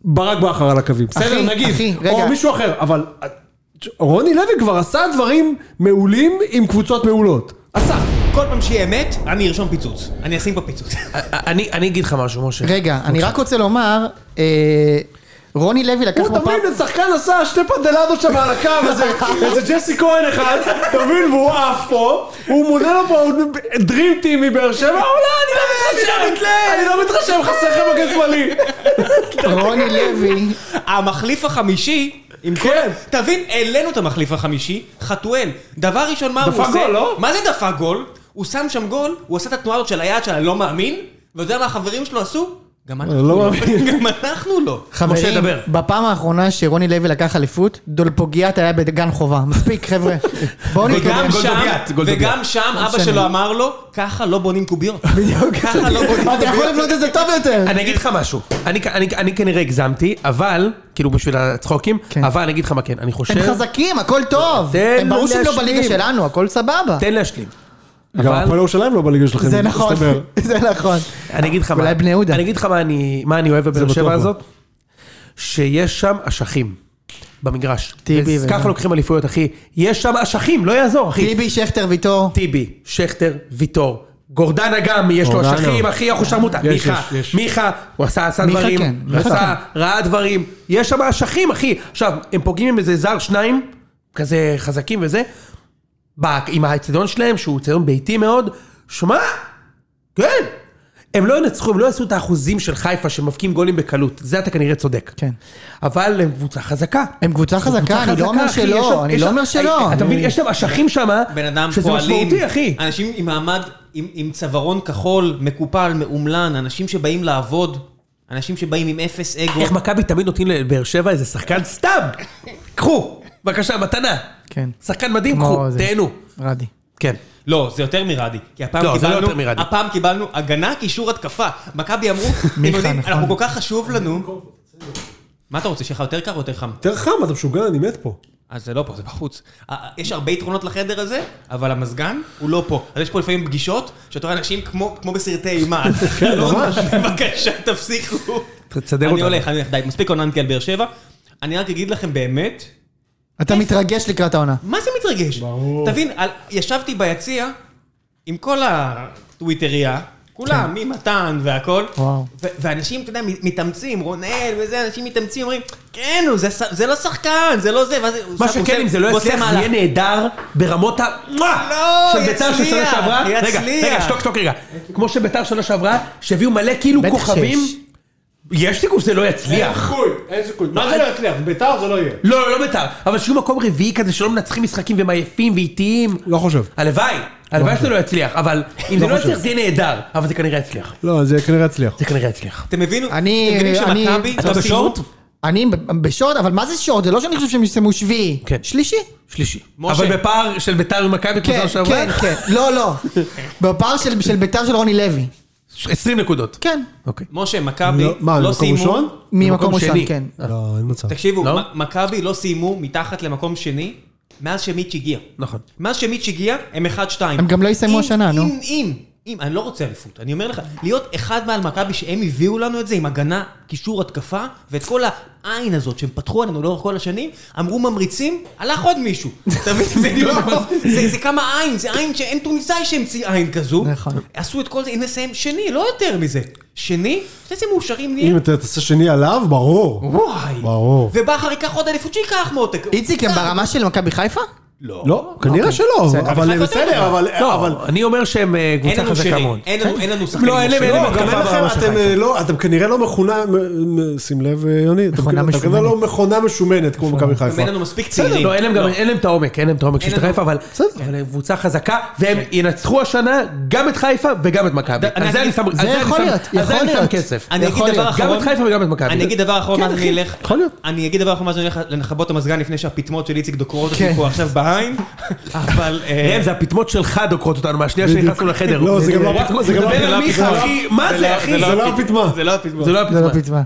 Speaker 5: ברק בכר על הקווים, בסדר?
Speaker 1: אחי,
Speaker 5: נגיד,
Speaker 1: אחי,
Speaker 5: או
Speaker 1: רגע.
Speaker 5: מישהו אחר, אבל אה, רוני לוי כבר עשה דברים מעולים עם קבוצות מעולות. עשה.
Speaker 1: כן,
Speaker 3: כל פעם שיהיה אמת, אני ארשום פיצוץ. אני אשים פה פיצוץ.
Speaker 2: אה, אני אני אגיד לך משהו, משה.
Speaker 1: רגע,
Speaker 5: אוקיי.
Speaker 1: אני רק רוצה לומר, אה, רוני לוי לקח
Speaker 5: הוא
Speaker 1: בפעם...
Speaker 5: תמיד שחקן עשה שתי פנדלדות שם על הקו, איזה- איזה ג'סי כהן אחד, אתה מבין, והוא עף פה, הוא מונה לו פה דרימטים מבאר שבע, אולי אני לא
Speaker 1: אה,
Speaker 5: מתרשם, אני לא מתרשם, חסר לכם מגן שמאלי.
Speaker 1: רוני לוי,
Speaker 3: המחליף החמישי, עם כל... תבין, העלינו את המחליף החמישי, חתואל. דבר ראשון, מה הוא
Speaker 5: דפק
Speaker 3: עושה?
Speaker 5: גול, לא?
Speaker 3: מה זה דפק גול? הוא שם שם גול, הוא עשה את התנועה הזאת של היד של הלא מאמין, ואתה יודע מה החברים שלו עשו? גם אנחנו
Speaker 5: לא
Speaker 3: לא.
Speaker 5: מאמין.
Speaker 3: גם אנחנו לא.
Speaker 2: משה,
Speaker 1: חברים,
Speaker 2: דבר.
Speaker 1: בפעם האחרונה שרוני לוי לקח אליפות, דולפוגיאט היה בגן חובה. מספיק, חבר'ה. בואו נתקדם.
Speaker 3: וגם שם,
Speaker 2: גולדוביאט, גולדוביאט.
Speaker 3: וגם שם אבא
Speaker 1: משנה.
Speaker 3: שלו אמר לו, ככה לא בונים קוביות. בדיוק. ככה לא בונים
Speaker 1: אתה יכול
Speaker 3: קוביות.
Speaker 1: לבנות את זה טוב יותר.
Speaker 2: אני אגיד לך משהו, אני כ- אני- אני כנראה הגזמתי, אבל, כאילו בשביל הצחוקים,
Speaker 1: כן.
Speaker 2: אבל אני אגיד לך מה כן, אני חושב...
Speaker 1: הם חזקים, הכל טוב.
Speaker 2: תן
Speaker 1: הם ברור
Speaker 2: לו
Speaker 1: שהם לא
Speaker 2: להשלים.
Speaker 1: בליגה שלנו, הכל סבבה.
Speaker 2: תן להשלים.
Speaker 5: גם
Speaker 2: אבל-
Speaker 5: הפועל ירושלים לא בליגה שלכם,
Speaker 1: זה נכון,
Speaker 5: מסתבר.
Speaker 1: זה נכון.
Speaker 2: אני אגיד לך מה,
Speaker 1: אולי בני יהודה.
Speaker 2: אני אגיד לך מה אני, מה אני אוהב בבאר
Speaker 5: בטוח
Speaker 2: שבע
Speaker 5: לא.
Speaker 2: הזאת, שיש שם אשכים במגרש.
Speaker 1: טיבי
Speaker 2: וזה- ככה
Speaker 1: וגם-
Speaker 2: לוקחים אליפויות, אחי. יש שם אשכים, לא יעזור, אחי.
Speaker 1: טיבי, שכטר, ויטור.
Speaker 2: טיבי, שכטר, ויטור. גורדנה גם, יש לו
Speaker 5: גורדנה. לא.
Speaker 2: אשכים, אחי, אחו שרמוטה.
Speaker 5: יש,
Speaker 2: מיכה,
Speaker 5: יש, יש.
Speaker 2: מיכה, הוא עשה, עשה
Speaker 1: מיכה
Speaker 2: דברים,
Speaker 1: כן, מיכה
Speaker 2: עשה, ראה דברים. יש שם אשכים, אחי. עכשיו, הם פוגעים עם איזה זר שניים, כזה חזקים וזה, ב- עם האצטדיון שלהם, שהוא אצטדיון ביתי מאוד. שמע, כן. הם לא ינצחו, הם לא יעשו את האחוזים של חיפה שמבקיעים גולים בקלות. זה אתה כנראה צודק.
Speaker 1: כן.
Speaker 2: אבל הם קבוצה חזקה.
Speaker 1: הם קבוצה חזקה, אני לא אומר
Speaker 2: אחי, יש שם-
Speaker 1: שלא, אני
Speaker 2: יש
Speaker 1: לא
Speaker 2: שם-
Speaker 1: אומר שלא.
Speaker 2: אתה מבין, יש להם אשכים שם,
Speaker 3: בן אדם
Speaker 2: שזה
Speaker 3: פועלים,
Speaker 2: משמעותי, אחי.
Speaker 3: אנשים עם מעמד, עם, עם צווארון כחול, מקופל, מאומלן, אנשים שבאים לעבוד, אנשים שבאים עם אפס אגו.
Speaker 2: איך מכבי תמיד נותנים לבאר שבע איזה שחקן סתם? קחו, בבקשה, מתנה.
Speaker 1: כן.
Speaker 2: שחקן מדהים,
Speaker 1: כמו
Speaker 2: קחו,
Speaker 1: זה.
Speaker 2: תהנו.
Speaker 1: רדי.
Speaker 2: כן.
Speaker 3: לא, זה יותר מרדי, כי הפעם
Speaker 2: לא, זה לא
Speaker 3: קיבלנו,
Speaker 2: יותר מרדי.
Speaker 3: הפעם קיבלנו הגנה, קישור, התקפה. מכבי אמרו, אתם
Speaker 1: מיכה,
Speaker 3: יודעים,
Speaker 1: נכון.
Speaker 3: אנחנו כל כך חשוב לנו. מה אתה רוצה, שיהיה לך יותר קר או יותר חם?
Speaker 5: יותר חם, אתה משוגע, אני מת פה.
Speaker 3: אז זה לא פה, זה בחוץ. אה, אה, יש הרבה יתרונות לחדר הזה, אבל המזגן הוא לא פה. אז יש פה לפעמים פגישות, שאתה רואה אנשים כמו כמו בסרטי אימה. לא, בבקשה, תפסיקו.
Speaker 2: ת- תסדר
Speaker 3: אני
Speaker 2: אותנו.
Speaker 3: הולך, אני הולך, די, מספיק עוננתי על באר שבע. אני רק אגיד לכם באמת,
Speaker 1: אתה מתרגש לקראת העונה.
Speaker 3: מה זה מתרגש?
Speaker 5: ברור.
Speaker 3: תבין, על, ישבתי ביציע עם כל הטוויטריה, כולם,
Speaker 2: כן.
Speaker 3: ממתן והכל,
Speaker 1: וואו.
Speaker 3: ו- ואנשים, אתה יודע, מתאמצים, רונאל וזה, אנשים מתאמצים, אומרים, כן, הוא, זה, ש- זה לא שחקן, זה לא זה, ואז הוא
Speaker 2: מה
Speaker 3: עושה- הוא
Speaker 2: שכן,
Speaker 3: עושה-
Speaker 2: אם זה לא
Speaker 3: הוא עושה
Speaker 2: יצליח, זה יהיה
Speaker 3: מהלך.
Speaker 2: נהדר ברמות ה...
Speaker 3: לא,
Speaker 2: של ביתר של שנה
Speaker 3: יצליח,
Speaker 2: שעברה. רגע,
Speaker 3: יצליח.
Speaker 2: רגע, שתוק, שתוק רגע. כמו שביתר שנה שעברה, שהביאו מלא כאילו
Speaker 1: בטח
Speaker 2: כוכבים.
Speaker 1: שיש.
Speaker 2: יש סיכוי שזה לא יצליח.
Speaker 5: סיכוי, אין סיכוי. מה זה לא יצליח? ביתר זה לא יהיה.
Speaker 2: לא, לא ביתר. אבל שיהיו מקום רביעי כזה שלא מנצחים משחקים והם עייפים ואיטיים.
Speaker 5: לא חושב.
Speaker 2: הלוואי. הלוואי שזה לא יצליח, אבל אם זה לא
Speaker 5: חושב.
Speaker 2: יצליח זה יהיה נהדר. אבל זה כנראה יצליח.
Speaker 5: לא, זה כנראה יצליח.
Speaker 2: זה כנראה יצליח.
Speaker 3: אתם מבינו?
Speaker 1: אני-
Speaker 3: אתם מבינים
Speaker 1: אני-
Speaker 3: שמכבי... לא
Speaker 1: אתה
Speaker 3: עושים-
Speaker 2: בשורט?
Speaker 1: אני בשורט, אבל מה זה שורט? זה לא שאני חושב שהם יסיימו שביעי.
Speaker 2: כן.
Speaker 1: שלישי.
Speaker 2: שלישי.
Speaker 3: משה.
Speaker 2: אבל בפער של ביתר ומכבי
Speaker 1: כן,
Speaker 2: קבוצה שעברה?
Speaker 1: כן, כן. לא, לא. בפער של של ביתר של רוני לוי.
Speaker 2: ש- 20 נקודות.
Speaker 1: כן.
Speaker 2: אוקיי.
Speaker 3: משה, מכבי
Speaker 5: לא- מה,
Speaker 3: לא
Speaker 5: במקום
Speaker 3: סיימו...
Speaker 5: ראשון?
Speaker 1: ממקום
Speaker 2: במקום
Speaker 1: ראשון,
Speaker 2: שני.
Speaker 1: כן.
Speaker 4: אה.
Speaker 5: לא, אין מצב.
Speaker 3: תקשיבו,
Speaker 2: לא?
Speaker 3: מ- מכבי לא סיימו מתחת למקום שני מאז שמיץ' הגיע.
Speaker 2: נכון.
Speaker 3: מאז שמיץ' הגיע, הם 1-2.
Speaker 1: הם גם לא יסיימו
Speaker 3: אם-
Speaker 1: השנה, נו.
Speaker 3: אם, אם, אם, אני לא רוצה אליפות, אני אומר לך, להיות אחד מעל מכבי שהם הביאו לנו את זה עם הגנה, קישור, התקפה, ואת כל העין הזאת שהם פתחו עלינו לאורך כל השנים, אמרו ממריצים, הלך עוד מישהו. אתה מבין? זה לא- זה- זה כמה עין, זה עין שאין טוניסאי שהמציא עין כזו.
Speaker 1: נכון.
Speaker 3: עשו את כל זה, הנה נסיים שני, לא יותר מזה. שני, אתה יודע איזה מאושרים נהיה?
Speaker 5: אם אתה תעשה שני עליו, ברור.
Speaker 3: וואי.
Speaker 5: ברור.
Speaker 3: ובכר ייקח עוד אליפות, שייקח מותק. אה,
Speaker 2: אה.
Speaker 1: איציק, הם ברמה של מכבי חיפה?
Speaker 4: לא, כנראה שלא,
Speaker 1: בסדר.
Speaker 4: אבל
Speaker 3: אבל
Speaker 4: בסדר, אבל... אבל-
Speaker 2: לא, אני אומר שהם אה,
Speaker 3: אין
Speaker 2: קבוצה
Speaker 3: לנו
Speaker 2: חזקה
Speaker 3: שירים,
Speaker 2: מאוד.
Speaker 3: אין לנו- אין לנו שחקנים.
Speaker 2: לא, אין להם- אין
Speaker 4: לא,
Speaker 2: להם
Speaker 4: גם אין
Speaker 2: התקפה
Speaker 4: לכם,
Speaker 2: בראש
Speaker 4: אתם, אה, לא, אתם כנראה לא מכונה, מ- מ- שים לב אה, יוני, אתם
Speaker 1: מכונה
Speaker 4: כנראה- אתם כנראה
Speaker 1: משומנת.
Speaker 4: לא מכונה משומנת נכון. כמו מכבי
Speaker 3: גם
Speaker 4: חיפה.
Speaker 3: אין לנו מספיק צעירים.
Speaker 2: לא, אין להם גם, אין להם את העומק, אין להם את העומק של
Speaker 3: אין לנו- כן.
Speaker 2: חיפה, אבל אבל הם קבוצה חזקה, והם ינצחו השנה גם את חיפה וגם את מכבי.
Speaker 3: אני
Speaker 2: על זה
Speaker 3: אגיד-
Speaker 2: אני שם על
Speaker 1: זה
Speaker 2: זה אני
Speaker 1: יכול
Speaker 2: שם-
Speaker 1: להיות,
Speaker 2: על זה
Speaker 1: יכול
Speaker 2: אני שם
Speaker 1: להיות.
Speaker 2: כסף.
Speaker 3: אני אגיד
Speaker 1: יכול
Speaker 3: דבר
Speaker 1: להיות.
Speaker 3: אחרון.
Speaker 2: גם את חיפה וגם את מכבי.
Speaker 3: אני אגיד דבר אחרון,
Speaker 2: כן,
Speaker 3: ואז
Speaker 2: אחי,
Speaker 3: אני אלך.
Speaker 4: יכול להיות.
Speaker 3: אני אגיד דבר אחרון, ואז אני אלך לכבות את המזגן לפני שהפטמות של איציק דוקרות אותי
Speaker 1: כן.
Speaker 3: פה עכשיו בעין, אבל... אה,
Speaker 2: ראם, זה הפטמות שלך דוקרות אותנו מהשנייה שנכנסנו לחדר.
Speaker 4: לא, זה גם לא
Speaker 2: הוא
Speaker 4: הפטמה, זה גם לא
Speaker 2: מדבר
Speaker 4: הפטמה.
Speaker 2: על מיכה,
Speaker 4: זה לא-
Speaker 2: אחי, מה זה, אחי?
Speaker 4: זה לא הפטמה.
Speaker 3: זה לא הפטמות.
Speaker 2: זה לא
Speaker 1: זה לא
Speaker 2: הפטמה.
Speaker 1: פיצמה.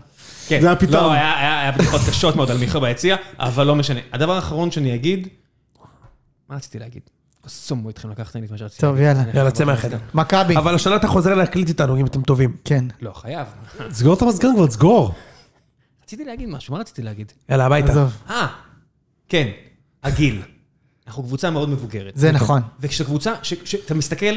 Speaker 3: כן.
Speaker 4: זה הפתרון.
Speaker 3: לא, היה- היה היה בדיחות קשות מאוד על מיכה ביציע, אבל לא משנה. הדבר האחרון שאני אגיד, מה רציתי להגיד? סומו איתכם, לקחתם לי את מה שרציתי.
Speaker 1: טוב,
Speaker 3: להגיד.
Speaker 1: יאללה.
Speaker 3: אני-
Speaker 2: יאללה, צא מהחדר.
Speaker 1: מכבי,
Speaker 2: אבל השנה אתה חוזר להקליט איתנו, אם אתם טובים.
Speaker 1: כן.
Speaker 3: לא, חייב.
Speaker 4: תסגור את המזגן כבר, תסגור.
Speaker 3: רציתי להגיד משהו, מה רציתי להגיד?
Speaker 2: יאללה, הביתה.
Speaker 1: עזוב,
Speaker 3: אה, כן, הגיל. אנחנו קבוצה מאוד מבוגרת.
Speaker 1: זה נכון.
Speaker 3: וכשאתה קבוצה, כשאתה מסתכל,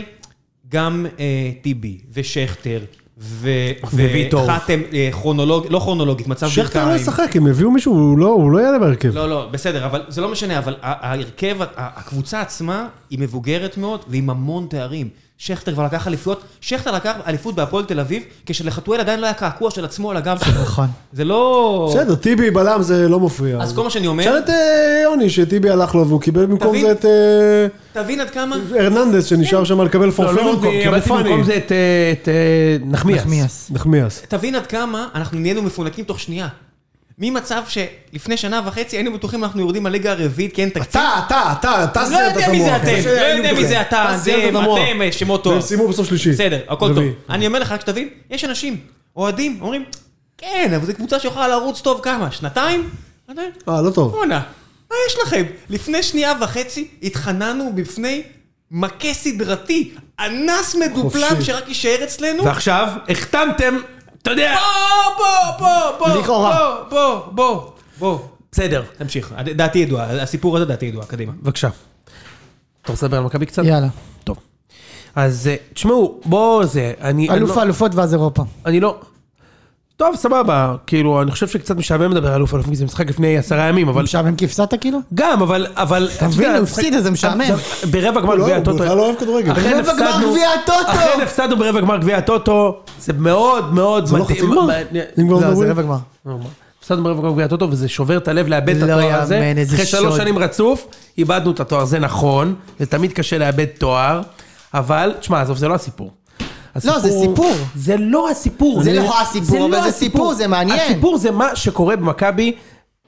Speaker 3: גם אה, טיבי ושכטר ו-
Speaker 2: וויטור.
Speaker 3: וחתם, אה, כרונולוג, לא כרונולוגית, מצב ברכיים.
Speaker 4: שכטר לא ישחק, הם הביאו מישהו, הוא לא- הוא לא יעלה בהרכב.
Speaker 3: לא, לא, בסדר, אבל זה לא משנה, אבל ה- ההרכב, ה- הקבוצה עצמה היא מבוגרת מאוד ועם המון תארים. שכטר כבר לקח אליפויות, שכטר לקח אליפות בהפועל תל אביב, כשלחתואל עדיין לא היה קעקוע של עצמו על הגב שלו.
Speaker 1: נכון.
Speaker 3: זה לא...
Speaker 4: בסדר, טיבי בלם זה לא מפריע.
Speaker 3: אז כל מה שאני
Speaker 4: תשאל
Speaker 3: אומר,
Speaker 4: את אה, יוני, שטיבי הלך לו והוא קיבל במקום
Speaker 3: תבין.
Speaker 4: זה את אה,
Speaker 3: תבין עד כמה...
Speaker 4: הרננדס שנשאר שם לקבל
Speaker 2: לא,
Speaker 4: פורפר
Speaker 2: לא
Speaker 4: במקום,
Speaker 2: במקום,
Speaker 4: אבו
Speaker 2: קיבלתי במקום
Speaker 4: פאני.
Speaker 2: זה את, אה, את אה, נחמיאס.
Speaker 1: נחמיאס.
Speaker 4: נחמיאס.
Speaker 3: תבין עד כמה אנחנו נהיינו מפונקים תוך שנייה. ממצב שלפני שנה וחצי היינו בטוחים אנחנו יורדים לליגה הרביעית כי אין תקציב.
Speaker 4: אתה, אתה, אתה, אתה
Speaker 3: לא
Speaker 4: סיימת את המוח.
Speaker 3: יודע מי זה אתם,
Speaker 4: שהיינו
Speaker 3: לא יודע מי
Speaker 4: בזה.
Speaker 3: זה אתה,
Speaker 4: סיימת את
Speaker 3: אתם,
Speaker 4: המוח.
Speaker 3: אתם, אה, שמות טוב.
Speaker 4: והם סיימו בסוף שלישי.
Speaker 3: בסדר, הכל טוב.
Speaker 4: רביעי.
Speaker 3: אני אומר לך, רק שתבין, יש אנשים, אוהדים, אומרים, כן, אבל זו קבוצה שיכולה לרוץ טוב כמה, שנתיים? שנתיים?
Speaker 4: אה, לא טוב.
Speaker 3: בואנה, מה יש לכם? לפני שנייה וחצי התחננו בפני מכה סדרתי, אנס מדופלם
Speaker 4: חופשי.
Speaker 3: שרק יישאר אצלנו.
Speaker 2: ועכשיו, החתמתם, אתה יודע,
Speaker 3: בוא, בוא, בוא, בוא,
Speaker 1: לכאורה.
Speaker 3: בוא, בוא, בוא.
Speaker 2: בסדר,
Speaker 3: תמשיך, הד- דעתי ידועה, הסיפור הזה דעתי ידועה, קדימה.
Speaker 2: בבקשה. אתה רוצה לדבר על מכבי קצת?
Speaker 1: יאללה.
Speaker 2: טוב. אז אה, תשמעו, בואו זה, אני... אני
Speaker 1: אלוף
Speaker 2: לא-
Speaker 1: האלופות ואז אירופה.
Speaker 2: אני לא... טוב, סבבה, כאילו, אני חושב שקצת משעמם לדבר על אלוף אלופים, זה משחק לפני עשרה ימים, אבל...
Speaker 1: משעמם כבשת כאילו?
Speaker 2: גם, אבל... אבל... אתה
Speaker 1: מבין,
Speaker 2: יודע,
Speaker 1: הוא הפסיד, אז זה משעמם.
Speaker 2: עכשיו, ברבע גמר
Speaker 4: לא,
Speaker 2: גביע
Speaker 4: הוא
Speaker 2: הטוטו...
Speaker 4: בכלל לא אוהב כדורגל.
Speaker 2: אכן
Speaker 1: ברבע גמר
Speaker 2: הפסדנו-
Speaker 1: גביע הטוטו!
Speaker 2: אכן הפסדנו ברבע גמר גביע הטוטו, זה מאוד מאוד...
Speaker 4: זה לא
Speaker 2: מדהים.
Speaker 4: חצי גמר?
Speaker 2: מה-
Speaker 4: אם כבר
Speaker 1: לא, זה
Speaker 4: מדברים.
Speaker 1: רבע גמר.
Speaker 2: הפסדנו ברבע גמר גביע הטוטו, וזה שובר את הלב לאבד את
Speaker 1: לא
Speaker 2: התואר הזה.
Speaker 1: יאמן, איזה
Speaker 2: אחרי שלוש
Speaker 1: שוד.
Speaker 2: שנים רצוף, איבדנו את התואר, זה נכון, זה תמיד קשה לאבד תואר, אבל, תשמע, עזוב, זה לא הסיפור.
Speaker 1: לא, זה סיפור.
Speaker 2: זה לא הסיפור.
Speaker 1: זה
Speaker 2: אני-
Speaker 1: לא הסיפור, אבל זה סיפור, זה מעניין.
Speaker 2: הסיפור זה מה שקורה במכבי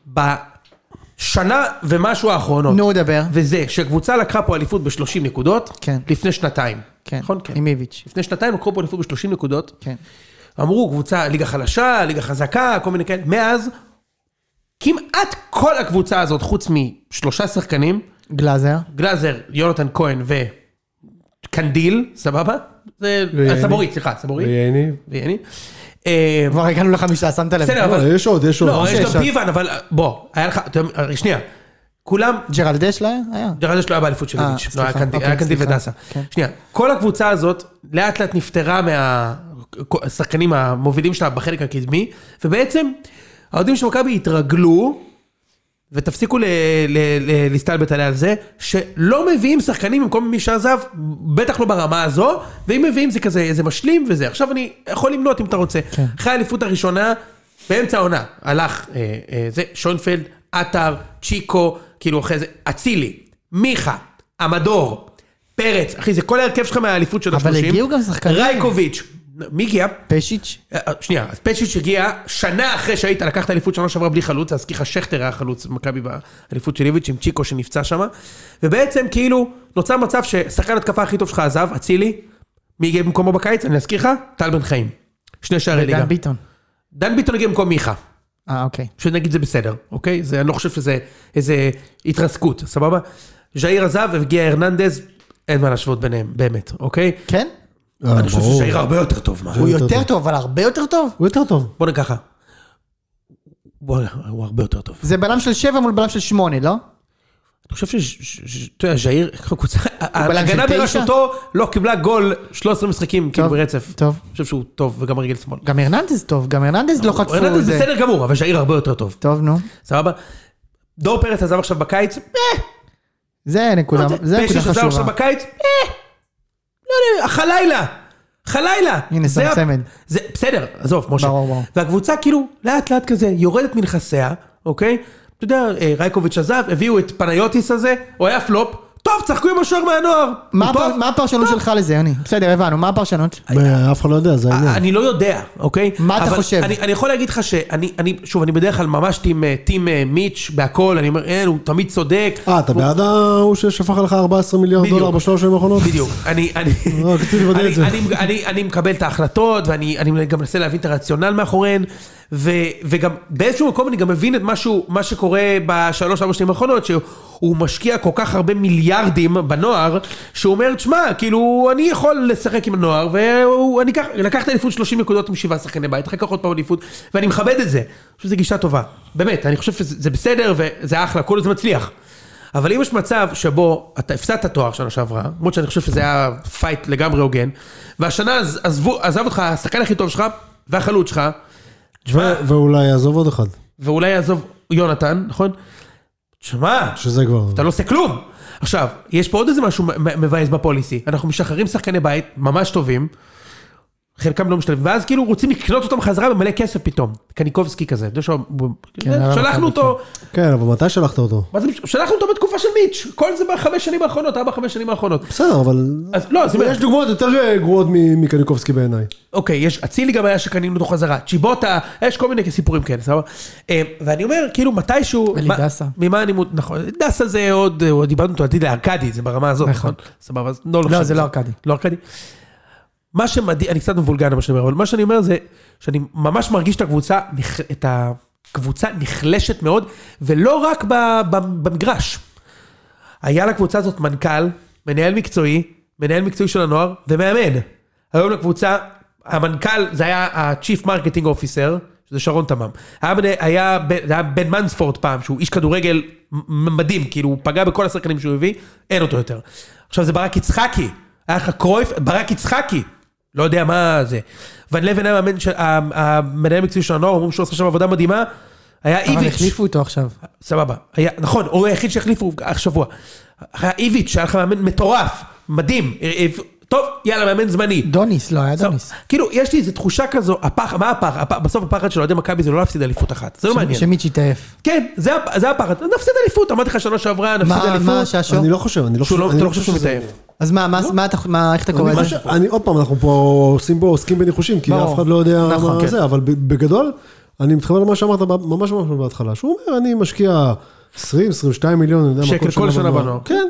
Speaker 2: בשנה ומשהו האחרונות.
Speaker 1: נו, דבר.
Speaker 2: וזה שקבוצה לקחה פה אליפות ב-30 נקודות,
Speaker 1: כן.
Speaker 2: לפני שנתיים.
Speaker 1: כן,
Speaker 2: נכון? כן.
Speaker 1: עם איביץ'.
Speaker 2: לפני שנתיים לקחו פה אליפות ב-30 נקודות.
Speaker 1: כן.
Speaker 2: אמרו, קבוצה, ליגה חלשה, ליגה חזקה, כל מיני כאלה. מאז, כמעט כל הקבוצה הזאת, חוץ משלושה שחקנים,
Speaker 1: גלאזר.
Speaker 2: גלאזר, יונתן כהן וקנדיל, סבבה? זה...
Speaker 4: ויאני.
Speaker 2: אה, סבורית, סליחה, סבורית.
Speaker 4: ויהני.
Speaker 2: ויאני. אה,
Speaker 1: כבר הגענו לחמישה, שמת לב.
Speaker 2: בסדר,
Speaker 4: לא,
Speaker 2: אבל...
Speaker 4: יש עוד, יש עוד.
Speaker 2: לא, יש
Speaker 1: יש
Speaker 2: לו
Speaker 1: עוד.
Speaker 2: פיוון, אבל אה, בוא, היה לך... אתה יודע, שנייה. כולם
Speaker 1: ג'רלדש לא היה? היה.
Speaker 2: ג'רלדש לא היה באליפות של
Speaker 1: אה,
Speaker 2: איביץ', לא
Speaker 1: סליחה,
Speaker 2: היה קנדיל-
Speaker 1: אוקיי,
Speaker 2: היה קנדיל
Speaker 1: סליחה.
Speaker 2: ודסה.
Speaker 1: כן.
Speaker 2: שנייה, כל הקבוצה הזאת לאט לאט נפטרה מהשחקנים המובילים שלה בחלק הקדמי, ובעצם האוהדים של מכבי התרגלו, ותפסיקו ל- ל- ל- להסתלבט עליה על זה, שלא מביאים שחקנים במקום מי שעזב, בטח לא ברמה הזו, ואם מביאים זה כזה, זה משלים וזה. עכשיו אני יכול למנות אם אתה רוצה.
Speaker 1: כן.
Speaker 2: אחרי האליפות הראשונה, באמצע העונה, הלך אה, אה, זה, שונפלד, עטר, צ'יקו, כאילו אחרי זה, אצילי, מיכה, עמדור, פרץ, אחי, זה כל ההרכב שלך מהאליפות של
Speaker 1: אבל
Speaker 2: השלושים.
Speaker 1: הגיעו גם שחקנים.
Speaker 2: לא, רייקוביץ', מי הגיע?
Speaker 1: פשיץ'?
Speaker 2: אה, אה, שנייה, אז פצ'יץ' הגיע שנה אחרי שהיית, לקחת אליפות שנה שעברה בלי חלוץ, אז ככה שכטר היה חלוץ במכבי באליפות של איביץ' עם צ'יקו שנפצע שם, ובעצם כאילו נוצר מצב ששחקן התקפה הכי טוב שלך עזב, אצילי, מי הגיע במקומו בקיץ? אני אזכיר לך, טל בן חיים. שני שערי ליגה.
Speaker 1: דן ביטון.
Speaker 2: דן ביטון הגיע במקום מיכה.
Speaker 1: אה, אוקיי.
Speaker 2: שנגיד זה בסדר, אוקיי? זה, אני לא חושב שזה איזה התרסקות, סבבה? ז'איר עזב והגיע הרננדז, אין מה להשוות ביניהם, באמת, אוקיי?
Speaker 1: כן?
Speaker 4: אה,
Speaker 2: אני חושב
Speaker 4: ברור.
Speaker 2: שז'איר הרבה יותר טוב, מה?
Speaker 1: הוא
Speaker 4: יותר
Speaker 1: יותר טוב, אבל הרבה יותר טוב?
Speaker 4: הוא יותר טוב.
Speaker 2: בוא נגיד ככה. בוא, הוא הרבה יותר טוב.
Speaker 1: זה בלם של שבע מול בלם של שמונה, לא?
Speaker 2: אני חושב שז'איר, אה,
Speaker 1: בלם של
Speaker 2: ההגנה
Speaker 1: תשע?
Speaker 2: בראשותו לא קיבלה גול 13 משחקים, כאילו ברצף.
Speaker 1: טוב.
Speaker 2: אני חושב שהוא טוב, וגם רגל שמאל.
Speaker 1: גם הרננדז טוב, גם הרננדז לא חטפו
Speaker 2: הרננדז
Speaker 1: את זה.
Speaker 2: בסדר גמור, אבל ז'איר הרבה יותר טוב.
Speaker 1: טוב, נו.
Speaker 2: סבבה? דור פרץ עזב עכשיו בקיץ, אה,
Speaker 1: זה נקודה, זה
Speaker 2: פשע
Speaker 1: נקודה
Speaker 2: שעשה עכשיו
Speaker 1: חשובה.
Speaker 2: בקיץ, אה, לא יודע, חלילה, חלילה.
Speaker 1: הנה,
Speaker 2: זה
Speaker 1: שם
Speaker 2: ה-
Speaker 1: צמד.
Speaker 2: זה, בסדר, עזוב, משה.
Speaker 1: ברור, ברור.
Speaker 2: והקבוצה כאילו, לאט לאט כזה, יורדת מנכסיה, אוקיי? אתה יודע, אה, רייקוביץ' עזב, הביאו את פניוטיס הזה, הוא היה פלופ, טוב, צחקו עם השוער מהנוער.
Speaker 1: מה
Speaker 2: הוא
Speaker 1: הפר-
Speaker 2: טוב.
Speaker 1: מה הפרשנות שלך לזה, יוני? בסדר, הבנו, מה הפרשנות?
Speaker 5: ב- אף אחד לא יודע, זה
Speaker 2: אה,
Speaker 5: העניין.
Speaker 2: אני לא יודע, אוקיי?
Speaker 1: מה אתה
Speaker 2: אבל
Speaker 1: חושב?
Speaker 2: אני, אני יכול להגיד לך שאני, אני, שוב, אני בדרך כלל ממש טים, אה, טים אה, מיץ' בהכל, אני אומר, אין, הוא תמיד צודק.
Speaker 5: אה, אתה בעד ההוא ששפך עליך 14 מיליארד
Speaker 2: בדיוק.
Speaker 5: דולר בשלוש שנים האחרונות?
Speaker 2: לא, בדיוק, אני, אני,
Speaker 5: רק לא, רציתי לוודא את
Speaker 2: אני-
Speaker 5: זה.
Speaker 2: אני- אני- אני מקבל את ההחלטות ואני אני גם מנסה להבין את הרציונל מאחוריהן ו- וגם באיזשהו מקום אני גם מבין את משהו, מה שקורה בשלוש ארבע שנים האחרונות שהוא משקיע כל כך הרבה מיליארדים בנוער שהוא אומר, תשמע, כאילו אני יכול לשחק עם הנוער ואני לקחת אליפות 30 נקודות עם שבעה שחקני בית, אחר כך עוד פעם אליפות ואני מכבד את זה, אני חושב שזו גישה טובה, באמת, אני חושב שזה זה בסדר וזה אחלה, כל עוד זה מצליח. אבל אם יש מצב שבו אתה הפסדת תואר שנה שעברה, למרות שאני חושב שזה היה פייט לגמרי הוגן, והשנה עז- עזבו, עזב אותך השחקן הכי טוב שלך, והחלוץ שלך,
Speaker 5: ו- ואולי יעזוב עוד אחד,
Speaker 2: ואולי יעזוב יונתן, נכון? תשמע,
Speaker 5: שזה כבר...
Speaker 2: אתה לא עושה כלום. עכשיו, יש פה עוד איזה משהו מ- מ- מבאס בפוליסי. אנחנו משחררים שחקני בית ממש טובים, חלקם לא משתלבים, ואז כאילו רוצים לקנות אותם חזרה במלא כסף פתאום. קניקובסקי כזה, אתה יודע שהוא-
Speaker 1: הרב
Speaker 2: שלחנו אותו,
Speaker 5: כן, אבל מתי שלחת אותו?
Speaker 2: מה זה, שלחנו אותו בתקופה של מיץ', כל זה בחמש שנים האחרונות, ארבע חמש שנים האחרונות.
Speaker 5: בסדר, אבל...
Speaker 2: אז לא, אז יש...
Speaker 5: יש דוגמאות יותר אה, גרועות מ- מקניקובסקי בעיניי.
Speaker 2: אוקיי, יש, אצילי גם היה שקנינו אותו חזרה, צ'יבוטה, יש כל מיני סיפורים כאלה, סבבה? אה, ואני אומר, כאילו, מתישהו...
Speaker 1: אלי
Speaker 2: מה-
Speaker 1: דסה.
Speaker 2: ממה אני... מוד- נכון, דסה זה עוד, אה, עוד דיברנו אותו, עתיד לארכדי, זה ברמה הזאת,
Speaker 1: נכון.
Speaker 2: נכון? סבבה, אז לא...
Speaker 1: לא, זה לא ארכדי.
Speaker 2: לא ארכדי. מה שמדהים, אני קצת מבולגן מה שאני אומר, אבל מה שאני אומר זה שאני ממש מרגיש את הקבוצה, נכ- את הקבוצה נחלשת מאוד, ולא רק ב- ב- במגרש. היה לקבוצה הזאת מנכ"ל, מנהל מקצועי, מנהל מקצועי של הנוער ומאמן. היום לקבוצה, המנכ"ל זה היה ה-Chief Marketing Officer, שזה שרון תמם. היה, מנה- היה, ב- זה היה בן מנספורד פעם, שהוא איש כדורגל מ- מדהים, כאילו הוא פגע בכל השחקנים שהוא הביא, אין אותו יותר. עכשיו זה ברק יצחקי, היה לך קרויף, ברק יצחקי. לא יודע מה זה. ון לבן היה מאמן של- ה- המנהל המקצועי של הנוער, אומרים שהוא עושה שם עבודה מדהימה. היה
Speaker 1: אבל
Speaker 2: איביץ'.
Speaker 1: החליפו אותו עכשיו.
Speaker 2: סבבה. היה, נכון, הוא היחיד שהחליפו השבוע. היה איביץ', שהיה לך מאמן מטורף, מדהים. אה, אה, טוב, יאללה, מאמן זמני.
Speaker 1: דוניס, לא, היה דוניס.
Speaker 2: סבבה. כאילו, יש לי איזו תחושה כזו, הפח, מה הפח? הפח בסוף הפחד של אוהדי מכבי זה לא להפסיד אליפות אחת. זה לא מעניין.
Speaker 1: שמיץ' התעייף.
Speaker 2: כן, זה הפ- זה הפחד. אז נפסיד אליפות, אמרתי לך שנה שעברה, נפסיד
Speaker 1: מה, מה
Speaker 2: אליפות.
Speaker 1: השעשור?
Speaker 5: אני לא חושב, אני לא
Speaker 2: שהוא
Speaker 5: חושב...
Speaker 2: לא-
Speaker 5: אני
Speaker 2: אתה
Speaker 5: לא
Speaker 2: לא חושב שהוא
Speaker 5: שזה-
Speaker 2: מתעייף.
Speaker 1: אז מה,
Speaker 2: לא.
Speaker 1: מה- מה אתה, מה- איך אתה קורא
Speaker 5: אני
Speaker 1: לזה?
Speaker 5: חושב- אני עוד פעם, אנחנו פה עושים פה, עוסקים בניחושים, כי
Speaker 1: ברור.
Speaker 5: אף אחד לא יודע
Speaker 1: נכון,
Speaker 5: מה
Speaker 1: כן.
Speaker 5: זה, אבל ב- בגדול, אני מתחבר למה שאמרת ב- ממש ממש בהתחלה, שהוא אומר, אני משקיע 20, 22 מיליון, אני יודע מה,
Speaker 2: שקל כל שנה
Speaker 5: בנוער."
Speaker 2: בנוער.
Speaker 5: כן.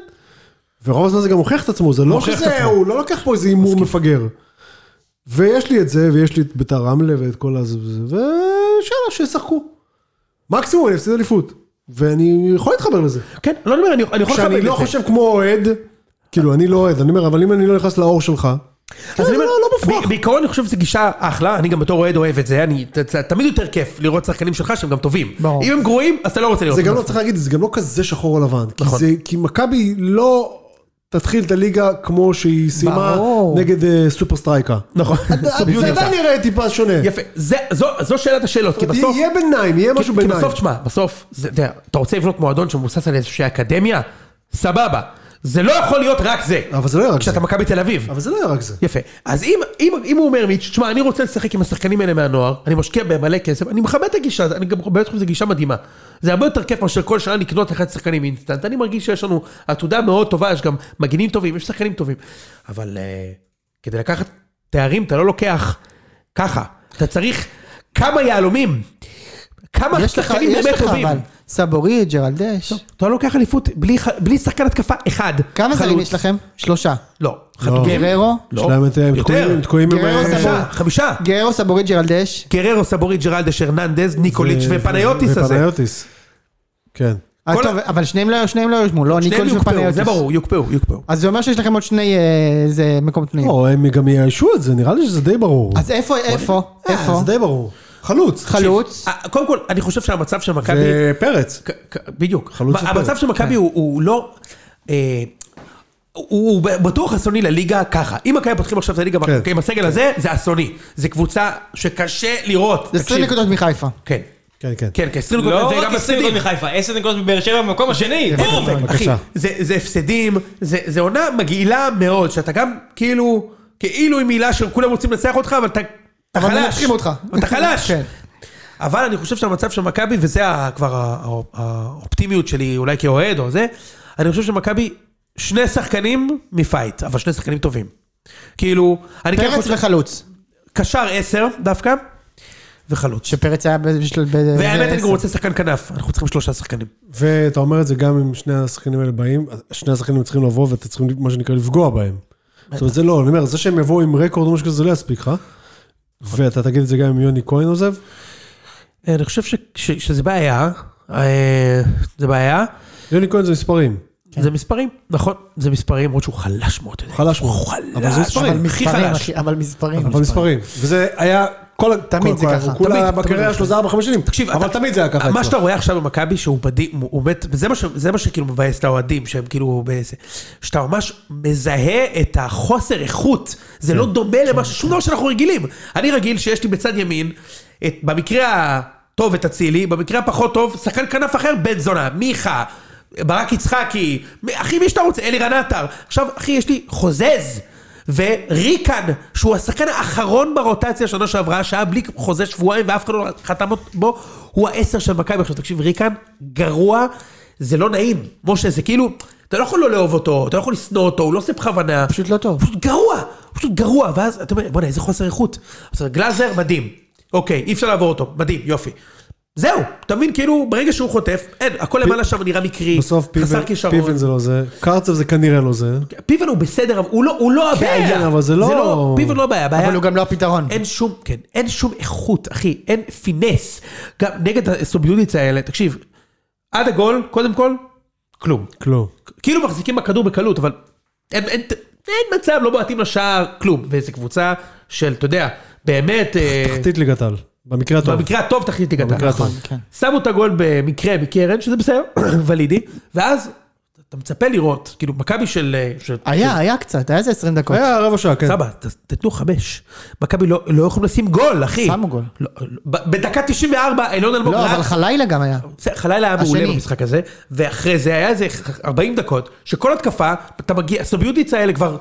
Speaker 5: ורוב הזמן זה גם הוכיח את עצמו, זה לא
Speaker 2: מוכיח את
Speaker 5: שזה,
Speaker 2: עצמו.
Speaker 5: הוא לא לקח פה איזה הימור מפגר. ויש לי את זה, ויש לי את ביתר רמלה ואת כל הזה, ושאלה, שישחקו. מקסימום אני אפסיד אליפות. ואני יכול להתחבר לזה.
Speaker 2: כן, לא אני אומר, אני- אני יכול לקבל
Speaker 5: שאני
Speaker 2: את
Speaker 5: לא
Speaker 2: זה.
Speaker 5: חושב כמו אוהד, כאילו אני לא אוהד, אני אומר, אבל אם אני לא נכנס לאור שלך,
Speaker 2: אז אני
Speaker 5: זה
Speaker 2: אומר,
Speaker 5: לא- לא מופרך.
Speaker 2: ב- בעיקרון אני חושב שזו גישה אחלה, אני גם בתור אוהד אוהב את זה, אני- ת- ת- תמיד יותר כיף לראות שחקנים שלך שהם גם טובים.
Speaker 1: ברור.
Speaker 2: אם הם גרועים, אז אתה לא רוצה לראות
Speaker 5: זה גם
Speaker 2: אותם.
Speaker 5: לא צריך להגיד, זה גם לא כזה שחור או לבן. כי
Speaker 2: נכון.
Speaker 5: זה- כי מכבי לא תתחיל את הליגה כמו שהיא סיימה
Speaker 1: ברור.
Speaker 5: נגד אה, סופר סטרייקה.
Speaker 2: נכון.
Speaker 5: זה עדיין נראה טיפה שונה.
Speaker 2: יפה, זה, זו, זו שאלת השאלות, כי בסוף,
Speaker 5: יהיה ביניים, יהיה משהו
Speaker 2: כי
Speaker 5: ביניים.
Speaker 2: בסוף, תשמע, בסוף, זה, אתה, יודע, אתה רוצה לבנות מועדון שמבוסס על איזושהי אקדמיה? סבבה. זה לא יכול להיות רק זה.
Speaker 5: אבל זה לא יהיה רק זה.
Speaker 2: כשאתה מכבי תל אביב.
Speaker 5: אבל זה לא יהיה רק זה.
Speaker 2: יפה. אז אם, אם, אם הוא אומר מיץ', תשמע, אני רוצה לשחק עם השחקנים האלה מהנוער, אני משקיע בהם מלא כסף, אני מכבד את הגישה הזאת, אני גם באמת חושב שזו גישה מדהימה. זה הרבה יותר כיף מאשר כל שנה לקנות אחד שחקנים אינסטנט. אני מרגיש שיש לנו עתודה מאוד טובה, יש גם מגינים טובים, יש שחקנים טובים. אבל אה, כדי לקחת תארים, אתה לא לוקח ככה. אתה צריך כמה יהלומים, כמה
Speaker 1: יש לך,
Speaker 2: שחקנים
Speaker 1: יש
Speaker 2: באמת
Speaker 1: לך
Speaker 2: טובים.
Speaker 1: אבל. סבורי, ג'רלדש.
Speaker 2: אתה לא לוקח אליפות בלי, ח- בלי שחקן התקפה אחד.
Speaker 1: כמה זרים
Speaker 2: חלוץ.
Speaker 1: יש לכם? שלושה.
Speaker 2: לא. חתוכים?
Speaker 1: גררו?
Speaker 2: לא.
Speaker 5: יש להם את- אה, הם תקועים-
Speaker 2: יותר. כן,
Speaker 5: הם תקועים עם...
Speaker 1: גררו
Speaker 5: אה,
Speaker 1: סבבה.
Speaker 2: חמישה, חמישה.
Speaker 1: גררו, סבורי, ג'רלדש.
Speaker 2: קררו, סבורי, ג'רלדש, הרננדז, ניקוליץ'
Speaker 5: ו-
Speaker 2: ופניוטיס הזה.
Speaker 5: אה, ופניוטיס. כן.
Speaker 1: אה,
Speaker 2: כל
Speaker 1: טוב, אבל שניהם לא שניהם לא יושמו, לא
Speaker 2: שניהם
Speaker 1: ניקולס
Speaker 2: יוקפאו,
Speaker 1: ופניוטיס.
Speaker 2: זה ברור, יוקפאו, יוקפאו.
Speaker 1: אז זה אומר שיש לכם עוד שני אה, איזה מקומות פנויים.
Speaker 5: לא, הם גם יאיישו את זה, נראה לי שזה די ברור.
Speaker 1: אז איפה, איפה,
Speaker 5: אה,
Speaker 1: איפה?
Speaker 5: זה די ברור. חלוץ.
Speaker 1: חלוץ.
Speaker 2: אה, קודם כל, אני חושב שהמצב של מכבי... כן.
Speaker 5: זה פרץ.
Speaker 2: כ- כ- בדיוק.
Speaker 5: חלוץ כן.
Speaker 2: מה-
Speaker 5: ופרץ.
Speaker 2: המצב של מכבי הוא- הוא לא... אה, הוא הוא בטוח אסוני לליגה ככה. אם מכבי פותחים עכשיו את הליגה
Speaker 5: כן.
Speaker 2: עם הסגל הזה, זה אסוני. זה קבוצה שקשה לראות.
Speaker 1: זה 20
Speaker 2: תקשיב.
Speaker 1: נקודות מחיפה.
Speaker 2: כן.
Speaker 5: כן, כן.
Speaker 2: כן, כ-20 נקודות,
Speaker 3: לא
Speaker 2: וגם
Speaker 3: רק 20
Speaker 2: הפסדים.
Speaker 3: נקודות מחיפה, 10 נקודות מבאר שבע במקום השני. בום!
Speaker 5: כן,
Speaker 2: אחי,
Speaker 5: בבקשה.
Speaker 2: זה זה הפסדים, זה זה עונה מגעילה מאוד, שאתה גם כאילו, כאילו עם מילה שכולם רוצים לנצח אותך, אבל אתה אתה
Speaker 1: אבל
Speaker 2: חלש.
Speaker 1: מנצחים אותך.
Speaker 2: אבל אתה חלש.
Speaker 1: כן.
Speaker 2: אבל אני חושב שהמצב של מכבי, וזה ה- כבר ה- ה- האופטימיות שלי אולי כאוהד או זה, אני חושב שמכבי, שני שחקנים מפייט, אבל שני שחקנים טובים. כאילו, אני כן
Speaker 1: פרץ
Speaker 2: חושב,
Speaker 1: וחלוץ.
Speaker 2: קשר עשר דווקא, וחלוץ.
Speaker 1: שפרץ היה בשביל...
Speaker 2: והאמת, אני גם רוצה שחקן כנף, אנחנו צריכים שלושה שחקנים.
Speaker 5: ואתה אומר את זה גם אם שני השחקנים האלה באים, אז שני השחקנים צריכים לבוא ואתה צריכים, מה שנקרא, לפגוע בהם. זאת אומרת, זה לא, אני אומר, זה שהם יבואו עם רקורד או משהו כזה, זה לא יספיק לך.
Speaker 2: נכון.
Speaker 5: ואתה תגיד את זה גם אם יוני כהן עוזב.
Speaker 2: אה, אני חושב ש- ש- שזה בעיה, אה, זה בעיה,
Speaker 5: יוני כהן זה מספרים.
Speaker 2: זה מספרים, נכון, זה מספרים, למרות שהוא חלש מאוד. אתה יודע.
Speaker 5: חלש מאוד.
Speaker 2: הוא חלש,
Speaker 5: אבל זה מספרים.
Speaker 2: אבל הכי חלש.
Speaker 1: אבל מספרים.
Speaker 5: אבל מספרים. וזה היה, כל ה...
Speaker 1: תמיד זה
Speaker 5: כל-
Speaker 1: ככה.
Speaker 5: כל
Speaker 2: תמיד,
Speaker 5: ה-
Speaker 2: תמיד
Speaker 5: בקריירה
Speaker 2: זה
Speaker 5: שלו זה 4-5 שנים.
Speaker 2: תקשיב,
Speaker 5: אבל
Speaker 2: אתה-
Speaker 5: תמיד זה היה ככה
Speaker 2: מה שאתה
Speaker 5: אצלו.
Speaker 2: רואה עכשיו במכבי שהוא מדהים, הוא הוא באמת, וזה מה ש- זה מה שכאילו מבאס את האוהדים, שהם כאילו באיזה, שאתה ממש מזהה את החוסר איכות, זה לא דומה למה, שום דבר שאנחנו רגילים. אני רגיל שיש לי בצד ימין, את- במקרה הטוב את אצילי, במקרה הפחות טוב, שחקן כנף אחר, בן זונה, מיכה. ברק יצחקי, מי- אחי מי שאתה רוצה, אלירן עטר. עכשיו אחי יש לי חוזז, וריקן, שהוא השחקן האחרון ברוטציה שנה שעברה, שהיה בלי חוזה שבועיים ואף אחד לא חתם בו, הוא העשר של מכבי. עכשיו תקשיב, ריקן, גרוע, זה לא נעים. משה, זה כאילו, אתה לא יכול לא לאהוב אותו, אתה לא יכול לשנוא אותו, הוא לא עושה בכוונה.
Speaker 1: פשוט לא טוב.
Speaker 2: הוא פשוט גרוע, הוא פשוט גרוע, ואז אתה אומר, בוא'נה, איזה חוסר איכות. אז גלאזר, מדהים. אוקיי, אי אפשר לעבור אותו, מדהים, יופי. זהו, אתה מבין, כאילו, ברגע שהוא חוטף, אין, הכל למעלה שם נראה מקרי,
Speaker 5: בסוף
Speaker 2: חסר
Speaker 5: פיבן-
Speaker 2: כישרון. כן.
Speaker 5: פיבן זה לא זה, קרצב זה כנראה לא זה.
Speaker 2: פיבן הוא בסדר, אבל הוא לא, הוא לא הבעיה.
Speaker 5: אבל זה לא-
Speaker 2: פיבן לא הבעיה, הבעיה...
Speaker 1: אבל הוא גם לא הפתרון.
Speaker 2: אין שום, כן, אין שום איכות, אחי, אין פינס. גם נגד הסוביודיץ האלה, תקשיב, עד הגול, קודם כל, כלום.
Speaker 5: כלום.
Speaker 2: כאילו מחזיקים בכדור בקלות, אבל אין, אין, אין מצב, לא בועטים לשער, כלום. וזו קבוצה של, אתה יודע, באמת, אה,
Speaker 5: תחתית ליגת העל. במקרה הטוב.
Speaker 2: במקרה הטוב תחליט ליגת
Speaker 5: במקרה
Speaker 2: העל.
Speaker 5: הטוב.
Speaker 1: כן.
Speaker 2: שמו את הגול במקרה בקרן, שזה בסדר, ולידי, ואז אתה מצפה לראות, כאילו, מכבי של... אה, של-
Speaker 1: היה, היה קצת, היה איזה 20 דקות.
Speaker 2: לא,
Speaker 5: היה רבע שעה, כן.
Speaker 2: סבא, ת- תתנו חמש. מכבי לא לא יכולים לשים גול, אחי.
Speaker 1: שמו גול.
Speaker 2: לא, לא, ב- בדקה 94, אילון אלמוג
Speaker 1: לא, אבל
Speaker 2: רץ.
Speaker 1: חלילה גם היה.
Speaker 2: בסדר, חלילה היה מעולה
Speaker 1: השני.
Speaker 2: במשחק הזה, ואחרי זה היה איזה 40 דקות, שכל התקפה, אתה מגיע, הסוביודיץ האלה כבר...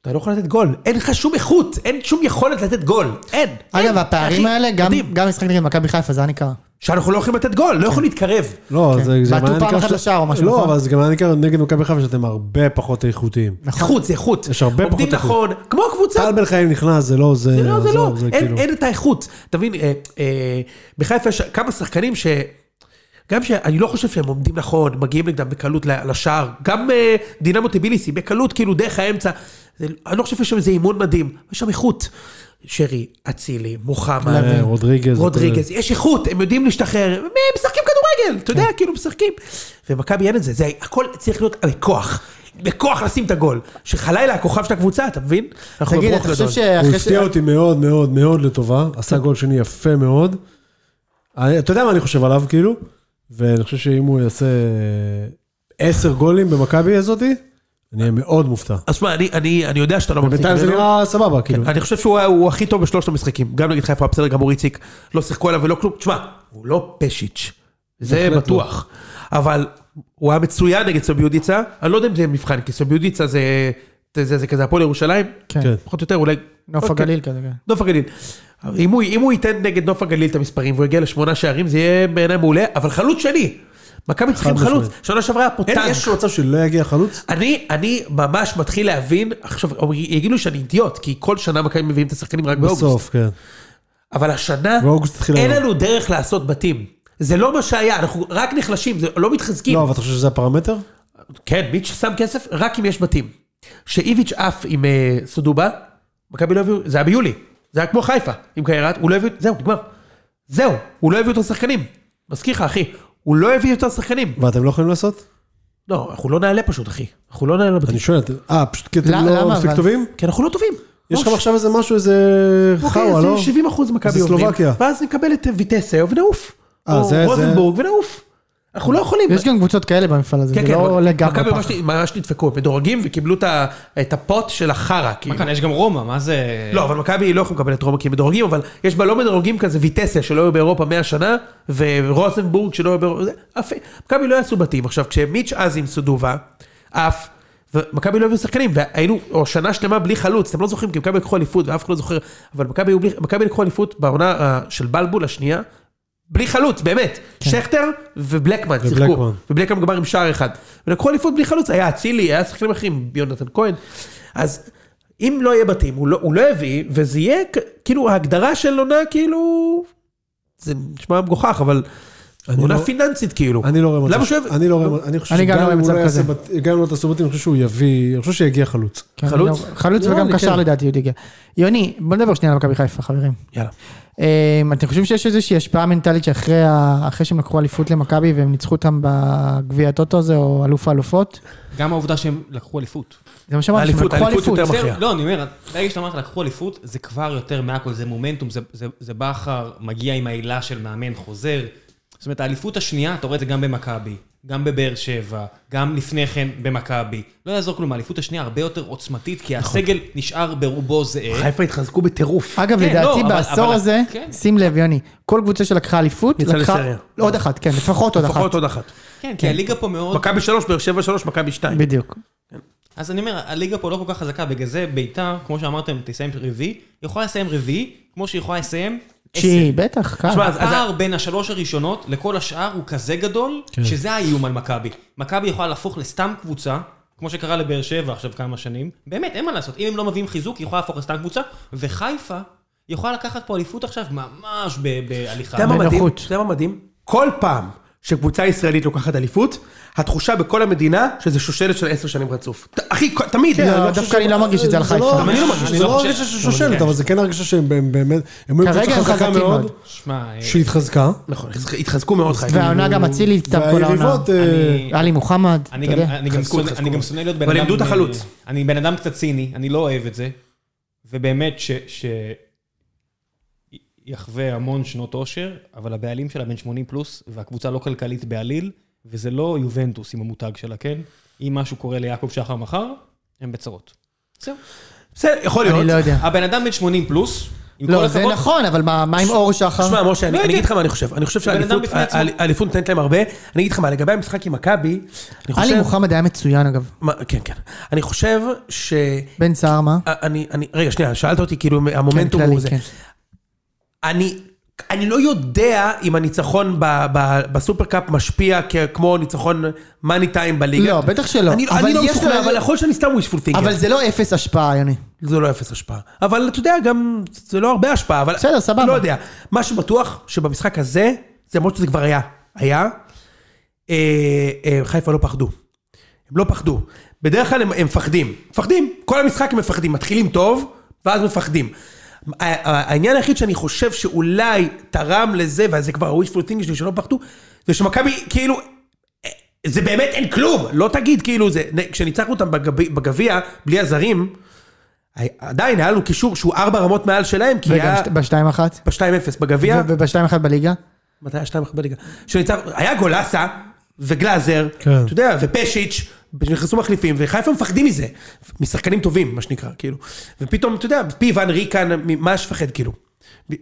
Speaker 2: אתה לא יכול לתת גול, אין לך שום איכות, אין שום יכולת לתת גול, אין.
Speaker 1: אגב,
Speaker 2: אין.
Speaker 1: הפערים
Speaker 2: אחי,
Speaker 1: האלה, גם-
Speaker 2: מדהים.
Speaker 1: גם משחק נגד מכבי חיפה, זה היה ניכר.
Speaker 2: שאנחנו לא יכולים לתת גול, לא יכולים להתקרב.
Speaker 5: לא,
Speaker 1: כן.
Speaker 5: זה זה גם
Speaker 1: בעטו
Speaker 5: היה
Speaker 1: פעם
Speaker 5: ניכר
Speaker 1: אחת
Speaker 5: ש-
Speaker 1: לשער או משהו,
Speaker 5: לא,
Speaker 1: נכון?
Speaker 5: אבל זה גם היה ניכר נגד מכבי חיפה שאתם הרבה פחות איכותיים.
Speaker 1: נכון.
Speaker 2: איכות, זה איכות.
Speaker 5: יש הרבה
Speaker 2: עומדים
Speaker 5: פחות
Speaker 2: נכון, כמו הקבוצה.
Speaker 5: טל בן חיים נכנס, זה לא, זה...
Speaker 2: זה לא, זה לא,
Speaker 5: עזוב,
Speaker 2: אין-
Speaker 5: כאילו-
Speaker 2: אין את האיכות. אתה מבין, אה, אה, בחיפה יש כמה שחקנים ש... גם שאני לא חושב שהם עומדים נכון, מגיעים נגדם בקלות ל- לשער, גם אה, דינמו טיביליסי, בקלות כאילו דרך האמצע. זה- אני לא חושב שיש שם איזה אימון מדהים, יש שם איכות. שרי, אצילי, מוחמד,
Speaker 5: אה, רודריגז.
Speaker 2: רודריגז, יש איכות, הם יודעים להשתחרר, הם משחקים כדורגל, אתה
Speaker 5: כן.
Speaker 2: יודע, כאילו משחקים. ומכבי אין את זה, זה הכל צריך להיות בכוח, בכוח לשים את הגול. שחלילה הכוכב של הקבוצה, אתה מבין? אנחנו
Speaker 1: תגיד,
Speaker 2: בברוך
Speaker 1: אתה חושב
Speaker 2: גדול.
Speaker 1: שאחרי...
Speaker 5: הוא
Speaker 1: ש-
Speaker 5: הפתיע אותי מאוד מאוד מאוד לטובה, עשה גול שני יפה מאוד. אני- אתה יודע מה אני חושב עליו, כאילו? ואני חושב שאם הוא יעשה עשר גולים במכבי הזאתי, אני אהיה מאוד מופתע.
Speaker 2: אז שמע, אני, אני, אני יודע שאתה לא מחזיק
Speaker 5: בינתיים זה
Speaker 2: ממנו.
Speaker 5: נראה סבבה, כאילו.
Speaker 2: אני חושב שהוא היה- הוא הכי טוב בשלושת המשחקים. גם נגד חיפה, בסדר, גם אור איציק, לא שיחקו עליו ולא כלום. תשמע, הוא לא פשיץ', זה
Speaker 5: בהחלט לא.
Speaker 2: בטוח. אבל הוא היה מצוין נגד סוביודיצה, אני לא יודע אם זה מבחן, כי סוביודיצה זה, זה, זה, זה כזה הפועל ירושלים,
Speaker 1: כן.
Speaker 5: כן.
Speaker 2: פחות או יותר אולי...
Speaker 1: נוף
Speaker 2: אוקיי.
Speaker 1: הגליל כזה, כן.
Speaker 2: נוף הגליל. אם הוא, אם הוא ייתן נגד נוף הגליל את המספרים והוא יגיע לשמונה שערים, זה יהיה בעיניי מעולה, אבל חלוץ שני. מכבי צריכים
Speaker 5: חד
Speaker 2: חלוץ,
Speaker 5: משמעית.
Speaker 2: שנה שעברה היה פה
Speaker 5: אין,
Speaker 2: טנק.
Speaker 5: יש מצב שלא יגיע חלוץ?
Speaker 2: אני, אני ממש מתחיל להבין, עכשיו, או יגידו שאני אידיוט, כי כל שנה מכבי מביאים את השחקנים רק באוגוסט.
Speaker 5: בסוף, כן.
Speaker 2: אבל השנה,
Speaker 5: באוגוסט התחיל
Speaker 2: אין
Speaker 5: היום.
Speaker 2: לנו דרך לעשות בתים. זה לא מה שהיה, אנחנו רק נחלשים, זה לא מתחזקים.
Speaker 5: לא, אבל אתה חושב שזה הפרמטר?
Speaker 2: כן, מיץ' שם כסף רק אם יש בתים. שאיביץ' עף עם אה, סודובה, מכבי לא הביאו, זה היה ביולי. זה היה כמו חיפה, עם קיירת, הוא לא הביא, זהו, נגמר. זהו, הוא לא הביא יותר שחקנים. מזכיר לך, אחי, הוא לא הביא יותר שחקנים.
Speaker 5: ואתם לא יכולים לעשות?
Speaker 2: לא, אנחנו לא נעלה פשוט, אחי. אנחנו לא נעלה בתים.
Speaker 5: אני שואל, אתם- אה, פשוט כי אתם
Speaker 1: למה,
Speaker 5: לא
Speaker 1: למה,
Speaker 5: מספיק
Speaker 1: אבל?
Speaker 5: טובים?
Speaker 2: כי אנחנו לא טובים.
Speaker 5: יש
Speaker 2: לא,
Speaker 5: לכם עכשיו איזה משהו, איזה חאווה,
Speaker 2: אוקיי,
Speaker 5: לא?
Speaker 2: אז 70 אחוז מכבי
Speaker 5: זה
Speaker 2: עוברים,
Speaker 5: סלובקיה.
Speaker 2: ואז נקבל את ויטסה ונעוף.
Speaker 5: אה,
Speaker 2: או
Speaker 5: זה- אה. זה-
Speaker 2: רוזנבורג ונעוף. אנחנו לא יכולים.
Speaker 1: יש גם קבוצות כאלה במפעל הזה, זה לא לגמרי
Speaker 2: כן, מכבי
Speaker 1: פח.
Speaker 2: ממש- ממש נדפקו, הם מדורגים וקיבלו את ה- את הפוט של החרא, כאילו.
Speaker 3: מה כאן, יש גם רומא, מה זה...
Speaker 2: לא, אבל מכבי לא יכולים לקבל את רומא כי הם מדורגים, אבל יש בה לא מדורגים כזה ויטסיה שלא היו באירופה 100 שנה, ורוזנבורג שלא היו באירופה, זה, אף- מכבי לא יעשו בתים. עכשיו, כשמיץ' אז עם סודובה, עף, ומכבי לא הביאו שחקנים, והיינו, או שנה שלמה בלי חלוץ, אתם לא זוכרים, כי מכבי לקחו אליפות ואף אחד לא זוכר, אבל מכבי היו בלי- מכבי לקחו אליפות בעונה אה, של בלבול השנייה, בלי חלוץ, באמת. שכטר ובלקמן שיחקו.
Speaker 5: ובלקמן.
Speaker 2: ובלקמן גמר עם שער אחד. ולקחו אליפות בלי חלוץ, היה אצילי, היה שחקנים אחרים, יונתן כהן. אז אם לא יהיה בתים, הוא לא, הוא לא הביא, וזה יהיה כ- כאילו ההגדרה של עונה כאילו... זה נשמע מגוחך, אבל
Speaker 5: אני
Speaker 2: עונה
Speaker 5: לא-
Speaker 2: פיננסית כאילו.
Speaker 5: אני לא רואה מצב.
Speaker 2: למה שהוא יביא?
Speaker 5: אני לא רואה, אני חושב
Speaker 1: אני גם לא
Speaker 5: שגם
Speaker 1: רואה
Speaker 5: אם הוא
Speaker 1: מצב
Speaker 5: לא יעשה,
Speaker 1: כזה.
Speaker 5: בת- גם אם לא תעשו בתים, אני חושב שהוא יביא, אני חושב שיגיע חלוץ.
Speaker 1: כן,
Speaker 2: חלוץ?
Speaker 1: לא, חלוץ
Speaker 5: נראה
Speaker 1: וגם
Speaker 5: לי,
Speaker 1: קשר
Speaker 5: כן.
Speaker 1: לדעתי הוא הגיע. יוני, בוא נדבר שנייה על מכבי חיפה, חברים.
Speaker 2: יאללה.
Speaker 1: אמ, אתם חושבים שיש איזושהי השפעה מנטלית שאחרי ה- אחרי שהם לקחו אליפות למכבי והם ניצחו אותם בגביע הטוטו הזה, או אלוף האלופות?
Speaker 3: גם העובדה שהם לקחו אליפות.
Speaker 1: זה מה שאמרתי, שהם
Speaker 2: האליפות,
Speaker 1: לקחו
Speaker 2: האליפות
Speaker 1: אליפות.
Speaker 2: יותר
Speaker 3: זהו,
Speaker 2: מכריע.
Speaker 3: לא, אני אומר, ברגע שאתה אמרת לקחו אליפות, זה כבר יותר מהכל, זה מומנטום, זה- זה- זה בכר מגיע עם העילה של מאמן חוזר. זאת אומרת, האליפות השנייה, אתה רואה את זה גם במכבי, גם בבאר שבע, גם לפני כן במכבי. לא יעזור כלום, האליפות השנייה הרבה יותר עוצמתית, כי הסגל נשאר ברובו זהה.
Speaker 2: חיפה התחזקו בטירוף.
Speaker 1: אגב,
Speaker 3: כן, לא,
Speaker 1: לדעתי
Speaker 3: אבל-
Speaker 1: בעשור
Speaker 3: אבל-
Speaker 1: הזה,
Speaker 3: כן.
Speaker 1: שים לב, יוני, כל קבוצה שלקחה אליפות,
Speaker 2: יצאה
Speaker 1: לקחה...
Speaker 2: לסריה.
Speaker 1: לא, עוד אחת, כן, לפחות עוד אחת.
Speaker 2: לפחות עוד אחת.
Speaker 3: כן, כי הליגה פה מאוד...
Speaker 2: מכבי שלוש, באר שבע שלוש, מכבי שתיים.
Speaker 1: בדיוק.
Speaker 3: אז אני אומר, הליגה פה לא כל כך חזקה, בגלל זה ביתר, כמו שאמרתם, תסיים רביעי, יכולה לסיים רביעי, כמו שהיא יכולה לסיים עשר.
Speaker 1: שהיא, בטח, כן. קל.
Speaker 2: תשמע, אז- אז-
Speaker 3: אה, הפער בין השלוש הראשונות לכל השאר הוא כזה גדול,
Speaker 2: כן.
Speaker 3: שזה האיום על מכבי. מכבי יכולה להפוך לסתם קבוצה, כמו שקרה לבאר שבע עכשיו כמה שנים, באמת, אין מה לעשות, אם הם לא מביאים חיזוק, היא יכולה להפוך לסתם קבוצה, וחיפה יכולה לקחת פה אליפות עכשיו ממש ב- בהליכה.
Speaker 2: אתה יודע מה מדהים?
Speaker 1: בנוחות.
Speaker 2: אתה יודע מה מדהים? כל פעם שקבוצה ישראלית לוקחת אליפות, התחושה בכל המדינה שזה שושלת של עשר שנים רצוף. ת- אחי, כל- תמיד.
Speaker 1: כן, אבל
Speaker 5: אני חושב
Speaker 1: דווקא אני
Speaker 5: ש-
Speaker 1: לא מרגיש את זה על חיפה.
Speaker 5: לא-
Speaker 1: גם
Speaker 2: אני לא מרגיש
Speaker 5: אני
Speaker 3: את זה.
Speaker 5: לא מרגיש שזה שושלת, אבל זה כן הרגישה שהם בהם- באמת, הם היו
Speaker 1: כרגע
Speaker 5: קבוצה
Speaker 1: הם
Speaker 5: חזקה
Speaker 1: חזקים
Speaker 5: מאוד,
Speaker 1: מאוד.
Speaker 3: שמע, אה,
Speaker 5: שהתחזקה,
Speaker 2: נכון, התח- התחזקו מאוד חיים.
Speaker 1: והעונה גם אצילי איתם כל העונה.
Speaker 5: והיריבות, אה,
Speaker 3: אני-
Speaker 1: עלי מוחמד, אתה
Speaker 3: אני גם- אה,
Speaker 1: יודע.
Speaker 3: אני גם
Speaker 2: חזקו,
Speaker 3: שונא-
Speaker 2: חזקו.
Speaker 3: אני גם שונא להיות בן
Speaker 2: אבל
Speaker 3: אדם...
Speaker 2: לימדו את
Speaker 3: אה,
Speaker 2: החלוץ.
Speaker 3: אני בן אדם קצת ציני, אני לא אוהב את זה, ובאמת ש... ש- יחווה המון שנות עושר, אבל הבעלים שלה בן 80 פלוס, והקבוצה לא כלכלית בעליל, וזה לא יובנטוס עם המותג שלה, כן? אם משהו קורה ליעקב שחר מחר, הם בצרות. זהו.
Speaker 2: בסדר, יכול להיות.
Speaker 1: אני לא יודע.
Speaker 3: הבן אדם בן 80 פלוס, עם כל
Speaker 1: לא, זה
Speaker 3: הכבוד,
Speaker 1: נכון, אבל מה מה עם אור שחר?
Speaker 2: תשמע, משה, אני
Speaker 3: לא
Speaker 2: אני
Speaker 3: יודע.
Speaker 2: אגיד לך מה אני חושב. אני חושב
Speaker 3: זה בן אדם
Speaker 2: שהאליפות
Speaker 3: בפני עצמו.
Speaker 2: האל- האליפות נותנת להם הרבה. אני אגיד לך מה, לגבי המשחק עם מכבי, אני
Speaker 1: עלי
Speaker 2: חושב...
Speaker 1: מוחמד היה מצוין אגב.
Speaker 2: מה- כן, כן. אני חושב ש...
Speaker 1: בן סער מה?
Speaker 2: אני, אני, רגע, שנייה, שאלת אותי, כאילו, המומנטום
Speaker 1: כללי,
Speaker 2: הוא זה.
Speaker 1: כן.
Speaker 2: אני, אני לא יודע אם הניצחון ב, ב, בסופרקאפ משפיע כ- כמו ניצחון מאני טיים בליגה.
Speaker 1: לא, בטח שלא.
Speaker 2: אני,
Speaker 1: אבל
Speaker 2: אני לא
Speaker 1: יש
Speaker 2: משוכנע,
Speaker 1: לו-
Speaker 2: אבל יכול להיות שאני סתם wishful thinking.
Speaker 1: אבל זה לא אפס השפעה, יוני.
Speaker 2: זה לא אפס השפעה. אבל אתה יודע, גם זה לא הרבה השפעה, אבל...
Speaker 1: בסדר, סבבה.
Speaker 2: לא יודע. מה שבטוח, שבמשחק הזה, זה למרות שזה כבר היה. היה, אה, אה, חיפה לא פחדו. הם לא פחדו. בדרך כלל הם, הם מפחדים. מפחדים. כל המשחק הם מפחדים. מתחילים טוב, ואז מפחדים. ה- ה- העניין היחיד שאני חושב שאולי תרם לזה, וזה כבר ה-wishful thinking שלי שלא פחדו, זה שמכבי, כאילו, זה באמת אין כלום. לא תגיד, כאילו, זה... כשניצחנו אותם בגבי- בגביע, בלי הזרים, עדיין היה לנו קישור שהוא ארבע רמות מעל שלהם, כי
Speaker 1: רגע,
Speaker 2: היה
Speaker 1: בשתיים אחת?
Speaker 2: ב-2-0 בגביע.
Speaker 1: ובשתיים אחת בליגה?
Speaker 2: מתי היה 2-1 בליגה? שניצח, היה גולסה וגלאזר,
Speaker 5: כן.
Speaker 2: אתה יודע, ופשיץ', שנכנסו מחליפים, וחיפה מפחדים מזה, משחקנים טובים, מה שנקרא, כאילו. ופתאום, אתה יודע, פיוון, ריקן, ממה יש לפחד, כאילו?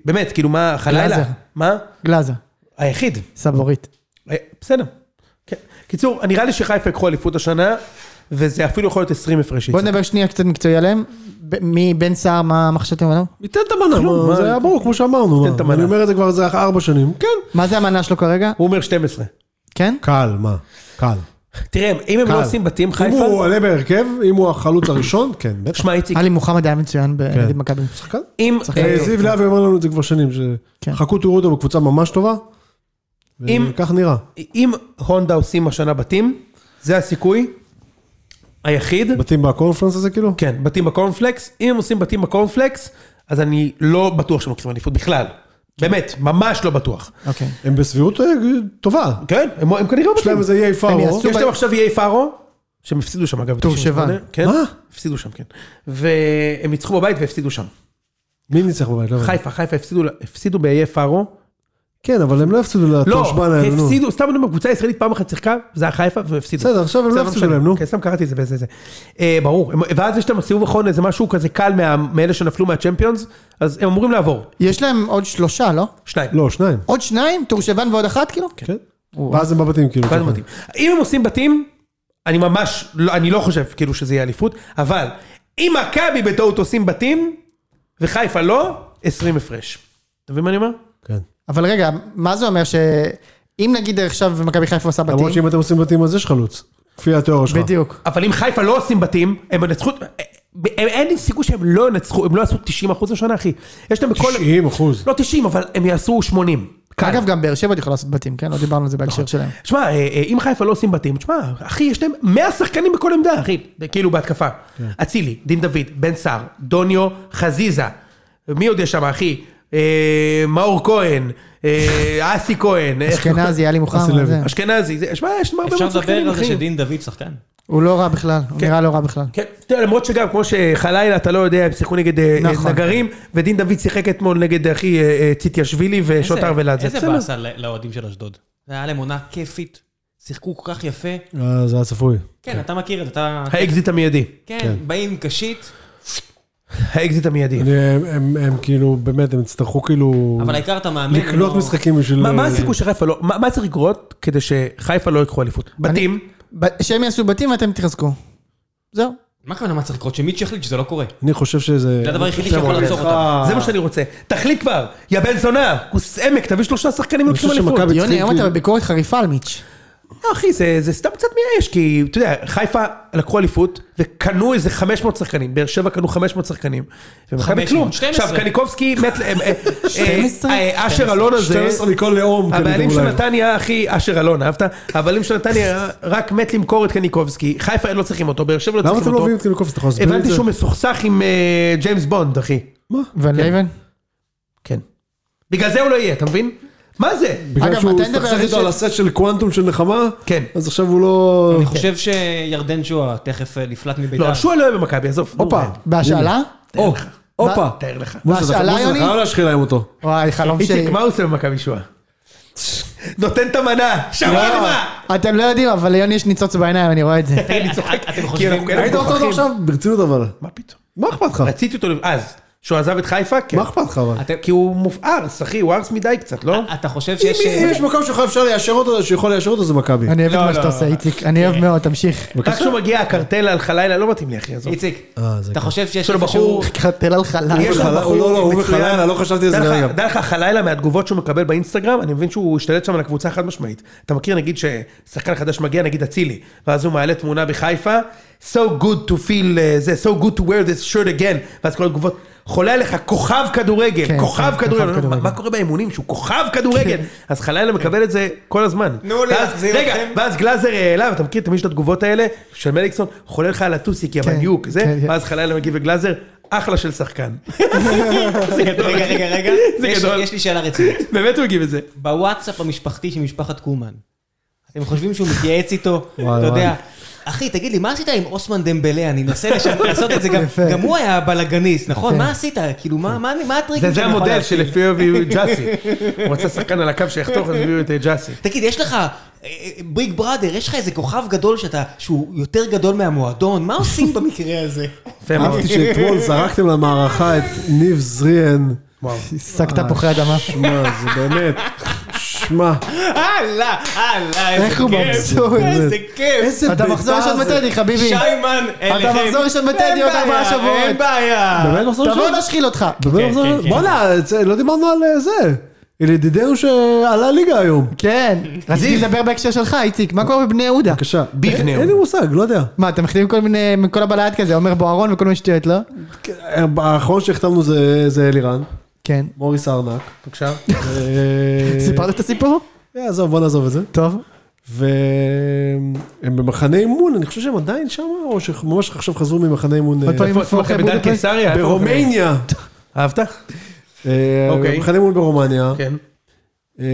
Speaker 2: באמת, כאילו, מה, חלילה?
Speaker 1: גלאזר.
Speaker 2: מה?
Speaker 1: גלאזה,
Speaker 2: היחיד.
Speaker 1: סבורית.
Speaker 2: אה, בסדר. כן. קיצור, נראה לי שחיפה יקחו אליפות השנה, וזה אפילו יכול להיות 20 הפרש.
Speaker 1: בוא נדבר שנייה קצת מקצועי עליהם. ב- מבן סער, מה מחשבתם עליו?
Speaker 5: ניתן את המנה,
Speaker 2: כלום, מה-
Speaker 5: מה- זה היה ברור, כמו שאמרנו,
Speaker 2: ניתן את המנה.
Speaker 5: מה. אני אומר את זה כבר איזה ארבע שנים, כן,
Speaker 1: מה זה המנה שלו כרגע?
Speaker 2: הוא אומר 12.
Speaker 1: כן?
Speaker 5: קל, מה, קל.
Speaker 2: תראה, אם הם לא
Speaker 5: קל.
Speaker 2: עושים בתים,
Speaker 5: אם
Speaker 2: חיפה...
Speaker 5: הוא עולה בהרכב, אם הוא החלוץ הראשון, כן, בטח.
Speaker 2: שמע, איציק,
Speaker 1: עלי מוחמד היה מצוין ב-
Speaker 2: כן.
Speaker 1: נגד מכבי.
Speaker 5: קל.
Speaker 2: אם...
Speaker 1: שחקן
Speaker 2: אה,
Speaker 5: אה, זיו להבי אומר לנו את זה כבר שנים,
Speaker 1: כן.
Speaker 5: שחכו תראו אותו בקבוצה ממש טובה,
Speaker 2: אם-
Speaker 5: וכך נראה.
Speaker 2: אם הונדה עושים השנה בתים, זה הסיכוי היחיד.
Speaker 5: בתים בקונפרנס הזה כאילו?
Speaker 2: כן, בתים בקורנפלקס. אם הם עושים בתים בקורנפלקס, אז אני לא בטוח שהם לוקחים אליפות בכלל. באמת, ממש לא בטוח.
Speaker 1: אוקיי.
Speaker 5: הם בסבירות אה, טובה.
Speaker 2: כן, הם, הם כנראה
Speaker 5: יש להם
Speaker 2: בתים.
Speaker 5: איזה איי
Speaker 1: הם
Speaker 5: פארו.
Speaker 1: יעשו-
Speaker 2: יש להם עכשיו איי פארו, שהם הפסידו שם אגב.
Speaker 1: טוב,
Speaker 2: 98.
Speaker 1: שבן.
Speaker 2: כן,
Speaker 5: מה?
Speaker 2: הפסידו שם, כן. והם ניצחו בבית והפסידו שם.
Speaker 5: מי ניצח בבית? לא יודע.
Speaker 2: חיפה, חיפה הפסידו, הפסידו באיי פארו.
Speaker 5: כן, אבל הם לא הפסידו
Speaker 2: לא,
Speaker 5: לתושבן האלה, נו.
Speaker 2: הפסידו, סתם אני אומר, קבוצה ישראלית פעם אחת שיחקה, זה היה חיפה, והפסידו.
Speaker 5: בסדר, עכשיו הם לא
Speaker 2: בסדר,
Speaker 5: הפסידו
Speaker 2: משנה.
Speaker 5: להם, נו.
Speaker 2: כן, סתם קראתי את זה באיזה זה. אה, ברור, הם- ואז יש להם הסיבוב האחרון, איזה משהו כזה קל מה- מאלה שנפלו מהצ'מפיונס, אז הם אמורים לעבור,
Speaker 1: יש להם עוד שלושה, לא?
Speaker 2: שניים.
Speaker 5: לא, שניים.
Speaker 1: עוד שניים? טורשבן ועוד אחת, כאילו?
Speaker 5: כן. ואז הם בבתים, כאילו.
Speaker 2: ואז הם בתים. אם הם עושים בתים, אני ממש, לא- אני לא חושב כאילו שזה יהיה אליפות, אבל אם מכבי בטעות עושים בתים, וחיפה לא, 20 הפרש. אתה מבין מה אני אומר?
Speaker 5: כן.
Speaker 1: אבל רגע, מה זה אומר שאם נגיד עכשיו מכבי חיפה עושה
Speaker 5: למרות
Speaker 1: בתים?
Speaker 5: שאם אתם עושים בתים, אז יש חלוץ. כפי התיאוריה שלך.
Speaker 1: בדיוק.
Speaker 2: אבל אם חיפה לא עושים בתים, הם ינצחו, הם- אין לי סיכוי שהם לא ינצחו, הם לא יעשו 90% השנה, אחי. יש להם בכל...
Speaker 5: 90 אחוז.
Speaker 2: לא 90, אבל הם יעשו 80. קל.
Speaker 1: אגב, גם באר שבע עוד יכולה לעשות בתים, כן? לא דיברנו על זה בהקשר שלהם.
Speaker 2: תשמע, אה, אה, אם חיפה לא עושים בתים, תשמע, אחי, יש להם 100 שחקנים בכל עמדה, אחי, כאילו בהתקפה.
Speaker 1: כן.
Speaker 2: אצילי, דין דוד, בן סער, דוניו, חזיזה. מי עוד יש שם, אחי? אה, מאור כהן, אה, אסי כהן. איך-
Speaker 1: אשכנזי, היה לי מוחמד.
Speaker 5: אסי לוי.
Speaker 1: זה.
Speaker 2: אשכנזי. זה- שמע, יש להם הרבה
Speaker 3: אפשר
Speaker 2: מאוד שחקנים,
Speaker 3: לדבר על זה
Speaker 2: אחי.
Speaker 3: שדין דוד שחקן.
Speaker 1: הוא לא רע בכלל, הוא
Speaker 2: כן.
Speaker 1: נראה לא רע בכלל.
Speaker 2: כן, תראה, למרות שגם, כמו שחלילה, אתה לא יודע, הם שיחקו נגד אה, אה,
Speaker 1: נכון.
Speaker 2: נגרים, ודין דוד שיחק אתמול נגד, אחי, אה, אה, ציטיאשווילי ושוטר
Speaker 3: איזה-
Speaker 2: ולאדזה.
Speaker 3: איזה באסה לא- לאוהדים של אשדוד. זה היה להם עונה כיפית, שיחקו כל כך יפה.
Speaker 5: אה, זה היה צפוי.
Speaker 3: כן, אתה מכיר את זה, אתה...
Speaker 2: האקזיט המיידי.
Speaker 3: כן,
Speaker 5: כן.
Speaker 3: באים עם קשית,
Speaker 2: האקזיט המיידי.
Speaker 5: אני- הם- הם הם כאילו, באמת, הם יצטרכו כאילו...
Speaker 3: אבל העיקר אתה מאמן.
Speaker 5: לקלוט
Speaker 3: לא-
Speaker 5: משחקים בשביל...
Speaker 2: מה מה הסיכוי שחיפה לא, מה מה צריך לקרות כדי שחיפה לא יקחו אליפות? בתים,
Speaker 1: ב- שהם יעשו בתים ואתם תתחזקו. זהו.
Speaker 3: מה הכוונה מה צריך לקרות? שמיץ' יחליט שזה לא קורה.
Speaker 5: אני חושב שזה...
Speaker 3: זה הדבר היחידי
Speaker 5: כן, אני חושב
Speaker 3: שיכול
Speaker 5: שזה-
Speaker 3: לעצור
Speaker 5: אה.
Speaker 3: אותם.
Speaker 2: זה מה שאני רוצה. תחליט כבר, יא בן זונה, כוס עמק, תביא שלושה שחקנים
Speaker 5: אני חושב
Speaker 2: לוקחים אליפות.
Speaker 5: שמכבי-
Speaker 1: יוני,
Speaker 5: צריכים
Speaker 1: היום אתה
Speaker 5: כאילו-
Speaker 1: בביקורת חריפה על מיץ'.
Speaker 2: לא, אחי, זה זה סתם קצת מייאש, כי אתה יודע, חיפה לקחו אליפות וקנו איזה 500 שחקנים, באר שבע קנו 500 שחקנים. ומכבי
Speaker 3: 500,
Speaker 2: כלום.
Speaker 3: 12.
Speaker 2: עכשיו, קניקובסקי מת, אה, אה, אה,
Speaker 1: 12?
Speaker 2: אה, אשר אלון הזה,
Speaker 5: 12 מכל לאום. כאילו,
Speaker 2: הבעלים של
Speaker 5: אולי.
Speaker 2: נתניה, אחי, אשר אלון, אהבת? הבעלים של נתניה רק מת למכור את קניקובסקי, חיפה לא צריכים אותו, באר שבע לא צריכים
Speaker 5: למה
Speaker 2: אותו.
Speaker 5: אתם לא מביאים את קניקובסקי? אתה יכול להסביר את
Speaker 2: הבנתי
Speaker 5: זה?
Speaker 2: שהוא מסוכסך עם אה, ג'יימס בונד, אחי.
Speaker 5: מה?
Speaker 1: ון לייבן?
Speaker 2: כן. בגלל זה הוא לא יהיה, אתה מבין? מה זה?
Speaker 5: בגלל
Speaker 1: אגב,
Speaker 5: שהוא
Speaker 1: מתי נדבר על
Speaker 5: הסתכסך
Speaker 1: זה
Speaker 5: איתו
Speaker 1: ש-
Speaker 5: על הסט של קוואנטום של נחמה?
Speaker 2: כן.
Speaker 5: אז עכשיו הוא לא...
Speaker 3: אני חושב שירדן שואה תכף אה, נפלט מביתר.
Speaker 2: לא, השועה לא יהיה במכבי, עזוב. נו,
Speaker 5: הופה.
Speaker 2: אה,
Speaker 1: בהשאלה?
Speaker 5: או, הופה.
Speaker 2: תאר לך.
Speaker 5: משה, אתה-
Speaker 1: בהשאלה,
Speaker 5: משה, אתה
Speaker 1: יוני?
Speaker 5: חייב להשחיל להם אותו.
Speaker 1: וואי, חלום שלי.
Speaker 2: איציק, מה הוא עושה במכבי שועה? נותן את המנה, שווארמה!
Speaker 1: אתם לא יודעים, אבל ליוני יש ניצוץ בעיניים, אני רואה את זה.
Speaker 2: אני צוחק,
Speaker 3: אתם
Speaker 2: כי
Speaker 3: חושבים...
Speaker 2: אנחנו כאלה
Speaker 5: ראית אה, אותו
Speaker 2: מוכחים.
Speaker 5: עכשיו? ברצינות אבל.
Speaker 2: מה פתאום?
Speaker 5: מה אכפת לך?
Speaker 2: רציתי אותו אז, שהוא עזב את חיפה, כן.
Speaker 5: מה אכפת לך אבל?
Speaker 3: אתם-
Speaker 2: כי הוא מופ- ארס, אחי, הוא ארס מדי קצת, לא?
Speaker 3: אתה חושב
Speaker 5: אם
Speaker 3: שיש... אה,
Speaker 5: אם יש מקום שיכול אפשר ליישר אותו, שיכול ליישר אותו זה מכבי.
Speaker 1: אני אוהב את
Speaker 3: לא,
Speaker 1: מה שאתה
Speaker 3: לא.
Speaker 1: עושה, איציק. אני אוהב מאוד, תמשיך.
Speaker 2: רק כשהוא מגיע הקרטל על חלילה, לא מתאים לי, אחי, עזוב.
Speaker 3: איציק,
Speaker 5: אה, זה
Speaker 3: אתה
Speaker 5: כן.
Speaker 3: חושב שיש
Speaker 2: יש לו בחור-
Speaker 1: קרטל על חלל.
Speaker 2: יש לנו
Speaker 5: חלה-
Speaker 2: בחור
Speaker 5: לא, לא, הוא
Speaker 2: מצוין.
Speaker 5: וחלילה, לא חשבתי על זה
Speaker 2: דע לך-
Speaker 5: לרגע.
Speaker 2: דע לך, חלילה מהתגובות שהוא מקבל באינסטגרם, אני מבין שהוא השתלט שם על הקבוצה חד משמעית. אתה מכיר נגיד ששחקן חדש מגיע, נגיד אצילי, ואז הוא מעלה תמונה בחיפה, so good to feel, אה, זה so good to wear this shirt again, ואז כל התגובות, חולה עליך, כוכב כדורגל,
Speaker 1: כן,
Speaker 2: כוכב
Speaker 1: כן, כוכב
Speaker 2: כדורגל. מה-
Speaker 1: כדורגל. כן.
Speaker 2: מה קורה באימונים שהוא כוכב כדורגל? אז חלילה מקבל את זה כל הזמן.
Speaker 3: נו,
Speaker 2: ואז-
Speaker 3: להחזיר
Speaker 2: רגע,
Speaker 3: אתכם.
Speaker 2: ואז גלאזר העלה, אתה מכיר תמיד יש את התגובות האלה, של מליקסון, חולה לך על הטוסיק, יא
Speaker 1: כן,
Speaker 2: בניוק, זה,
Speaker 1: כן, כן.
Speaker 2: ואז חלילה מגיב לגלאזר, אחלה של שחקן. זה גדול.
Speaker 3: רגע, רגע, רגע.
Speaker 2: זה
Speaker 3: יש-
Speaker 2: גדול.
Speaker 3: יש לי שאלה רצינית.
Speaker 2: באמת הוא הגיב את זה.
Speaker 3: בוואטסאפ המשפחתי של משפחת קומן. אתם חושבים שהוא מתייעץ איתו, אתה יודע. אחי, תגיד לי, מה עשית עם אוסמן דמבלה? אני מנסה לשם- לעשות את זה גם,
Speaker 1: יפה.
Speaker 3: גם הוא היה הבלאגניסט, נכון? מה עשית? כאילו, מה- מה מה הטריקים
Speaker 2: זה זה
Speaker 3: שאני יכול
Speaker 2: המודל
Speaker 3: להפעיל?
Speaker 2: שלפיו הביאו את ג'אסי. הוא רצה שחקן על הקו שיחתוך, אז הביאו את אה, ג'אסי.
Speaker 3: תגיד, יש לך, אה, אה, ביג בראדר, יש לך איזה כוכב גדול שאתה, שהוא יותר גדול מהמועדון, מה עושים במקרה הזה?
Speaker 2: יפה מאוד.
Speaker 5: אהבתי שאתמול זרקתם למערכה את ניב זריאן.
Speaker 1: שק תפוחי אדמה.
Speaker 5: שמע, זה באמת, שמע,
Speaker 3: הלאה, הלאה, איזה
Speaker 1: איך הוא
Speaker 3: כיף,
Speaker 1: מבסוט.
Speaker 3: איזה כיף.
Speaker 5: איזה
Speaker 1: אתה מחזור
Speaker 5: בעיטה
Speaker 1: ראשון
Speaker 5: זה.
Speaker 1: בטדי, חביבי.
Speaker 3: שיימן, אליכם.
Speaker 1: מחזור ראשון בטדי
Speaker 3: אין
Speaker 1: עוד ארבעה
Speaker 3: בעיה,
Speaker 1: שבועות.
Speaker 3: אין בעיה.
Speaker 5: באמת מחזור ראשון?
Speaker 1: תבוא נשחיל אותך.
Speaker 5: באמת מחזור
Speaker 3: כן,
Speaker 5: ראשון?
Speaker 3: כן.
Speaker 5: בואנה, זה- לא דיברנו על אה, זה. על ידידנו שעלה ליגה היום.
Speaker 1: כן. רציתי לדבר בהקשר שלך, איציק. מה קורה בבני יהודה?
Speaker 5: בבקשה.
Speaker 2: ביבנר.
Speaker 5: אין לי מושג, לא יודע.
Speaker 1: מה, אתם מחתימים כל מיני, מכל הבלעד כזה, עומר בוארון וכל מיני שטויות, לא?
Speaker 5: האחרון שהחתמנו זה- זה אלירן,
Speaker 1: כן.
Speaker 5: מוריס ארנק.
Speaker 2: בבקשה.
Speaker 5: אה,
Speaker 1: סיפרת את הסיפור?
Speaker 5: אה, עזוב, בוא נעזוב את זה.
Speaker 1: טוב.
Speaker 5: והם במחנה אימון, אני חושב שהם עדיין שם, או שממש עכשיו חזרו ממחנה אימון אה,
Speaker 1: עוד פעם עם
Speaker 2: איפה עצמך?
Speaker 1: פרחי
Speaker 2: בדן
Speaker 1: בודפשט?
Speaker 2: קיסריה? איפה הוא?
Speaker 5: ברומניה.
Speaker 2: אה, אהבת?
Speaker 5: אה,
Speaker 2: אוקיי.
Speaker 5: מחנה אימון ברומניה.
Speaker 2: כן.
Speaker 5: אה,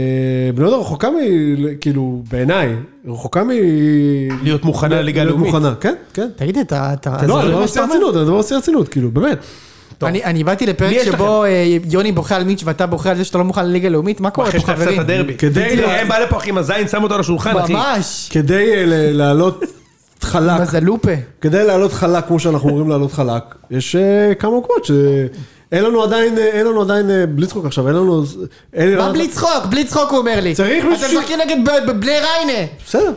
Speaker 5: בני יהודה רחוקה מ... כאילו, בעיניי, רחוקה מ...
Speaker 2: להיות מוכנה לליגה
Speaker 5: להיות
Speaker 2: הלאומית.
Speaker 5: מוכנה, כן, כן.
Speaker 1: תגיד, אתה... אתה-
Speaker 5: לא, אני
Speaker 1: זה
Speaker 5: מדבר
Speaker 1: מה שאתה
Speaker 5: בשיא
Speaker 1: אומר?
Speaker 5: הרצינות, אני מדבר בשיא הרצינות, לא כאילו, באמת.
Speaker 2: טוב.
Speaker 1: אני אני באתי
Speaker 2: מי
Speaker 1: לפרק
Speaker 2: יש
Speaker 1: שבו אה, יוני בוכה על מיץ' ואתה בוכה על זה שאתה לא מוכן לליגה לאומית, מה קורה פה
Speaker 2: אחרי שאתה הפסדת
Speaker 1: חברים?
Speaker 2: את הדרבי.
Speaker 5: כדי-
Speaker 2: בדיוק, הם בא לפה אחי עם הזין, שם אותו על השולחן אחי.
Speaker 1: ממש,
Speaker 5: כדי אה, ל- לעלות חלק,
Speaker 1: מה זה לופה.
Speaker 5: כדי לעלות חלק כמו שאנחנו אומרים לעלות חלק, יש אה, כמה מקומות ש... אין לנו עדיין, אה, אין לנו עדיין אה, בלי צחוק עכשיו, אין לנו... אין לנו-
Speaker 1: מה בלי צחוק? בלי צחוק הוא אומר לי.
Speaker 5: לא, צריך
Speaker 1: אתם
Speaker 5: מישהו-
Speaker 1: משחקים נגד ב- ב- בני ריינה.
Speaker 5: בסדר,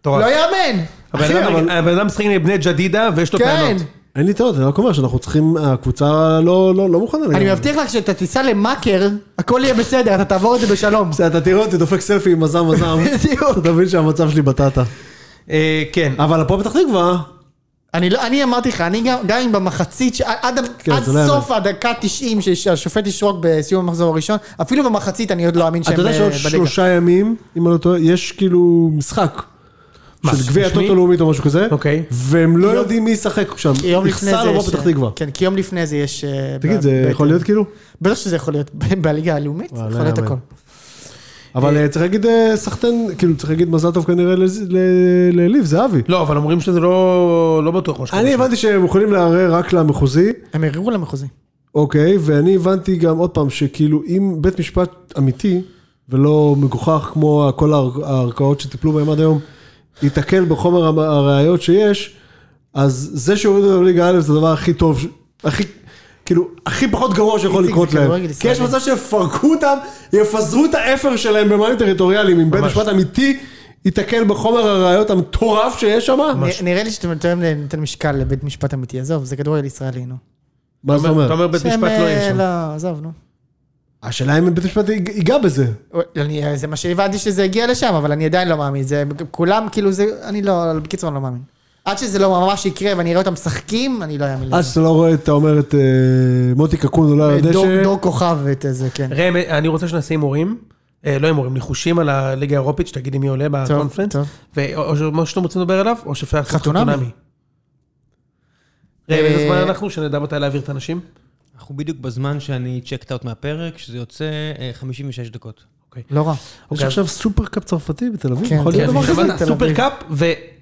Speaker 2: מטורף.
Speaker 1: לא יאמן.
Speaker 2: הבן
Speaker 5: אחי,
Speaker 2: אדם-
Speaker 5: אבל-
Speaker 2: הבן אדם משחק עם בני ג'דידה
Speaker 5: לא
Speaker 2: ויש לו
Speaker 1: כן.
Speaker 2: טענות.
Speaker 5: אין לי טעות, אני רק אומר שאנחנו צריכים, הקבוצה לא, לא, לא מוכנה.
Speaker 1: אני
Speaker 5: לגמרי.
Speaker 1: מבטיח לך שאתה תיסע למאקר, הכל יהיה בסדר, אתה תעבור את זה בשלום.
Speaker 5: בסדר, אתה תראה אותי דופק סלפי עם מזם מזם,
Speaker 1: בדיוק.
Speaker 5: אתה תבין שהמצב שלי בטטה.
Speaker 2: אה, כן.
Speaker 5: אבל הפועל פתח תקווה,
Speaker 1: אני לא, אני אמרתי לך, אני גם, גם אם במחצית, ש- עד,
Speaker 5: כן,
Speaker 1: עד
Speaker 5: זה לא יאמן.
Speaker 1: סוף הדקה 90 שהשופט ישרוק בסיום המחזור הראשון, אפילו במחצית אני עוד לא אאמין שהם
Speaker 5: אתה יודע
Speaker 1: ב-
Speaker 5: שעוד שלושה ימים, אם אני לא טועה, יש כאילו משחק.
Speaker 2: מה,
Speaker 5: של גביע
Speaker 2: רשמי?
Speaker 5: הטוטו לאומית או משהו כזה,
Speaker 2: אוקיי.
Speaker 5: והם לא יודעים מי ישחק שם.
Speaker 1: כי יום לפני זה
Speaker 5: יחסר לבוא
Speaker 1: יש...
Speaker 5: פתח תקווה.
Speaker 1: כן, כי יום לפני זה יש... אה,
Speaker 5: תגיד,
Speaker 1: ב-
Speaker 5: זה
Speaker 1: ב-
Speaker 5: יכול להיות כאילו?
Speaker 1: בטח שזה יכול להיות, ב- בליגה הלאומית,
Speaker 5: וואלה,
Speaker 1: יכול להיות
Speaker 5: יאמן.
Speaker 1: הכל.
Speaker 5: אבל אה, צריך להגיד אה, סחטן, כאילו צריך להגיד מזל טוב כנראה לז- ל- לליב, זהבי.
Speaker 2: לא, אבל אומרים שזה לא לא בטוח מה שקורה.
Speaker 5: אני
Speaker 2: שם.
Speaker 5: הבנתי שהם יכולים לערער רק למחוזי,
Speaker 1: הם ערערו למחוזי.
Speaker 5: אוקיי, ואני הבנתי גם עוד פעם שכאילו אם בית משפט אמיתי, ולא מגוחך כמו כל הערכ- הערכאות שטיפלו בהם עד היום, ייתקל בחומר המ- הראיות שיש, אז זה שהורידו אותם לליגה א' זה הדבר הכי טוב, ש- הכי, כאילו, הכי פחות גרוע שיכול
Speaker 1: איציק,
Speaker 5: לקרות
Speaker 1: זה
Speaker 5: להם.
Speaker 1: כדורגל
Speaker 5: כי יש
Speaker 1: ישראלי.
Speaker 5: מצב שיפרקו אותם, יפזרו את האפר שלהם במים טריטוריאליים, אם בית משפט אמיתי ייתקל בחומר הראיות המטורף שיש שם.
Speaker 1: נ- נראה לי שאתם יותר נותן משקל לבית משפט אמיתי, עזוב, זה כדורגל ישראלי, נו.
Speaker 5: מה זאת
Speaker 2: אתה
Speaker 5: אומרת?
Speaker 2: אומר בית
Speaker 1: שהם,
Speaker 2: משפט לא
Speaker 1: אה,
Speaker 2: יהיה שם.
Speaker 1: לא, עזוב, נו.
Speaker 5: השאלה אם בית משפט ייג- ייגע בזה.
Speaker 1: אוי, אני- זה מה שהבנתי שזה הגיע לשם, אבל אני עדיין לא מאמין. זה, כולם, כאילו, זה, אני לא, בקיצור, אני לא מאמין. עד שזה לא ממש יקרה ואני אראה אותם משחקים, אני לא אאמין
Speaker 5: אז
Speaker 1: לזה.
Speaker 5: שאתה לא רואה, אתה אומר את אה, מוטי קקון עולה על
Speaker 1: דור-
Speaker 5: הדשא.
Speaker 1: דור כוכב ואת זה, כן.
Speaker 2: ראם, אני רוצה שנעשה הימורים. אה, לא הימורים, ניחושים על הליגה האירופית, שתגידי מי עולה בקונפרנס.
Speaker 1: טוב.
Speaker 2: ואו שאתם רוצים לדבר עליו, או שאפשר לעשות
Speaker 1: חתונמי.
Speaker 2: חתונמי. ראם,
Speaker 1: אה,
Speaker 2: איזה זמן אנחנו, שנדע מתי להעביר את האנשים?
Speaker 3: אנחנו בדיוק בזמן שאני צ'קט אאוט מהפרק, שזה יוצא אה, 56 דקות.
Speaker 1: לא רע.
Speaker 2: אוקיי.
Speaker 5: יש עכשיו סופרקאפ צרפתי בתל אביב,
Speaker 1: כן,
Speaker 5: יכול להיות
Speaker 1: כן.
Speaker 5: דבר
Speaker 1: אני
Speaker 5: כזה?
Speaker 1: שמעתי. תל
Speaker 2: סופר
Speaker 1: אביב.
Speaker 2: קאפ,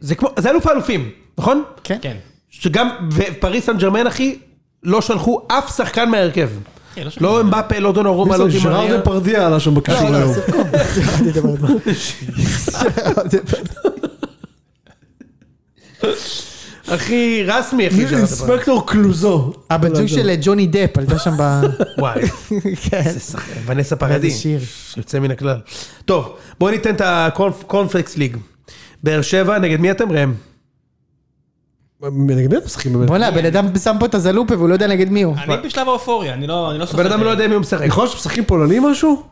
Speaker 2: וזה כמו, זה אלוף האלופים, נכון?
Speaker 1: כן.
Speaker 3: כן.
Speaker 2: שגם, ופריס סן ג'רמן אחי, לא שלחו אף שחקן מההרכב.
Speaker 3: כן, לא שלחו.
Speaker 2: לא אמבפה, לא דונורומה, לא
Speaker 5: מי זה?
Speaker 2: דימריה.
Speaker 5: ז'ראר דפרדיה עלה שם
Speaker 2: לא,
Speaker 5: בקישור
Speaker 2: לא,
Speaker 5: היום.
Speaker 2: אחי, רסמי, אחי, ז'ראר דפרדיה.
Speaker 5: אינספקטור קלוזו.
Speaker 1: הבת זוג
Speaker 5: לא.
Speaker 1: של אה, ג'וני דפ עלתה שם ב...
Speaker 2: וואי,
Speaker 1: כן.
Speaker 2: איזה שחקן, ונסה פרדי.
Speaker 1: איזה שיר.
Speaker 2: שיוצא מן הכלל. טוב, בואו ניתן את הקונפלקס ליג. באר שבע, נגד מי אתם ראם?
Speaker 5: נגד מי הם משחקים באמת?
Speaker 1: בוא'נה, הבן אדם שם פה את הזלופה והוא לא יודע נגד מי הוא.
Speaker 3: אני בשלב האופוריה, אני לא אני לא סופר.
Speaker 2: הבן אדם לא יודע מי הוא משחק.
Speaker 3: נכון.
Speaker 5: יכול להיות שמשחקים פולני משהו?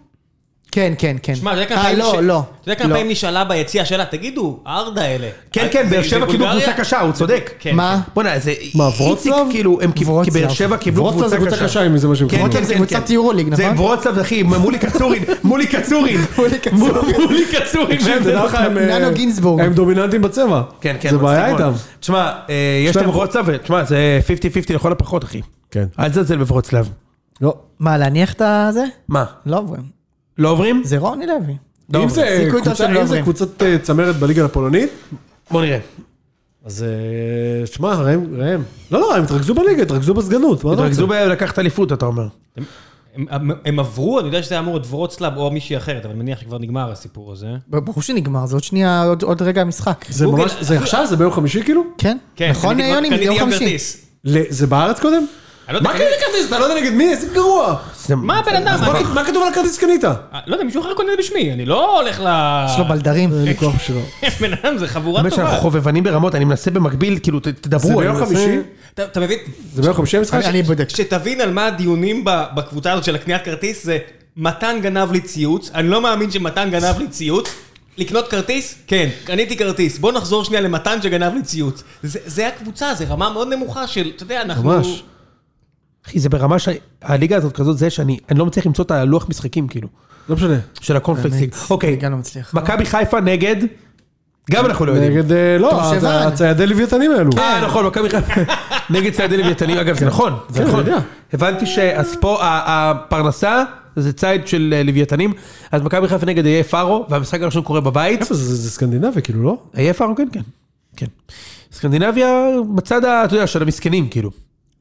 Speaker 1: כן, כן, כן.
Speaker 3: שמע, אתה יודע כמה
Speaker 1: אה,
Speaker 3: פעמים...
Speaker 1: לא,
Speaker 3: ש-
Speaker 1: לא.
Speaker 3: אתה יודע כמה
Speaker 1: לא.
Speaker 3: פעמים נשאלה ביציע השאלה, תגידו, הארדה האלה.
Speaker 2: כן,
Speaker 3: אה,
Speaker 2: כן,
Speaker 3: זה-
Speaker 2: באר
Speaker 3: זה
Speaker 2: שבע קיבלו
Speaker 3: בולגריה?
Speaker 2: קבוצה קשה, הוא צודק.
Speaker 3: כן.
Speaker 1: מה?
Speaker 2: בוא'נה, זה...
Speaker 5: מה,
Speaker 2: איציק,
Speaker 5: וורצלב?
Speaker 2: כאילו, הם קיבלו... כי באר שבע קיבלו
Speaker 5: וורצלב
Speaker 2: קבוצה
Speaker 5: זה
Speaker 2: קשה.
Speaker 5: קבוצה קשה אם זה מה שהם
Speaker 2: כן,
Speaker 5: קיבלו.
Speaker 2: כן,
Speaker 1: זה
Speaker 2: כן,
Speaker 1: קבוצת
Speaker 2: כן.
Speaker 1: יורוליג,
Speaker 2: זה
Speaker 1: נכון?
Speaker 2: וורצלב, אחי, מולי קצורין, מולי קצורין.
Speaker 1: מולי קצורין.
Speaker 2: מולי קצורין. נכון.
Speaker 5: תקשיב, תדע לך, הם, אה,
Speaker 1: ננו גינזבורג.
Speaker 5: הם דומיננטים בצבע.
Speaker 2: כן, כן.
Speaker 5: זה
Speaker 2: מצחיק
Speaker 5: בעיה
Speaker 2: מאוד.
Speaker 5: איתם.
Speaker 2: תשמע, אה, יש
Speaker 5: שלב
Speaker 2: להם
Speaker 5: אחרון.
Speaker 2: וורצלב, ו- תשמע, זה 50-50 לכל הפחות, אחי.
Speaker 5: כן.
Speaker 2: אל תזלזל בוורצלב.
Speaker 3: כן.
Speaker 5: לא.
Speaker 1: מה, להניח את הזה?
Speaker 2: מה?
Speaker 1: לא עוברים.
Speaker 2: לא עוברים?
Speaker 1: זה רוני לוי.
Speaker 2: לא
Speaker 5: אם
Speaker 2: עוברים.
Speaker 5: זה
Speaker 1: סיכוי טוב
Speaker 5: קבוצה-
Speaker 1: שהם לא
Speaker 5: אם זה
Speaker 1: עוברים.
Speaker 5: קבוצת אה, צמרת בליגה הפולנית,
Speaker 2: בוא נראה.
Speaker 5: אז אה, שמע, ראם, ראם. לא, לא, הם התרכזו בליגה, התרכזו בסגנות. מה אתה
Speaker 2: התרכזו
Speaker 5: רוצה?
Speaker 2: בלקחת אליפות, אתה אומר.
Speaker 3: הם- הם- הם עברו, אני יודע שזה היה אמור להיות וורצלב או מישהי אחרת, אבל אני מניח שכבר נגמר הסיפור הזה.
Speaker 1: ברור שנגמר, זה עוד שנייה, עוד- עוד רגע המשחק.
Speaker 5: זה
Speaker 3: גוגל,
Speaker 5: ממש, זה עכשיו? זה ביום חמישי כאילו?
Speaker 1: כן?
Speaker 3: כן,
Speaker 1: נכון,
Speaker 3: קניתי-
Speaker 1: יוני? זה
Speaker 3: קניתי
Speaker 1: יום
Speaker 3: גם
Speaker 1: חמישי.
Speaker 3: כרטיס.
Speaker 5: ל- זה בארץ קודם?
Speaker 3: אני לא יודע,
Speaker 5: מה
Speaker 3: קניתי-
Speaker 5: קנית כרטיס? אתה לא יודע נגד מי? איזה גרוע.
Speaker 3: מה הבן אדם?
Speaker 5: מה
Speaker 3: אני-
Speaker 5: כת- מה כתוב על הכרטיס שקנית?
Speaker 3: אה, לא יודע, מישהו אחר קונה בשמי, אני לא הולך ל...
Speaker 1: יש לו בלדרים.
Speaker 5: אין לי
Speaker 3: כן.
Speaker 5: כוח שלו.
Speaker 3: בן אדם, זה חבורה
Speaker 2: באמת שאנחנו
Speaker 3: טובה.
Speaker 2: חובבנים ברמות, אני מנסה במקביל, כאילו, ת- תדברו.
Speaker 5: זה
Speaker 2: אני
Speaker 5: ביום
Speaker 2: מנסה-
Speaker 5: חמישי?
Speaker 3: אתה אתה מבין?
Speaker 5: זה ביום חמישי המשחק?
Speaker 1: אני בודק.
Speaker 3: שתבין על מה הדיונים ב- בקבוצה הזאת של הקניית כרטיס, זה מתן גנב לי ציוץ, אני לא מאמין שמתן גנב לי ציוץ. לקנות כרטיס? כן, קניתי כרטיס. בוא נחזור שנייה למתן שגנב לי ציוץ. זה זה הקבוצה, זה רמה מאוד נמוכה של, אתה יודע, אנחנו...
Speaker 5: ממש.
Speaker 2: אחי, זה ברמה שהליגה הזאת כזאת זה שאני אני לא מצליח למצוא את הלוח משחקים, כאילו,
Speaker 5: לא משנה.
Speaker 2: של הקונפלקסים. אוקיי,
Speaker 1: גם לא מצליח.
Speaker 2: מכבי חיפה נגד, גם אנחנו לא יודעים.
Speaker 5: נגד, אה, לא,
Speaker 1: תום שבן.
Speaker 5: הצ- הציידי לוויתנים האלו.
Speaker 2: אה, נכון, מכבי חיפה. נגד ציידי לוויתנים, אגב, זה נכון. זה
Speaker 5: כן,
Speaker 2: נכון.
Speaker 5: אני יודע.
Speaker 2: הבנתי שהפרנסה זה ציד של אה, לוויתנים, אז מכבי חיפה נגד איי פארו, והמשחק הראשון קורה בבית.
Speaker 5: איפה זה? זה זה סקנדינבי כאילו, לא?
Speaker 2: איי פארו, כן, כן. כן. סקנדינביה בצד, ה- אתה יודע, של המסכנים, כאילו.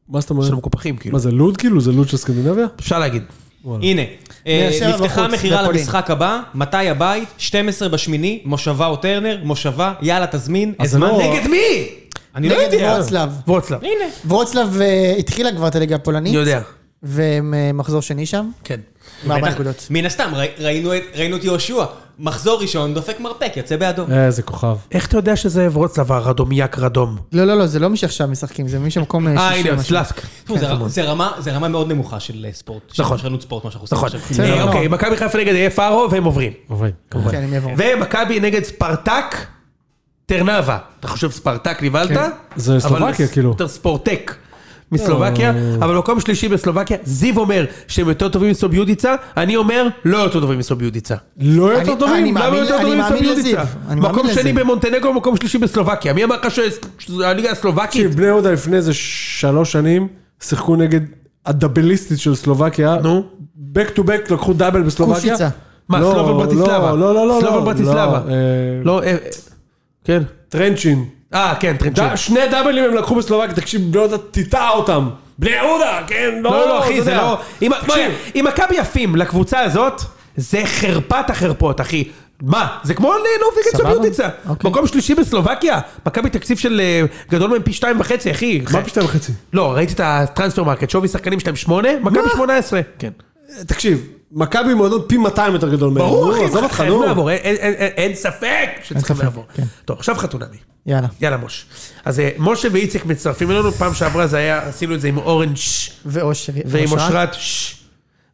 Speaker 5: מה זאת אומרת?
Speaker 2: של המקופחים, כאילו.
Speaker 5: מה זה לוד כאילו? זה לוד של סקנדינביה?
Speaker 2: אפשר להגיד.
Speaker 3: הנה, אה,
Speaker 1: שבע
Speaker 3: נפתחה
Speaker 1: בחוץ,
Speaker 3: המכירה
Speaker 1: בפולין.
Speaker 3: למשחק הבא, מתי הבית? 12 בשמיני, מושבה או טרנר, מושבה, יאללה תזמין,
Speaker 5: אז זה
Speaker 3: הזמן
Speaker 5: לא-
Speaker 3: נגד מי? אני לא יודע.
Speaker 1: וורצלב.
Speaker 2: וורצלב.
Speaker 3: הנה.
Speaker 1: וורצלב כן, אה, התחילה כבר את הליגה הפולנית.
Speaker 2: אני יודע.
Speaker 1: והם אה, מחזור שני שם.
Speaker 2: כן.
Speaker 1: בארבע
Speaker 3: בטח,
Speaker 1: נקודות.
Speaker 3: מן הסתם, ראי- ראינו את- ראינו את יהושע, מחזור ראשון, דופק מרפק, יוצא באדום.
Speaker 5: איזה אה, כוכב.
Speaker 2: איך אתה יודע שזה וורצלב הרדומיאק רדום?
Speaker 1: לא, לא, לא, זה לא מי שעכשיו משחקים, זה מי שמקום...
Speaker 2: אה,
Speaker 1: שישי או
Speaker 2: הנה,
Speaker 1: משהו.
Speaker 2: סלאסק.
Speaker 3: תראו, זה ר- זה רמה- זה רמה מאוד נמוכה של אה, ספורט.
Speaker 2: נכון.
Speaker 3: של חנות ספורט, מה שאנחנו עושים
Speaker 2: נכון.
Speaker 3: עכשיו.
Speaker 1: בסדר,
Speaker 2: אה,
Speaker 1: לא.
Speaker 2: אוקיי, מכבי חיפה נגד אי פארו, והם עוברים.
Speaker 5: עובד. כמובן.
Speaker 1: כן, הם יבואו.
Speaker 2: ומכבי נגד ספרטק, טרנבה. אתה חושב ספרטק נבהלת?
Speaker 1: כן.
Speaker 5: זה
Speaker 2: אבל
Speaker 5: סלובקיה,
Speaker 2: זה
Speaker 5: כאילו.
Speaker 2: יותר ספורטק. מסלובקיה,
Speaker 1: אה.
Speaker 2: אבל מקום שלישי בסלובקיה, זיו אומר שהם יותר טובים מסוביודיצה, אני אומר לא יותר טובים מסוביודיצה.
Speaker 5: לא יותר
Speaker 1: אני-
Speaker 5: טובים?
Speaker 1: אני
Speaker 2: למה
Speaker 1: מאמין-
Speaker 2: יותר
Speaker 1: אני
Speaker 2: טובים
Speaker 1: מאמין
Speaker 2: מסוביודיצה?
Speaker 1: לזיו, אני מאמין
Speaker 2: מקום שני
Speaker 1: לזיו.
Speaker 2: במונטנגו, מקום שלישי בסלובקיה. מי אמר לך ש- שהליגה הסלובקית?
Speaker 5: תקשיב, בני יהודה לפני איזה שלוש שנים שיחקו נגד הדאבליסטית של סלובקיה.
Speaker 2: נו.
Speaker 5: back to back לקחו דאבל בסלובקיה.
Speaker 1: קושיצה.
Speaker 2: מה,
Speaker 5: לא,
Speaker 2: סלובל ברטיסלבה?
Speaker 5: לא, לא, לא, לא.
Speaker 2: סלובל ברטיסלבה.
Speaker 5: לא, אה,
Speaker 2: לא, אה, אה, כן.
Speaker 5: טרנצ'ין.
Speaker 2: אה, כן, טרנצ'י.
Speaker 5: ד- שני דאבלים הם לקחו בסלובקיה, תקשיב, בני יהודה טיטה אותם. בני יהודה, כן, לא,
Speaker 2: לא, לא, אחי,
Speaker 5: אתה
Speaker 2: זה
Speaker 5: יודע.
Speaker 2: לא... אם-
Speaker 5: תקשיב,
Speaker 2: בואי, אם מכבי יפים לקבוצה הזאת, זה חרפת החרפות, אחי. מה? זה כמו אה, ליהנות נגד
Speaker 1: סבבה.
Speaker 2: סוביוטיצה.
Speaker 1: אוקיי.
Speaker 2: מקום שלישי בסלובקיה. מכבי תקציב של אה, גדול מהם פי שתיים וחצי, אחי.
Speaker 5: מה פשתיים וחצי?
Speaker 2: לא, ראיתי את הטרנספר מרקט, שווי שחקנים שלהם שמונה, מכבי שמונה עשרה. כן.
Speaker 5: תקשיב, מכבי מועדון פי 200 יותר גדול מהם.
Speaker 2: ברור,
Speaker 5: נו,
Speaker 2: אחי,
Speaker 5: עזוב אותך,
Speaker 2: חייבים
Speaker 5: נו.
Speaker 2: לעבור, אין- אין- אין אין ספק שצריכים
Speaker 1: ספק,
Speaker 2: לעבור.
Speaker 1: כן.
Speaker 2: טוב, עכשיו חתונמי.
Speaker 1: יאללה.
Speaker 2: יאללה מוש. אז אה, משה ואיציק מצטרפים אלינו, פעם שעברה זה היה, עשינו את זה עם אורנג'
Speaker 1: ואושר.
Speaker 2: ועם
Speaker 1: ואושרת.
Speaker 2: אושרת. ש.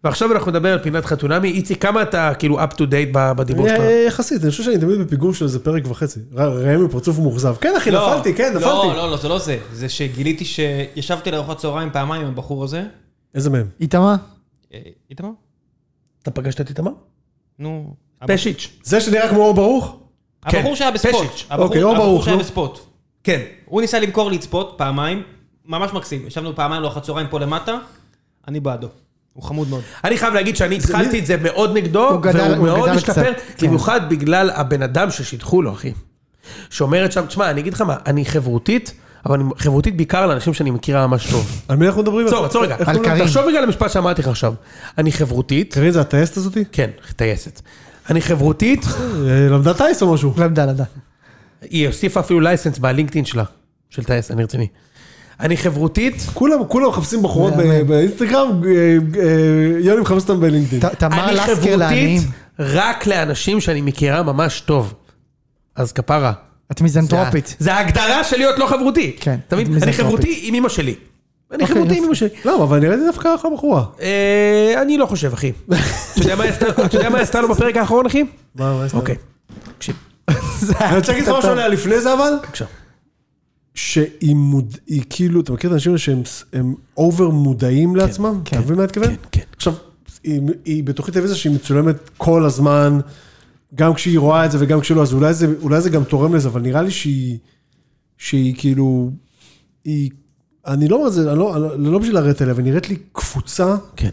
Speaker 2: ועכשיו אנחנו נדבר על פינת חתונמי. איציק, כמה אתה כאילו up to date ב- בדיבור שלך?
Speaker 5: אה, יחסית, אני חושב שאני תמיד בפיגור של איזה פרק וחצי. ר- ראם עם פרצוף מאוכזב. כן, אחי,
Speaker 3: לא,
Speaker 5: נפלתי, כן,
Speaker 3: לא,
Speaker 5: נפלתי.
Speaker 3: לא, לא, זה לא זה. זה שגיליתי שישבתי לארוחת צהריים פעמיים עם הבחור הזה.
Speaker 5: איזה מהם?
Speaker 1: איתמר?
Speaker 3: אה, איתמר?
Speaker 2: אתה פגשת את איתמר?
Speaker 3: נו. הבחור-
Speaker 2: פשיץ'.
Speaker 5: זה שנראה כמו אור ברוך?
Speaker 2: כן.
Speaker 3: הבחור שהיה בספוט.
Speaker 2: פשיץ'.
Speaker 3: הבחור-
Speaker 5: אוקיי, או
Speaker 3: הבחור
Speaker 5: ברוך,
Speaker 3: שהיה
Speaker 5: נו.
Speaker 3: בספוט.
Speaker 2: כן.
Speaker 3: הוא ניסה למכור לי את ספוט פעמיים, ממש מקסים. ישבנו פעמיים לארוחת צהריים פה למטה, אני בעדו. הוא חמוד מאוד.
Speaker 2: אני חייב להגיד שאני התחלתי את זה מאוד נגדו,
Speaker 1: הוא גדל-
Speaker 2: והוא
Speaker 1: הוא
Speaker 2: מאוד
Speaker 1: גדל
Speaker 2: השתפר,
Speaker 1: קצת, כן.
Speaker 2: במיוחד בגלל הבן אדם ששידכו לו, אחי. שאומרת שם, תשמע, אני אגיד לך מה, אני חברותית, אבל אני חברותית בעיקר לאנשים שאני מכירה ממש טוב.
Speaker 5: על מי אנחנו מדברים?
Speaker 2: עצור, עצור רגע.
Speaker 5: איך
Speaker 1: על
Speaker 5: קוראים לה?
Speaker 1: קארין.
Speaker 2: תחשוב רגע על המשפט שאמרתי לך עכשיו. אני חברותית,
Speaker 5: קארין זה הטייסת הזאתי?
Speaker 2: כן, טייסת. אני חברותית,
Speaker 5: אה, למדה טייס או משהו?
Speaker 1: למדה, למדה.
Speaker 2: היא הוסיפה אפילו לייסנס בלינקדאין שלה, של טייס, אני רציני. אני חברותית,
Speaker 5: כולם, כולם מחפשים בחורות ב-
Speaker 1: מהמם.
Speaker 5: באינסטגרם, אה, אה, יוני מחפש אותם בלינקדאין.
Speaker 1: ת- תמר
Speaker 2: אני
Speaker 1: לסקר לעניים.
Speaker 2: חברותית רק לאנשים שאני מכירה ממש טוב. אז כפרה. אה,
Speaker 1: את מיזנטרופית.
Speaker 2: זה ההגדרה של להיות לא חברותי.
Speaker 1: כן,
Speaker 2: אתה מבין? אני
Speaker 1: מיזנטרופית.
Speaker 2: חברותי עם אמא שלי. אני
Speaker 1: אוקיי,
Speaker 2: חברותי
Speaker 1: יפה.
Speaker 2: עם אמא שלי.
Speaker 5: למה? לא, אבל נראית דווקא אחלה בחורה.
Speaker 2: אה, אני לא חושב, אחי. אתה יודע מה עשתה- אתה יודע מה עשתה לו בפרק האחרון, אחי?
Speaker 5: מה, מה יש לך?
Speaker 2: אוקיי. תקשיב,
Speaker 5: אני רוצה להגיד לך משהו עליה לפני זה אבל,
Speaker 2: בבקשה.
Speaker 5: שהיא מוד... היא כאילו, אתה מכיר את האנשים האלה שהם הם אובר מודעים לעצמם?
Speaker 2: כן,
Speaker 5: אתה מבין מה אני מתכוון?
Speaker 2: כן, כן.
Speaker 5: עכשיו, היא, היא בתוכנית טלוויזיה שהיא מצולמת כל הזמן, גם כשהיא רואה את זה וגם כשלא, אז אולי זה, אולי זה גם תורם לזה, אבל נראה לי שהיא, שהיא כאילו, היא, אני לא אומר את זה, אני לא, אני לא בשביל לרדת עליה, אבל היא נראית לי קפוצה.
Speaker 2: כן.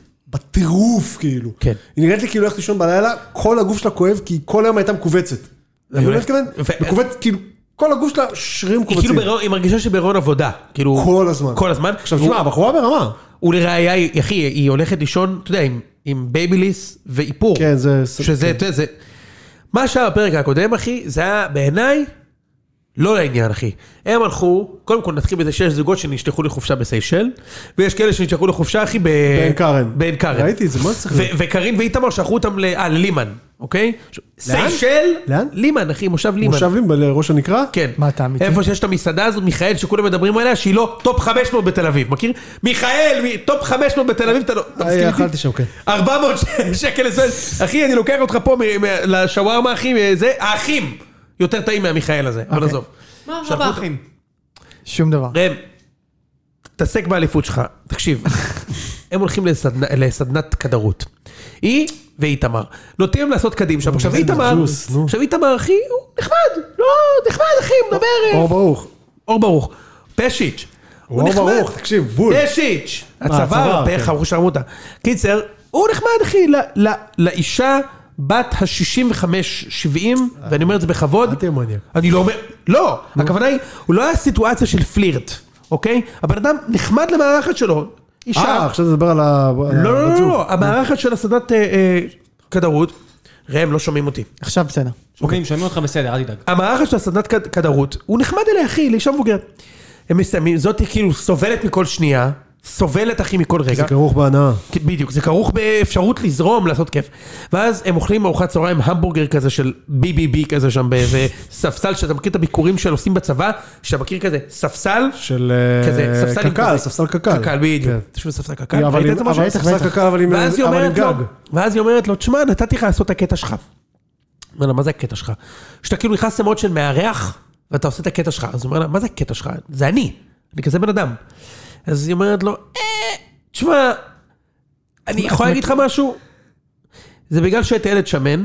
Speaker 5: בטירוף, כאילו.
Speaker 2: כן.
Speaker 5: היא נראית לי כאילו הולכת לישון בלילה, כל הגוף שלה כואב, כי היא כל היום הייתה מכווצת. אתה מבין מה אני מתכוון?
Speaker 2: ו-
Speaker 5: מכווצת, כאילו, כל הגוף שלה שרירים
Speaker 2: היא כאילו,
Speaker 5: מכווצים.
Speaker 2: בהיריון- היא מרגישה שבהיריון עבודה. כאילו...
Speaker 5: כל הזמן.
Speaker 2: כל הזמן. לא.
Speaker 5: עכשיו,
Speaker 2: הוא-
Speaker 5: תשמע, הבחורה ברמה.
Speaker 2: ולראיה, היא- אחי, היא הולכת לישון, אתה יודע, עם, עם בייביליס ואיפור.
Speaker 5: כן, זה-
Speaker 2: שזה,
Speaker 5: כן.
Speaker 2: אתה יודע, זה... מה שהיה בפרק הקודם, אחי, זה היה בעיניי לא לעניין, אחי. הם הלכו, קודם כל נתחיל בזה שיש זוגות שנשלחו לחופשה בסיישל, ויש כאלה שנשלחו לחופשה, אחי, ב...
Speaker 5: בעין כרם.
Speaker 2: בעין כרם.
Speaker 5: ראיתי את זה, מה זה צריך
Speaker 2: ו-
Speaker 5: להיות?
Speaker 2: וקרין ואיתמר שלחו אותם ל... אה, ללימן, אוקיי?
Speaker 5: לאן?
Speaker 2: סיישל?
Speaker 5: לאן?
Speaker 2: לימן, אחי, מושב לימן.
Speaker 5: מושבים בראש הנקרא?
Speaker 2: כן.
Speaker 1: מה, אתה אמיתי?
Speaker 2: איפה שיש את המסעדה הזאת, מיכאל, שכולם מדברים עליה, שהיא לא טופ 500 בתל אביב, מכיר? מיכאל, מ- טופ 500 בתל אביב, אתה לא... אתה מסכים
Speaker 5: אה,
Speaker 2: איתי?
Speaker 5: אכלתי שם, כן.
Speaker 2: 400 ש- שקל לסועד. אחי, אני לוקח אותך פה מ- מ- לשווארמה, אחי, מ- זה, האחים. יותר טעים מהמיכאל הזה, אבל
Speaker 1: אוקיי.
Speaker 2: עזוב.
Speaker 3: מה
Speaker 2: שלחו
Speaker 3: רב
Speaker 2: אותו.
Speaker 3: האחים?
Speaker 1: שום דבר.
Speaker 2: ראם, תתעסק באליפות שלך. תקשיב, הם הולכים לסדנ- לסדנת כדרות. היא ואיתמר. נוטים להם לעשות קדים שם. עכשיו
Speaker 5: זה
Speaker 2: איתמר,
Speaker 5: ג'וס, נו.
Speaker 2: עכשיו איתמר, אחי, הוא נחמד. לא, נחמד, אחי, הוא מדבר. אה,
Speaker 5: אור ברוך.
Speaker 2: אור ברוך, פשיץ'. הוא
Speaker 5: אור
Speaker 2: נחמד.
Speaker 5: ברוך, תקשיב, בול.
Speaker 2: פשיץ', הצוואר,
Speaker 5: הצוואר,
Speaker 2: פרח,
Speaker 5: כן.
Speaker 2: אמרו שרמוטה. קיצר, הוא נחמד אחי, ל- ל- לאישה בת ה-65-70, ואני אומר את זה בכבוד.
Speaker 5: אל תהיה מניאק.
Speaker 2: אני לא אומר, לא, הכוונה היא, הוא לא היה סיטואציה של פלירט. אוקיי? הבן אדם נחמד למערכת שלו.
Speaker 5: אה,
Speaker 2: אישה.
Speaker 5: עכשיו כן, נדבר על ה... על
Speaker 2: לא, לא, לא,
Speaker 5: הפרצוף.
Speaker 2: לא, לא, המערכת של הסדת אה, אה, כדרות, ראם, לא שומעים אותי.
Speaker 1: עכשיו בסדר.
Speaker 3: שומעים, שומעים אותך בסדר, אל תדאג.
Speaker 2: המערכת של הסדת כד- כדרות, הוא נחמד אליה, אחי, לאישה מבוגרת. הם מסיימים, זאתי כאילו סובלת מכל שנייה, סובלת, אחי, מכל רגע.
Speaker 5: זה כרוך בהנאה.
Speaker 2: כי- בדיוק, זה כרוך באפשרות לזרום, לעשות כיף. ואז הם אוכלים ארוחת צהריים המבורגר כזה של BBB כזה שם באיזה ספסל, שאתה מכיר את הביקורים שהם עושים בצבא, שאתה מכיר כזה ספסל,
Speaker 5: של
Speaker 2: כזה,
Speaker 5: אה,
Speaker 2: ספסל עם
Speaker 5: קק"ל,
Speaker 2: כזה.
Speaker 5: ספסל קק"ל.
Speaker 2: קק"ל, בדיוק.
Speaker 5: כן.
Speaker 2: תשמעו ספסל קק"ל,
Speaker 5: אבל
Speaker 2: ראית
Speaker 5: עם-
Speaker 2: את זה משהו?
Speaker 5: אבל ספסל קק"ל, אבל עם
Speaker 2: ואז היא
Speaker 5: אבל עם
Speaker 2: אומרת לו,
Speaker 5: גג.
Speaker 2: ואז היא אומרת לו, תשמע, נתתי לך לעשות את הקטע שלך. אומר לה, מה זה הקטע שלך? שאתה כאילו נכנס למוד של מארח, ואתה עושה את הקטע שלך. אז הוא אומר לה, מה זה הקטע שלך? זה אני, אני כזה בן אדם. אז היא אומרת לו, אה, תשמע, אני יכול להגיד לך משהו? זה בגלל שהיית ילד שמן,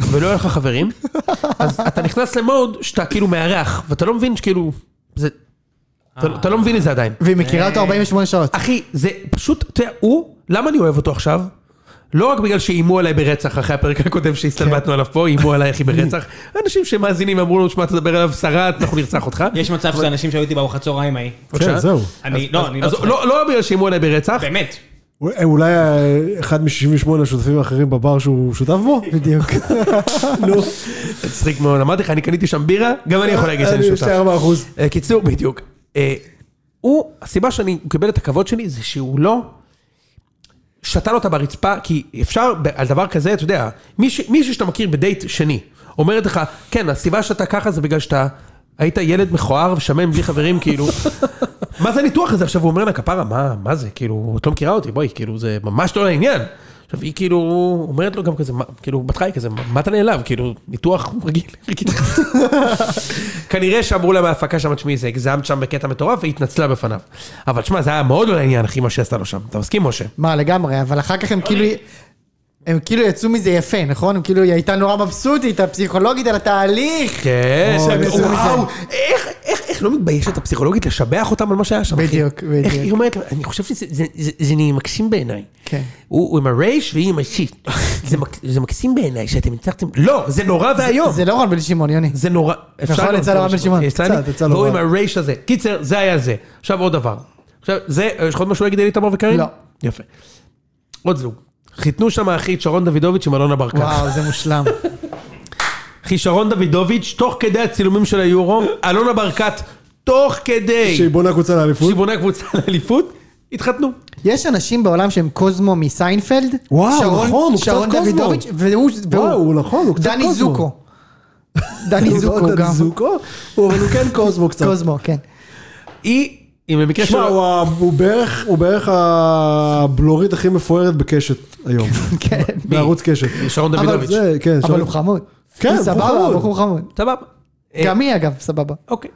Speaker 2: ולא היה לך חברים, אז אתה נכנס למוד שאתה כאילו מארח, ואתה לא מבין שכאילו, זה, אתה, אתה לא מבין את זה עדיין.
Speaker 1: והיא מכירה
Speaker 5: אה.
Speaker 1: אותו 48 שעות.
Speaker 2: אחי, זה פשוט, אתה יודע, הוא, למה אני אוהב אותו עכשיו? לא רק בגלל שאיימו עליי ברצח אחרי הפרק הקודם שהסתלבטנו עליו פה, איימו עליי אחי ברצח. אנשים שמאזינים אמרו לנו, שמע, תדבר עליו סרט, אנחנו נרצח אותך.
Speaker 3: יש מצב שזה אנשים שהיו איתי בארוחת צהריים ההיא.
Speaker 5: כן,
Speaker 2: בבקשה.
Speaker 5: זהו.
Speaker 3: אני, לא, אני לא
Speaker 2: אז
Speaker 3: צוחק.
Speaker 2: לא לא בגלל שאיימו עליי ברצח,
Speaker 3: באמת.
Speaker 5: אה, אולי אה, אחד מ-68 השותפים האחרים בבר שהוא שותף בו? בדיוק. נו.
Speaker 2: מצחיק מאוד, אמרתי לך, אני קניתי שם בירה, גם אני יכול להגיד שאני שותף.
Speaker 5: אני 4 אחוז.
Speaker 2: אה, קיצור, בדיוק. אה, הוא, הסיבה שאני, הוא קיבל את הכבוד שלי, זה שהוא לא שתל אותה ברצפה, כי אפשר, ב- על דבר כזה, אתה יודע, מישהו מישהו שאתה מכיר בדייט שני, אומרת לך, כן, הסיבה שאתה ככה זה בגלל שאתה... היית ילד מכוער ושמן בלי חברים, כאילו, מה זה הניתוח הזה? עכשיו הוא אומר לה, כפרה, מה, מה זה? כאילו, את לא מכירה אותי, בואי, כאילו, זה ממש לא לעניין. עכשיו, היא כאילו, אומרת לו גם כזה, "מה-" כאילו, בהתחלה היא כזה, "מה- מה אתה נעלב? כאילו, ניתוח רגיל, רגיל. כנראה שאמרו לה מההפקה שם, תשמעי, זה הגזמת שם בקטע מטורף, והיא התנצלה בפניו. אבל שמע, זה היה מאוד לא לעניין, אחי, מה שעשתה לו שם. אתה מסכים, משה?
Speaker 1: מה, לגמרי, אבל אחר
Speaker 5: לא,
Speaker 1: כך הם כאילו... הם כאילו יצאו מזה יפה, נכון? הם כאילו, היא הייתה נורא מבסוטית, הפסיכולוגית על התהליך.
Speaker 2: כן,
Speaker 1: אוי,
Speaker 2: שאני-
Speaker 1: איזה
Speaker 2: וואו,
Speaker 1: מזה.
Speaker 2: איך, איך, איך לא מתביישת הפסיכולוגית לשבח אותם על מה שהיה שם, אחי?
Speaker 1: בדיוק, בדיוק.
Speaker 2: איך היא אומרת, לה, אני חושב שזה זה- זה- זה נהיה מקסים בעיניי.
Speaker 1: כן.
Speaker 2: הוא הוא עם הרייש והיא עם השיט. זה מק- זה מקסים בעיניי שאתם ניצחתם. לא, זה נורא ואיום.
Speaker 1: זה לא רון בן שמעון, יוני.
Speaker 2: זה נורא...
Speaker 1: נכון, יצא לו רן בן שמעון.
Speaker 2: יצא לי?
Speaker 5: קצת, יצא לו
Speaker 2: והוא עם
Speaker 5: רע.
Speaker 2: הרייש הזה. קיצר, זה היה זה. עכשיו עוד דבר. עכשיו, זה, יש לך עוד משהו להגיד על איתמר וקארין?
Speaker 1: לא.
Speaker 2: יפה. עוד זוג. חיתנו שם אחי את שרון דוידוביץ' עם אלונה ברקת.
Speaker 1: וואו, זה מושלם.
Speaker 2: אחי שרון דוידוביץ', תוך כדי הצילומים של היורו, אלונה ברקת, תוך כדי
Speaker 5: שהיא בונה קבוצה לאליפות.
Speaker 2: שהיא בונה קבוצה לאליפות, התחתנו.
Speaker 1: יש אנשים בעולם שהם קוזמו מסיינפלד.
Speaker 5: וואו,
Speaker 1: שרון-
Speaker 5: נכון, הוא קצת
Speaker 1: שרון
Speaker 5: קוזמו.
Speaker 1: דוידוביץ', והוא... והוא-
Speaker 5: וואו, נכון, הוא קצת
Speaker 1: דני
Speaker 5: קוזמו.
Speaker 1: זוקו. דני זוקו
Speaker 5: דני
Speaker 1: גם.
Speaker 5: זוקו? הוא- אבל הוא כן קוזמו קצת.
Speaker 1: קוזמו, כן.
Speaker 2: היא, אם במקרה
Speaker 5: שמע,
Speaker 2: שלו,
Speaker 5: הוא ה- הוא בערך- הוא בערך הבלורית הכי מפוארת בקשת היום.
Speaker 1: כן.
Speaker 5: בערוץ קשת.
Speaker 2: שרון
Speaker 5: אבל
Speaker 2: דוידוביץ'.
Speaker 5: זה, כן,
Speaker 1: אבל
Speaker 5: שרון-
Speaker 1: הוא חמוד.
Speaker 5: כן,
Speaker 1: הוא
Speaker 5: הוא
Speaker 1: סבבה,
Speaker 5: חמוד.
Speaker 1: בחור חמוד.
Speaker 2: סבבה. אה,
Speaker 1: גם היא אגב, סבבה.
Speaker 2: אוקיי.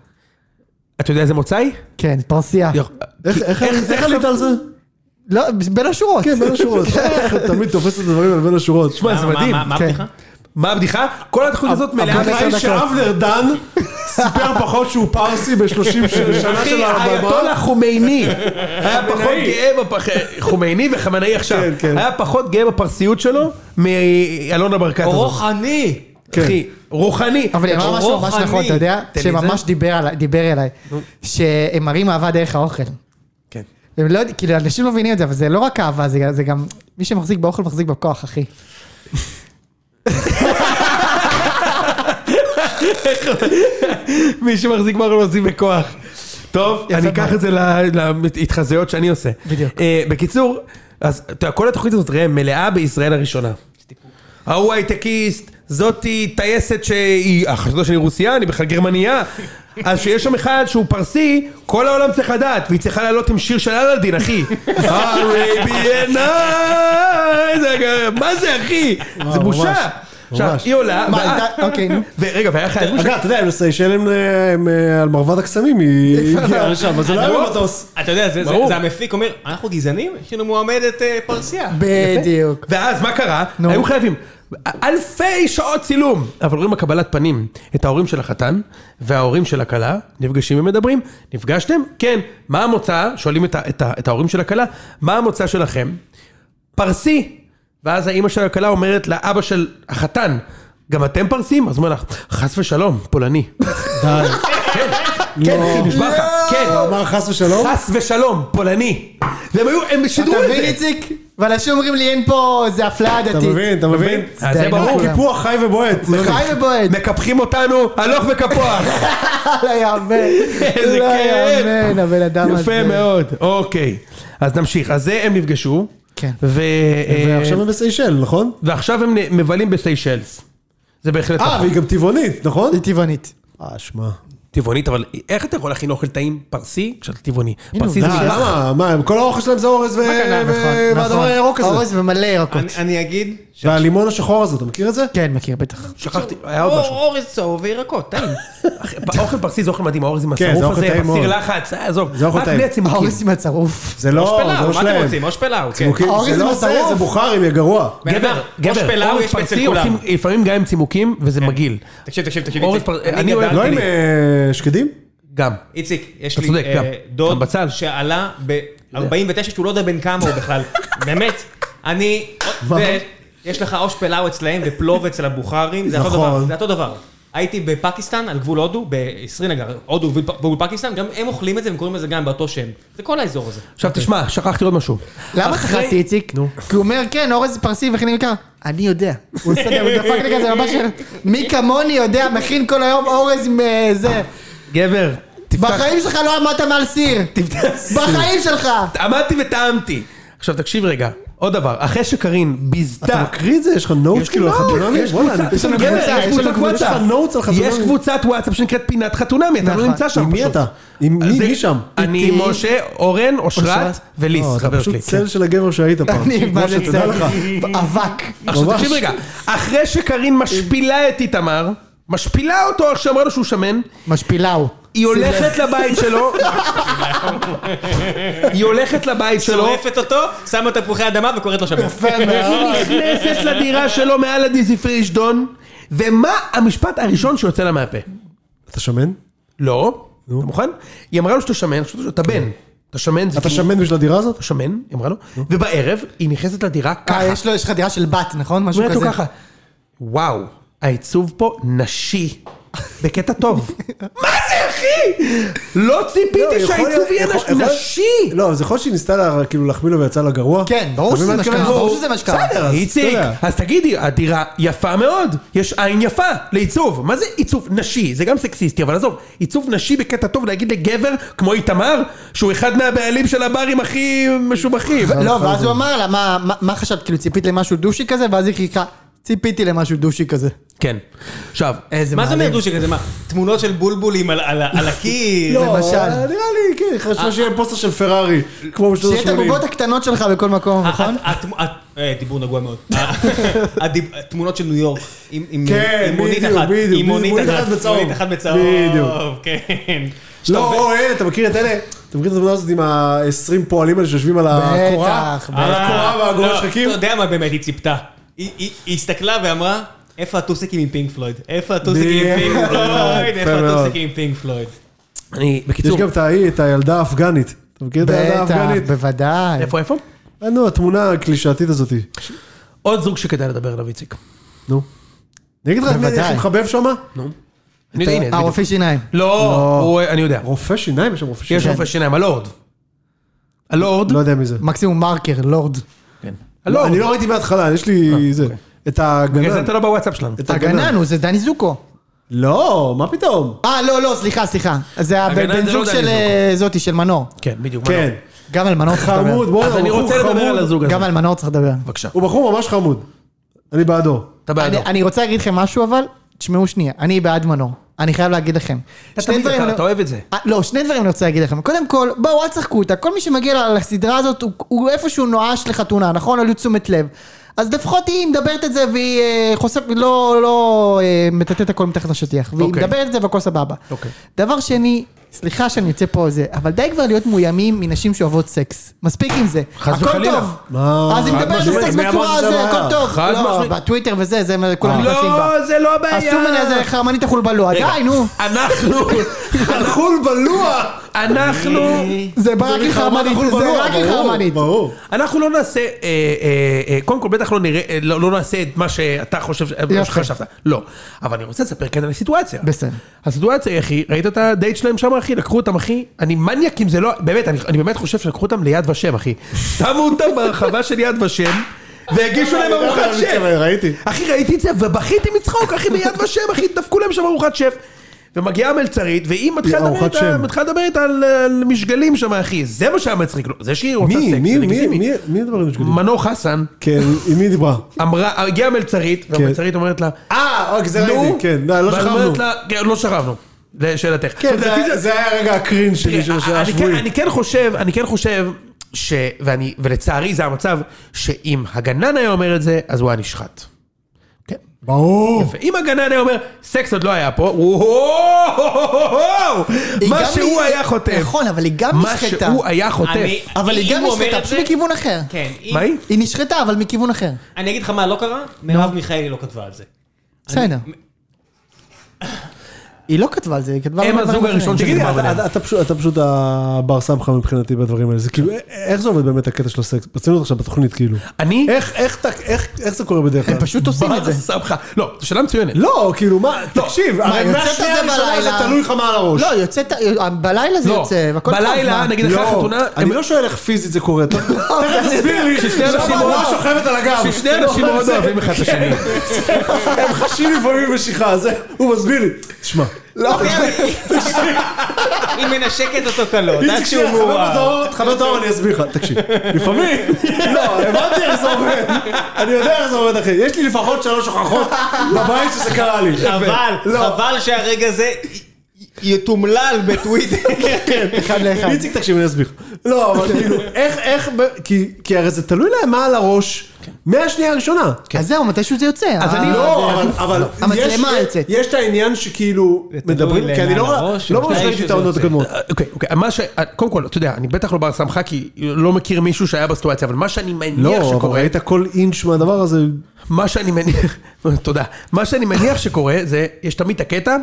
Speaker 2: אתה יודע איזה מוצא היא?
Speaker 1: כן, פרסייה.
Speaker 2: יוח-
Speaker 5: איך- איך- איך עלית על זה?
Speaker 1: לא, בין השורות.
Speaker 5: כן, בין השורות. איך אתה תמיד תופס את הדברים על בין השורות.
Speaker 2: שמע, זה
Speaker 3: מה- מה-
Speaker 2: מדהים.
Speaker 3: מה מה
Speaker 1: כן.
Speaker 3: הבדיחה?
Speaker 2: מה הבדיחה? כל התוכנית הזאת מלאה
Speaker 5: אה,
Speaker 1: הבדיחה
Speaker 2: בחיים
Speaker 1: היא
Speaker 2: של
Speaker 5: שאבנר דן סיפר פחות שהוא פרסי ב-30 שנה
Speaker 2: אחי,
Speaker 5: של
Speaker 2: האייתולה
Speaker 5: הבמה.
Speaker 2: חומייני, היה פחות גאה בפח... חומייני וחמנאי עכשיו,
Speaker 5: כן, כן.
Speaker 2: היה פחות גאה בפרסיות שלו מאלונה ברקת הזאת.
Speaker 3: אורחני!
Speaker 2: אחי, רוחני.
Speaker 1: אבל היא אמרה משהו ממש
Speaker 3: רוחני.
Speaker 1: נכון, אתה יודע?
Speaker 2: תן לי את זה.
Speaker 1: שממש דיבר עליי- דיבר אליי. שהם מראים אהבה דרך האוכל.
Speaker 2: כן.
Speaker 1: הם לא יודעים, כאילו, אנשים לא מבינים את זה, אבל זה לא רק אהבה, זה זה גם... מי שמחזיק באוכל מחזיק בכוח, אחי.
Speaker 2: מי שמחזיק מרון עוזי בכוח. טוב, אני אקח
Speaker 1: מאוד.
Speaker 2: את זה ל- להתחזויות שאני עושה.
Speaker 1: בדיוק.
Speaker 2: אה, בקיצור, אז אתה יודע, כל התוכנית הזאת, ראה, מלאה בישראל הראשונה. ההוא הייטקיסט, זאתי טייסת שהיא, החשודה שלי רוסיה, אני בכלל גרמניה. אז שיש שם אחד שהוא פרסי, כל העולם צריך לדעת, והיא צריכה לעלות עם שיר של אלאדין, אחי. Arabian Nights, מה זה, אחי? זה בושה. עכשיו,
Speaker 5: ממש.
Speaker 2: היא עולה,
Speaker 1: מה,
Speaker 2: ואז-
Speaker 1: הייתה- אוקיי, נו.
Speaker 2: ורגע, והיה חייב...
Speaker 5: אגב, אתה יודע, הם סיישל הם, אה, הם אה, על מרבד הקסמים, היא היא
Speaker 2: כן,
Speaker 5: הגיעה לשם, אז זה לא היה במטוס.
Speaker 3: אתה יודע, זה- זה-
Speaker 2: ברור.
Speaker 3: זה המפיק אומר, אנחנו גזענים? יש לנו מועמדת אה, פרסייה.
Speaker 1: בדיוק.
Speaker 2: ואז מה קרה?
Speaker 1: נו.
Speaker 2: היו חייבים אלפי שעות צילום. אבל רואים הקבלת פנים, את ההורים של החתן וההורים של הכלה, נפגשים ומדברים. נפגשתם? כן. מה המוצא? שואלים את, ה- את, ה- את ההורים של הכלה, מה המוצא שלכם? פרסי. ואז האימא של הכלה אומרת לאבא של החתן, גם אתם פרסים? אז הוא אומר לך, חס ושלום, פולני.
Speaker 5: די.
Speaker 2: כן. כן,
Speaker 5: לא.
Speaker 2: אחי, נשבע
Speaker 1: לא.
Speaker 2: לך. כן.
Speaker 5: הוא אמר חס ושלום?
Speaker 2: חס ושלום, פולני. והם היו, הם שידרו
Speaker 1: אתה
Speaker 2: את
Speaker 1: מבין,
Speaker 2: זה.
Speaker 1: איציק? ואנשים אומרים לי אין פה, זה אפליה דתית.
Speaker 5: אתה מבין, אתה מבין?
Speaker 2: אה, זה ברור.
Speaker 5: קיפוח חי ובועט.
Speaker 1: חי ובועט.
Speaker 2: מקפחים אותנו, הלוך וקפוח.
Speaker 1: לא יאמן.
Speaker 2: איזה
Speaker 1: לא
Speaker 2: כיף.
Speaker 1: יאמן, הבן אדם הזה.
Speaker 2: יפה מאוד, אוקיי. אז נמשיך. אז זה הם נפגשו.
Speaker 1: כן.
Speaker 2: ו... אה,
Speaker 5: ועכשיו הם בסיישל, נכון?
Speaker 2: ועכשיו הם נ- מבלים בסיישלס. זה בהחלט
Speaker 5: אה,
Speaker 2: נכון.
Speaker 5: והיא גם טבעונית, נכון?
Speaker 1: היא טבעונית.
Speaker 5: אה, שמע.
Speaker 2: טבעונית, אבל איך אתה יכול להכין אוכל טעים פרסי כשאתה טבעוני?
Speaker 1: הנה,
Speaker 2: פרסי זה
Speaker 1: עובדה.
Speaker 2: נשמע-
Speaker 5: אה, למה? מה, כל האוכל שלהם זה אורז ו-
Speaker 1: נכון,
Speaker 5: ו-
Speaker 1: נכון.
Speaker 5: והדבר הירוק הזה.
Speaker 1: אורז ומלא ירקות.
Speaker 3: אני- אני אגיד... ש-
Speaker 5: והלימון השחור הזה, אתה מכיר את זה?
Speaker 1: כן, מכיר, בטח.
Speaker 2: שכחתי, היה עוד משהו.
Speaker 3: אור- אורז צהוב וירקות, טעים.
Speaker 2: אחי, אוכל פרסי זה אוכל מדהים, האורז עם
Speaker 5: כן, זה
Speaker 2: השרוף
Speaker 5: אוכל
Speaker 2: הזה,
Speaker 5: טעים
Speaker 2: מסיר
Speaker 5: מאוד.
Speaker 2: לחץ, אה, עזוב.
Speaker 5: זה אוכל
Speaker 2: רק
Speaker 5: טעים.
Speaker 2: בלי הצימוקים.
Speaker 1: האורז עם הצרוף.
Speaker 5: זה לא,
Speaker 3: ראש
Speaker 5: זה
Speaker 3: פלאו,
Speaker 5: לא
Speaker 3: מה אתם
Speaker 5: שלהם.
Speaker 3: רוצים? ראש פלאו, כן.
Speaker 5: צימוקים,
Speaker 1: האורז
Speaker 5: זה
Speaker 1: עם
Speaker 5: לא
Speaker 1: השעור.
Speaker 5: זה, זה בוכרים, יא גרוע.
Speaker 3: בן אדם,
Speaker 2: גבר,
Speaker 3: ראש
Speaker 2: גבר,
Speaker 3: פלאו
Speaker 2: אורז
Speaker 3: יש אצל
Speaker 2: פרסי כן.
Speaker 3: כולם.
Speaker 2: עושים לפעמים גם עם צימוקים, וזה מגעיל.
Speaker 3: תקשיב, תקשיב, תקשיב.
Speaker 2: אורז
Speaker 3: איציק.
Speaker 2: פר-
Speaker 3: אני
Speaker 2: אני אוהב-
Speaker 3: גדלתי-
Speaker 5: לא עם אה, שקדים?
Speaker 2: גם.
Speaker 3: איציק, יש
Speaker 2: אתה
Speaker 3: לי
Speaker 2: צודק,
Speaker 3: אה,
Speaker 2: גם. גם
Speaker 3: דוד
Speaker 2: בצל.
Speaker 3: שעלה ב-49, שהוא לא יודע בן כמה הוא בכלל. באמת. אני... ו- יש לך אוש פלאו אצלהם ופלוב אצל הבוכרים, זה אותו
Speaker 5: נכון.
Speaker 3: דבר. זה אותו דבר. הייתי בפקיסטן, על גבול הודו, בסרינגר, הודו וגבול פ- גבול פקיסטן, גם הם אוכלים את זה, הם קוראים לזה גם באותו שם. זה כל האזור הזה.
Speaker 2: עכשיו
Speaker 5: אוקיי.
Speaker 2: תשמע, שכחתי עוד משהו.
Speaker 1: למה
Speaker 2: אחרי-
Speaker 1: חכתי איציק? כי הוא אומר, כן, אורז פרסי וכן יקר. אני יודע. הוא עושה, הוא דפק לי כזה ממש, מי כמוני יודע, מכין כל היום אורז עם אה, זה.
Speaker 2: גבר, תפתח...
Speaker 1: בחיים שלך לא עמדת מעל סיר.
Speaker 2: תפתח-
Speaker 1: בחיים שלך.
Speaker 2: עמדתי וטעמתי. עכשיו תקשיב רגע, עוד דבר, אחרי שקרין
Speaker 5: אתה
Speaker 2: ביזתה... לא,
Speaker 5: מקריא את זה? יש לך נוטס כאילו על חתונמי?
Speaker 2: יש
Speaker 5: וואלה,
Speaker 2: קבוצה-
Speaker 5: אני-
Speaker 1: יש לנו
Speaker 2: גבר,
Speaker 1: קבוצה,
Speaker 2: יש
Speaker 1: יש לנו
Speaker 2: קבוצת
Speaker 5: קבוצה.
Speaker 2: וואטסאפ.
Speaker 5: יש לך נוטס על חתונמי.
Speaker 2: יש קבוצת וואטסאפ שנקראת פינת חתונמי, אתה לא
Speaker 1: נכון.
Speaker 2: נמצא שם.
Speaker 5: עם מי
Speaker 2: פשוט.
Speaker 5: אתה? עם
Speaker 2: אז
Speaker 5: מי-
Speaker 2: זה-
Speaker 5: מי שם?
Speaker 2: אני,
Speaker 1: איתי.
Speaker 2: משה, אורן, אושרת
Speaker 1: אושרת.
Speaker 2: וליס,
Speaker 5: לא, אתה
Speaker 2: חבר
Speaker 5: פשוט
Speaker 2: שלי.
Speaker 5: צל של הגבר שהיית פעם.
Speaker 1: אני מה
Speaker 5: משה,
Speaker 1: זה
Speaker 5: תדע לך.
Speaker 1: אבק.
Speaker 2: עכשיו
Speaker 5: ממש.
Speaker 2: תקשיב רגע, אחרי שקרין משפילה את איתמר, משפילה אותו, שאמרה לו שהוא שמן,
Speaker 1: משפילהו.
Speaker 2: היא הולכת לבית שלו, היא הולמת לבית שלו,
Speaker 3: שורפת אותו, שמה תפוחי אדמה וקוראת לו שמן.
Speaker 2: היא נכנסת לדירה שלו מעל הדיזיפריש דון, ומה המשפט הראשון שיוצא לה מהפה?
Speaker 5: אתה שמן?
Speaker 2: לא, אתה מוכן? היא אמרה לו שאתה שמן, חשבתי לו, אתה בן, אתה שמן, זה
Speaker 5: אתה
Speaker 2: כאילו-
Speaker 5: שמן בשביל הדירה הזאת?
Speaker 2: אתה שמן, היא אמרה לו, ובערב היא נכנסת לדירה ככה,
Speaker 1: אה, יש לו- יש לך דירה של בת, נכון? משהו
Speaker 2: אומרת לו
Speaker 1: כזה.
Speaker 2: ככה, וואו, העיצוב פה נשי, בקטע טוב. מה זה אחי? לא
Speaker 5: לא,
Speaker 2: ציפיתי
Speaker 5: יכול
Speaker 2: שהעיצוב
Speaker 5: להיות-
Speaker 2: יהיה
Speaker 5: יכול-
Speaker 2: נש-
Speaker 5: יכול-
Speaker 2: נשי.
Speaker 5: לא, זה יכול להיות שהיא ניסתה לה, כאילו להחמיא לו ויצא לה גרוע.
Speaker 1: כן, ברור
Speaker 5: אתה מבין
Speaker 1: שזה מה
Speaker 5: אני
Speaker 1: שקרה.
Speaker 5: מתכוון?
Speaker 1: ברור שזה מה שקרה.
Speaker 5: בסדר, אז אתה
Speaker 2: איציק,
Speaker 5: יודע.
Speaker 2: אז תגידי, הדירה יפה מאוד, יש עין יפה לעיצוב. מה זה עיצוב נשי? זה גם סקסיסטי, אבל עזוב, עיצוב נשי בקטע טוב להגיד לגבר כמו איתמר, שהוא אחד מהבעלים של הברים הכי משובחים.
Speaker 1: לא, ואז הוא אמר לה, "מה- מה- מה חשבת, כאילו ציפית למשהו דושי כזה? ואז היא חיקה, ציפיתי למשהו דושי כזה.
Speaker 2: כן. עכשיו,
Speaker 1: איזה
Speaker 3: מה זה אומר
Speaker 1: מעליב.
Speaker 3: דושי כזה? מה, תמונות של בולבולים על- על על הקיר?
Speaker 5: לא,
Speaker 1: למשל.
Speaker 5: נראה לי, כן, חשבו שיהיה פוסטר של פרארי, כמו בשנות
Speaker 1: שיהיה את
Speaker 5: ה-80.
Speaker 1: הבובות הקטנות שלך בכל
Speaker 2: אה,
Speaker 1: מקום, נכון?
Speaker 3: הת- הת- הת- אה, דיבור נגוע מאוד. הדיב- התמונות של ניו יורק. עם- עם-
Speaker 5: כן,
Speaker 3: עם מונית
Speaker 5: בדיוק,
Speaker 3: אחת.
Speaker 5: בדיוק,
Speaker 3: עם מונית
Speaker 5: מונית
Speaker 3: אחת
Speaker 5: אחת בצהוב.
Speaker 3: מונית אחת בצהוב.
Speaker 5: בדיוק.
Speaker 3: כן. שאתה
Speaker 5: לא,
Speaker 3: עובד-
Speaker 5: או אלה, אתה מכיר את אלה? אתה מכיר את התמונה הזאת עם ה-20 פועלים האלה שיושבים על הקורה?
Speaker 1: בטח,
Speaker 5: על אה, הקורה
Speaker 3: לא,
Speaker 5: והגורש חכים?
Speaker 3: אתה יודע מה באמת היא ציפתה. היא- היא היא הסתכלה ואמרה, איפה הטוסיקים עם פינק פלויד? איפה הטוסיקים עם
Speaker 5: בדיוק.
Speaker 3: פינק פלויד?
Speaker 5: יפה
Speaker 3: איפה
Speaker 5: מאוד.
Speaker 3: הטוסיקים עם פינק פלויד?
Speaker 2: אני,
Speaker 5: יש
Speaker 2: בקיצור,
Speaker 5: גם את ההיא, את הילדה האפגנית. אתה מכיר את הילדה האפגנית?
Speaker 1: בטח, בוודאי.
Speaker 2: אה, איפה איפה?
Speaker 5: אה, נו, התמונה הקלישאתית הזאת.
Speaker 2: עוד זוג שכדאי לדבר עליו, איציק.
Speaker 5: נו. אני אגיד לך את מי אני
Speaker 1: בוודאי.
Speaker 5: הכי מחבב שמה?
Speaker 2: אני יודע, הנה,
Speaker 1: אה,
Speaker 2: בדיוק.
Speaker 1: רופא שיניים.
Speaker 2: לא, הוא- אני יודע.
Speaker 5: רופא שיניים יש שם רופא
Speaker 2: יש
Speaker 5: שיניים.
Speaker 2: רופא שיניים, הלורד. הלורד?
Speaker 5: לא יודע מי זה.
Speaker 1: מקסימום מרקר, לורד.
Speaker 2: כן.
Speaker 5: לא,
Speaker 2: הלורד.
Speaker 5: אני לא ראיתי מההתחלה, יש לי
Speaker 1: אה,
Speaker 5: זה.
Speaker 1: אוקיי.
Speaker 5: את
Speaker 2: בגלל זה
Speaker 5: הגנן.
Speaker 2: אתה לא בוואטסאפ שלנו.
Speaker 5: את
Speaker 1: הגנן הוא, זה דני זוקו.
Speaker 5: לא, מה פתאום?
Speaker 1: אה, לא, לא, סליחה, סליחה. זה
Speaker 2: הגנן
Speaker 1: הבן
Speaker 2: זה
Speaker 1: זוג
Speaker 2: לא
Speaker 1: של
Speaker 2: דני
Speaker 1: אה, זאתי, של מנור.
Speaker 2: כן, בדיוק. מה לא.
Speaker 5: כן.
Speaker 1: גם על מנור צריך
Speaker 5: חמוד,
Speaker 1: לדבר.
Speaker 5: בואו,
Speaker 2: אז אני רוצה לדבר על הזוג הזה.
Speaker 1: גם על מנור צריך לדבר.
Speaker 2: בבקשה.
Speaker 5: הוא בחור ממש חמוד. אני בעדו.
Speaker 2: אתה בעדו.
Speaker 1: אני- אני רוצה להגיד לכם משהו אבל, תשמעו שנייה, אני בעד מנור. אני חייב להגיד לכם.
Speaker 2: אתה
Speaker 1: שני
Speaker 2: תמיד-
Speaker 1: דברים
Speaker 2: אתה-
Speaker 1: לא-
Speaker 2: אתה אוהב את זה.
Speaker 1: אה, לא, שני דברים אני רוצה להגיד לכם. קודם כל, בואו, אל תשחקו אותה. כל מי שמגיע לסדרה הזאת, הוא- הוא איפשהו נואש לחתונה, נכון? על תשומת לב. אז לפחות היא מדברת את זה והיא אה, חושפת, לא, לא אה, מטאטאת הכל מתחת לשטיח. והיא
Speaker 2: אוקיי.
Speaker 1: מדברת את זה והכל סבבה.
Speaker 2: אוקיי.
Speaker 1: דבר שני, סליחה שאני יוצא פה זה, אבל די כבר להיות מאוימים מנשים שאוהבות סקס. מספיק עם זה.
Speaker 2: חס
Speaker 1: הכל
Speaker 2: וחלילה.
Speaker 1: טוב.
Speaker 5: מה?
Speaker 1: אז היא
Speaker 5: חד
Speaker 1: מדברת על
Speaker 5: משמעית.
Speaker 1: סקס
Speaker 5: מי אמר
Speaker 1: בצורה
Speaker 5: שזה
Speaker 1: הזו,
Speaker 5: הבעיה?
Speaker 1: הכל טוב.
Speaker 2: חד
Speaker 1: לא,
Speaker 2: משמעית.
Speaker 1: בטוויטר וזה, זה כולם נכנסים בה.
Speaker 2: לא, זה לא הבעיה.
Speaker 1: עשו ממנה איזה חרמנית החולבה, לא, די, נו.
Speaker 2: אנחנו,
Speaker 5: חלחול בלוע!
Speaker 2: אנחנו...
Speaker 1: זה ברק לחרמנית, זה
Speaker 5: חלחול בלוע,
Speaker 1: רק
Speaker 5: ברור,
Speaker 1: לחרמנית.
Speaker 5: ברור.
Speaker 2: אנחנו לא נעשה, אה, אה, אה, קודם כל בטח לא נראה, אה, לא לא נעשה את מה שאתה חושב, אה, מה
Speaker 1: יפה.
Speaker 2: שחשבת, לא. אבל אני רוצה לספר כן על הסיטואציה.
Speaker 1: בסדר.
Speaker 2: הסיטואציה היא, אחי, ראית את הדייט שלהם שם, אחי? לקחו אותם, אחי? אני מניאק אם זה לא... באמת, אני, אני באמת חושב שלקחו אותם ליד ושם, אחי. שמו אותם ברחבה של יד ושם, והגישו להם
Speaker 5: אני לא יודע
Speaker 2: ארוחת
Speaker 5: מה
Speaker 2: שף.
Speaker 5: מתכוון, ראיתי.
Speaker 2: אחי, ראיתי את זה, ובכיתי מצחוק, אחי, ביד ושם, אחי, דפקו להם שם ארוחת שף. ומגיעה המלצרית, והיא מתחילה לדבר
Speaker 5: ארוחת
Speaker 2: איתה-
Speaker 5: שם.
Speaker 2: מתחילה לדבר איתה על על משגלים שם, אחי. זה מה שהיה מצחיק לו. זה שהיא רוצה סקס,
Speaker 5: מי?
Speaker 2: זה
Speaker 5: מי? מי?
Speaker 2: לגיטימי.
Speaker 5: מי? מי הדברים השגויים?
Speaker 2: מנור חסן
Speaker 5: כן, עם מי דיברה?
Speaker 2: אמרה, הגיעה המלצרית, והמלצרית אומרת לה,
Speaker 5: אה, אוקיי, כן. זה
Speaker 2: נו,
Speaker 5: ראיתי, כן, לא, לא
Speaker 2: ואז
Speaker 5: שכחנו.
Speaker 2: אומרת לה, "כן, לא שכבנו, לשאלתך.
Speaker 5: כן,
Speaker 2: עכשיו,
Speaker 5: זה
Speaker 2: לדעתי
Speaker 5: היה- זה היה הרגע הקרין שלי של השעה
Speaker 2: אני כן-
Speaker 5: השבועית.
Speaker 2: אני כן חושב, אני כן חושב, ש... ואני, ולצערי זה המצב, שאם הגנן היה אומר את זה, אז הוא היה נשחט. כן.
Speaker 5: ברור.
Speaker 2: ואם הגנן היה אומר, סקס עוד לא היה פה, וואו,
Speaker 1: היא
Speaker 2: מה
Speaker 1: גם היא-
Speaker 2: שהוא היה חוטף.
Speaker 1: נכון, אבל היא גם
Speaker 2: מה
Speaker 1: נשחטה.
Speaker 2: שהוא היה חוטף.
Speaker 3: אני-
Speaker 1: אבל היא
Speaker 3: אם
Speaker 1: גם
Speaker 3: הוא אומר
Speaker 1: נשחטה,
Speaker 3: את
Speaker 1: פשוט
Speaker 3: זה-
Speaker 1: מכיוון אחר.
Speaker 3: כן. אם-
Speaker 2: מה היא?
Speaker 1: היא נשחטה, אבל מכיוון אחר.
Speaker 3: אני אגיד לך מה לא קרה, מרב מיכאלי לא כתבה על זה.
Speaker 1: בסדר. היא לא כתבה על זה, היא כתבה על
Speaker 2: הם
Speaker 1: דברים
Speaker 2: הזוג
Speaker 1: אחרים.
Speaker 2: הראשון
Speaker 5: תגידי,
Speaker 2: שנגמר
Speaker 5: אתה-
Speaker 2: ביניהם.
Speaker 5: אתה- אתה פשוט- אתה פשוט הבר סמכה מבחינתי בדברים האלה, זה כאילו, א- איך זה עובד באמת הקטע של הסקס? ברצינות עכשיו בתוכנית כאילו.
Speaker 2: אני?
Speaker 5: איך- איך אתה- איך איך זה קורה בדרך כלל?
Speaker 1: הם פשוט עושים את זה.
Speaker 2: ברדה סמכה. לא, זו שאלה מצוינת.
Speaker 5: לא, כאילו, מה, תקשיב,
Speaker 1: מה,
Speaker 5: הרי
Speaker 1: יוצאת
Speaker 5: מהשנייה
Speaker 1: את זה
Speaker 5: הראשונה זה
Speaker 1: בלילה?
Speaker 5: תלוי לך מה על הראש.
Speaker 1: לא, יוצאת, בלילה זה
Speaker 2: לא.
Speaker 1: יוצא, והכל טוב.
Speaker 2: בלילה,
Speaker 1: מה?
Speaker 2: נגיד אחרי החתונה, הם-
Speaker 5: אני לא שואל איך פיזית זה קורה, אתה- תכף תסביר לי,
Speaker 2: ששני אנשים
Speaker 5: למה
Speaker 2: מאוד-
Speaker 5: הבחורה שוכבת על הגב.
Speaker 2: ששני אה, אנשים
Speaker 1: כן.
Speaker 2: מאוד אוהבים אחד את השני.
Speaker 5: הם חשים לפעמים משיכה, זה, הוא מסביר לי. תשמע,
Speaker 3: לא, היא מנשקת אותו קלות, עד
Speaker 5: איציק
Speaker 3: שהוא
Speaker 5: שנייה, תחבר את
Speaker 3: מורעב.
Speaker 5: האור, תחבר את האור, אני אסביר לך, תקשיב. לפעמים, לא, הבנתי איך זה עובד, אני יודע איך זה עובד, אחי. יש לי לפחות שלוש הוכחות בבית שזה קרה לי.
Speaker 3: חבל,
Speaker 5: לא.
Speaker 3: חבל שהרגע הזה י- יתומלל בטוויטר.
Speaker 5: כן,
Speaker 1: אחד לאחד.
Speaker 5: איציק, תקשיב, אני אסביר. לא, אבל כאילו, איך, איך, ב- כי- כי הרי זה תלוי להם מה על הראש מהשנייה הראשונה.
Speaker 1: אז זהו, מתישהו זה יוצא.
Speaker 2: אז
Speaker 1: אה,
Speaker 2: אני
Speaker 5: לא, אבל- אבל יש-
Speaker 1: המצלמה יוצאת.
Speaker 5: יש את העניין שכאילו
Speaker 3: זה תלוי
Speaker 5: מדברים,
Speaker 3: להם
Speaker 5: כי אני
Speaker 3: על
Speaker 5: לא
Speaker 3: הראש,
Speaker 5: לא
Speaker 3: מתי
Speaker 5: ממש ראיתי את
Speaker 3: שזה
Speaker 5: העונות
Speaker 3: יוצא.
Speaker 5: הקודמות.
Speaker 2: אוקיי, אוקיי, מה ש... קודם כל, אתה יודע, אני בטח לא בר סמכה, כי לא מכיר מישהו שהיה בסיטואציה, אבל מה שאני מניח
Speaker 5: לא, אבל
Speaker 2: שקורה,
Speaker 5: ראית כל אינץ' מהדבר הזה.
Speaker 2: מה שאני מניח, תודה, מה שאני מניח שקורה זה, יש תמיד את הקטע,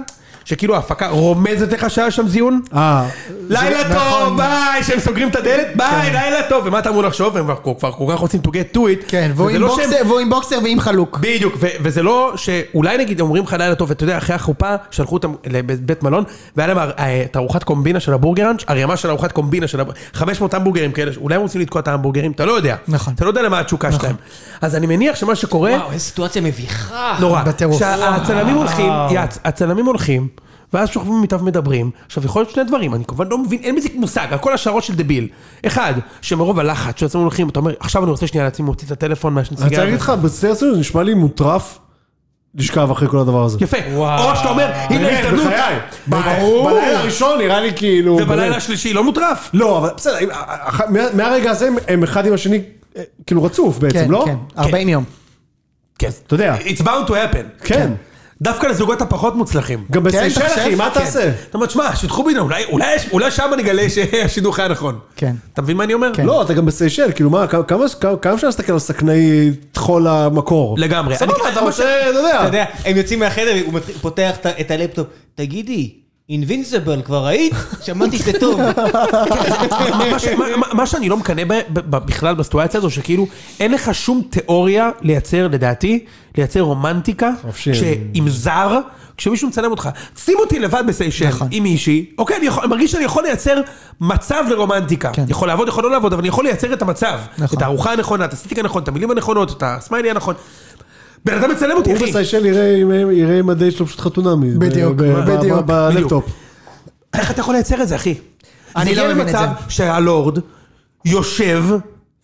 Speaker 2: שכאילו ההפקה רומזת לך שהיה שם זיון,
Speaker 5: אה,
Speaker 1: נכון.
Speaker 2: לילה טוב, ביי, שהם סוגרים את הדלת, ביי, לילה טוב, ומה אתה אמור לחשוב, הם כבר- כבר כל כך רוצים to get to it,
Speaker 1: כן, והוא
Speaker 2: וזה
Speaker 1: עם
Speaker 2: לא שהם-
Speaker 1: בוקסר- והוא עם בוקסר ועם חלוק.
Speaker 2: בדיוק, ו- וזה לא שאולי נגיד אומרים לך לילה טוב, ואתה יודע, אחרי החופה שלחו אותם לבית מלון, והיה להם הר- אה, את ארוחת קומבינה של הבורגראנץ', ערימה של ארוחת קומבינה של הב- 500 המבורגרים כאלה, אולי הם רוצים לתקוע את ההמבורגרים, אתה לא יודע.
Speaker 1: נכון.
Speaker 2: אתה לא יודע למה התשוקה שלהם. אז אני מניח שמה שקורה,
Speaker 3: וואו, איזו סיטואציה מביכה.
Speaker 2: נורא,
Speaker 1: בטירוף.
Speaker 2: שהצלמים הולכים, יעץ, הצלמים הולכים, ואז שוכבים במיטב מדברים. עכשיו, יכול להיות שני דברים, אני כמובן לא מבין, אין בזה מושג, הכל השערות של דביל. אחד, שמרוב הלחץ שהצלמים הולכים, אתה אומר, עכשיו אני רוצה שנייה לעצמי, מוציא את הטלפון
Speaker 5: אני רוצה
Speaker 2: מהשנציגה.
Speaker 5: להגיד לך, בסדר זה נשמע לי מוטרף לשכב אחרי כל הדבר הזה.
Speaker 2: יפה. או שאתה אומר, הנה
Speaker 5: באמת,
Speaker 2: ההזדמנות.
Speaker 5: בחיי.
Speaker 2: ברור.
Speaker 5: בלילה הראשון נראה לי כאילו...
Speaker 2: ובלילה
Speaker 5: באמת.
Speaker 2: השלישי לא מוטרף.
Speaker 5: לא, אבל בסדר, אם- אח- מה- מהרגע הזה הם- הם אחד עם השני אה, כאילו רצוף
Speaker 1: כן,
Speaker 5: בעצם, לא?
Speaker 1: כן, 40 יום.
Speaker 2: כן.
Speaker 5: אתה יודע.
Speaker 2: It's bound to happen.
Speaker 5: כן.
Speaker 2: דווקא לזוגות הפחות מוצלחים.
Speaker 5: גם
Speaker 1: כן,
Speaker 5: בסיישל
Speaker 1: אתה
Speaker 5: אחי,
Speaker 1: חושב?
Speaker 5: מה
Speaker 1: כן.
Speaker 5: תעשה?
Speaker 2: אתה אומר, שמע, שיתחו בינינו, אולי- אולי יש- אולי שם אני אגלה שהשידוך היה נכון.
Speaker 1: כן.
Speaker 2: אתה מבין מה אני אומר?
Speaker 1: כן.
Speaker 5: לא, אתה גם בסיישל, כאילו מה, כמה- כמה כמה אפשר להסתכל על סכנאי טחול המקור?
Speaker 2: לגמרי.
Speaker 5: סבבה,
Speaker 2: אני-
Speaker 5: אתה
Speaker 2: מה
Speaker 5: רוצה, אתה יודע.
Speaker 3: אתה יודע, הם יוצאים מהחדר, הוא מתחיל- פותח את ה- את הלפטופ, תגידי, אינבינסיבל כבר היית? שמעתי שזה טוב.
Speaker 2: מה ש- מה- מה- מה שאני לא מקנא ב- ב- בכלל בסיטואציה הזו, שכאילו אין לך שום תיאוריה לייצר, לדעתי, לייצר רומנטיקה,
Speaker 5: חופשי.
Speaker 2: ש- עם זר, כשמישהו מצלם אותך. שים אותי לבד בסיישל
Speaker 5: נכון.
Speaker 2: עם מישהי, אוקיי, אני יכול- אני מרגיש שאני יכול לייצר מצב לרומנטיקה.
Speaker 1: כן.
Speaker 2: יכול לעבוד, יכול לא לעבוד, אבל אני יכול לייצר את המצב.
Speaker 1: נכון.
Speaker 2: את הארוחה הנכונה, את הסטטיק הנכון, את המילים הנכונות, את הסמיילי הנכון. בן אדם מצלם אותי,
Speaker 5: הוא
Speaker 2: אחי.
Speaker 5: בסיישל יראה עם- יראה עם הדייט שלו פשוט חתונמי.
Speaker 1: בדיוק,
Speaker 5: ב- ב-
Speaker 1: בדיוק.
Speaker 5: ב- בלפטופ.
Speaker 2: איך אתה יכול לייצר את זה, אחי?
Speaker 1: אני
Speaker 2: זה
Speaker 1: לא
Speaker 2: הגיע
Speaker 1: מבין את
Speaker 2: למצב שהלורד יושב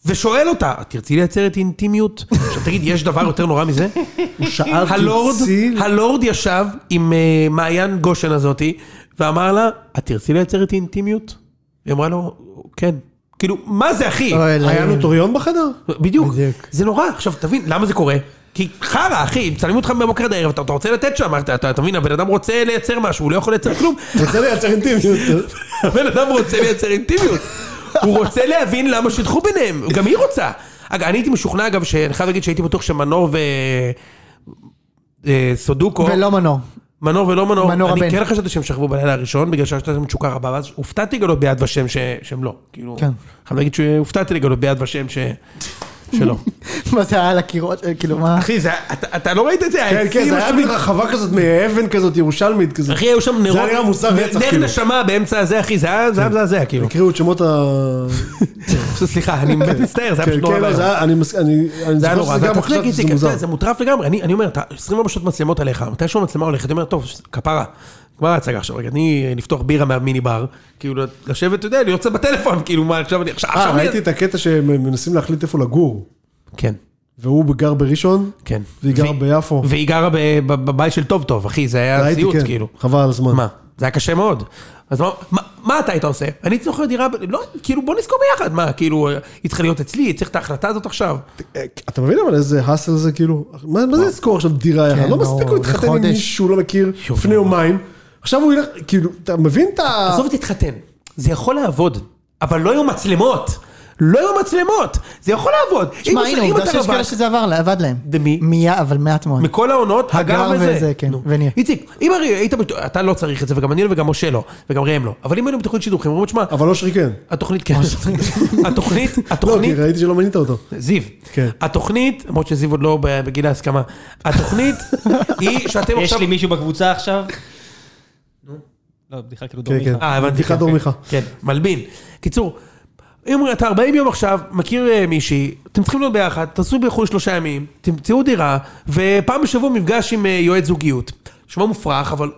Speaker 2: ושואל אותה, "את תרצי לייצר את אינטימיות? עכשיו תגיד, יש דבר יותר נורא מזה?
Speaker 5: הוא שאל
Speaker 2: הלורד,
Speaker 5: תוציא-
Speaker 2: הלורד ישב עם אה, מעיין גושן הזאתי, ואמר לה, את תרצי לייצר את אינטימיות? היא אמרה לו, כן. כאילו, מה זה אחי?
Speaker 1: אוי, אלוהים.
Speaker 5: היה נוטוריון בחדר?
Speaker 2: בדיוק.
Speaker 1: בדיוק.
Speaker 2: זה נורא. עכשיו, תבין, למה זה קורה? כי חרא, אחי, מצלמים אותך בבוקר עד הערב, אתה אתה רוצה לתת שם, אתה- אתה אתה מבין, הבן אדם רוצה לייצר משהו, הוא לא יכול לייצר כלום.
Speaker 5: רוצה לייצר אינטימיות.
Speaker 2: הבן אדם רוצה לייצר אינטימיות. הוא רוצה להבין למה שיתחו ביניהם, גם היא רוצה. אגב, אני הייתי משוכנע, אגב, שאני חייב להגיד שהייתי בטוח שמנור ו... אה, סודוקו,
Speaker 1: ולא מנור.
Speaker 2: מנור ולא מנור,
Speaker 1: מנור
Speaker 2: אני
Speaker 1: הבן.
Speaker 2: כן חשבתי שהם שכבו בלילה הראשון, בגלל שהייתה להם תשוקה רבה, ואז הופתעתי לגלות ביד ושם ש- שהם לא. כאילו,
Speaker 1: כן.
Speaker 2: חייב להגיד שהופתעתי לגלות ביד ושם ש- שלא.
Speaker 1: מה זה היה על הקירות, אה, כאילו מה?
Speaker 2: אחי, זה- אתה- אתה לא ראית את זה?
Speaker 5: כן, כן,
Speaker 2: העצים
Speaker 5: זה היה
Speaker 2: השונים-
Speaker 5: מין רחבה כזאת, מאבן כזאת, ירושלמית כזאת.
Speaker 2: אחי, היו שם נרות...
Speaker 5: זה היה נראה מוזר רצח,
Speaker 2: נר
Speaker 5: כאילו. כן.
Speaker 2: נשמה באמצע הזה, אחי, זה היה זה היה מזעזע, כאילו.
Speaker 5: הקריאו את שמות ה...
Speaker 2: סליחה, אני באמת מצטער, זה היה
Speaker 5: כן,
Speaker 2: פשוט נורא.
Speaker 5: כן, לא, זה
Speaker 2: ואיום.
Speaker 5: היה, אני מס- אני אני
Speaker 2: זה היה
Speaker 5: זוכר
Speaker 2: נורא, זה
Speaker 5: שזה גם
Speaker 2: מפליג
Speaker 5: עכשיו שזה
Speaker 2: איציק, אתה
Speaker 5: מוזר.
Speaker 2: יודע, זה מוטרף לגמרי, אני אני אומר, אתה 24 שעות מצלמות עליך, מתי שהוא מצלמה הולכת, אני אומר, טוב, כפרה, כבר ההצגה עכשיו, רגע, אני לפתוח בירה מהמיני בר, כאילו, לשבת, אתה יודע, להיות קצת בטלפון, כאילו, מה, עכשיו אני, עכשיו,
Speaker 5: אה,
Speaker 2: עכשיו,
Speaker 5: ראיתי את הקטע שהם מנסים להחליט איפה לגור.
Speaker 2: כן,
Speaker 5: והוא גר בראשון,
Speaker 2: כן.
Speaker 5: והיא גרה
Speaker 2: והיא-
Speaker 5: ביפו.
Speaker 2: והיא גרה ב- ב- בבית של טוב טוב, אחי, זה היה
Speaker 5: ראיתי,
Speaker 2: סיוט,
Speaker 5: כן.
Speaker 2: כאילו.
Speaker 5: חבל על הזמן.
Speaker 2: מה? זה היה קשה מאוד. אז מה, מה, מה אתה היית עושה? אני הייתי זוכר דירה, ב- לא, כאילו בוא נזכור ביחד, מה, כאילו, אה, היא צריכה להיות אצלי, צריך את ההחלטה הזאת עכשיו.
Speaker 5: אה, אתה מבין אבל איזה האסל זה כאילו? מה מה זה לזכור עכשיו דירה יחד?
Speaker 1: כן,
Speaker 5: לא
Speaker 1: ברור,
Speaker 5: מספיק הוא התחתן עם
Speaker 1: לחודש.
Speaker 5: מישהו לא מכיר
Speaker 2: יופי.
Speaker 5: לפני יומיים. עכשיו הוא ילך, כאילו, אתה מבין את ה...
Speaker 2: עזוב
Speaker 1: אה.
Speaker 2: תתחתן, זה יכול לעבוד, אבל לא יהיו מצלמות. לא יהיו מצלמות, זה יכול לעבוד.
Speaker 1: שמע,
Speaker 2: אם אתה-
Speaker 1: הנה,
Speaker 2: אם
Speaker 1: עובדה
Speaker 2: אתה
Speaker 1: שיש
Speaker 2: רווק,
Speaker 1: כאלה שזה עבר, לה- עבד להם.
Speaker 2: דמי.
Speaker 1: מיה, אבל מעט מאוד.
Speaker 2: מכל העונות, הגר
Speaker 1: הגר
Speaker 2: וזה.
Speaker 1: וזה, כן,
Speaker 2: נו.
Speaker 1: וניר.
Speaker 2: איציק, אם הרי היית, בט- אתה לא צריך את זה, וגם אני לא, וגם משה לא, וגם ראם לא, אבל אם היינו בתוכנית שידוכים, אומרים, תשמע,
Speaker 5: אבל אושרי כן.
Speaker 2: התוכנית, כן, התוכנית,
Speaker 5: לא, כי
Speaker 2: התוכנית,
Speaker 5: ראיתי שלא מנית אותו.
Speaker 2: זיו,
Speaker 5: כן.
Speaker 2: התוכנית, למרות שזיו עוד לא ב- בגיל ההסכמה, התוכנית היא שאתם
Speaker 3: יש
Speaker 2: עכשיו...
Speaker 3: לי מישהו בקבוצה עכשיו? לא, בדיחה כאילו דורמיכה.
Speaker 5: כן.
Speaker 2: אה, הבנתי.
Speaker 5: בדיחת
Speaker 2: כן,
Speaker 5: אור
Speaker 2: כן.
Speaker 5: מיכה.
Speaker 2: כן, מלבין. קיצור, אם אתה 40 יום עכשיו, מכיר אה, מישהי, אתם צריכים להיות ביחד, תעשו בחו"ל שלושה ימים, תמצאו דירה, ופעם בשבוע מפגש עם אה, יועץ זוגיות. נשמע מופרך, אבל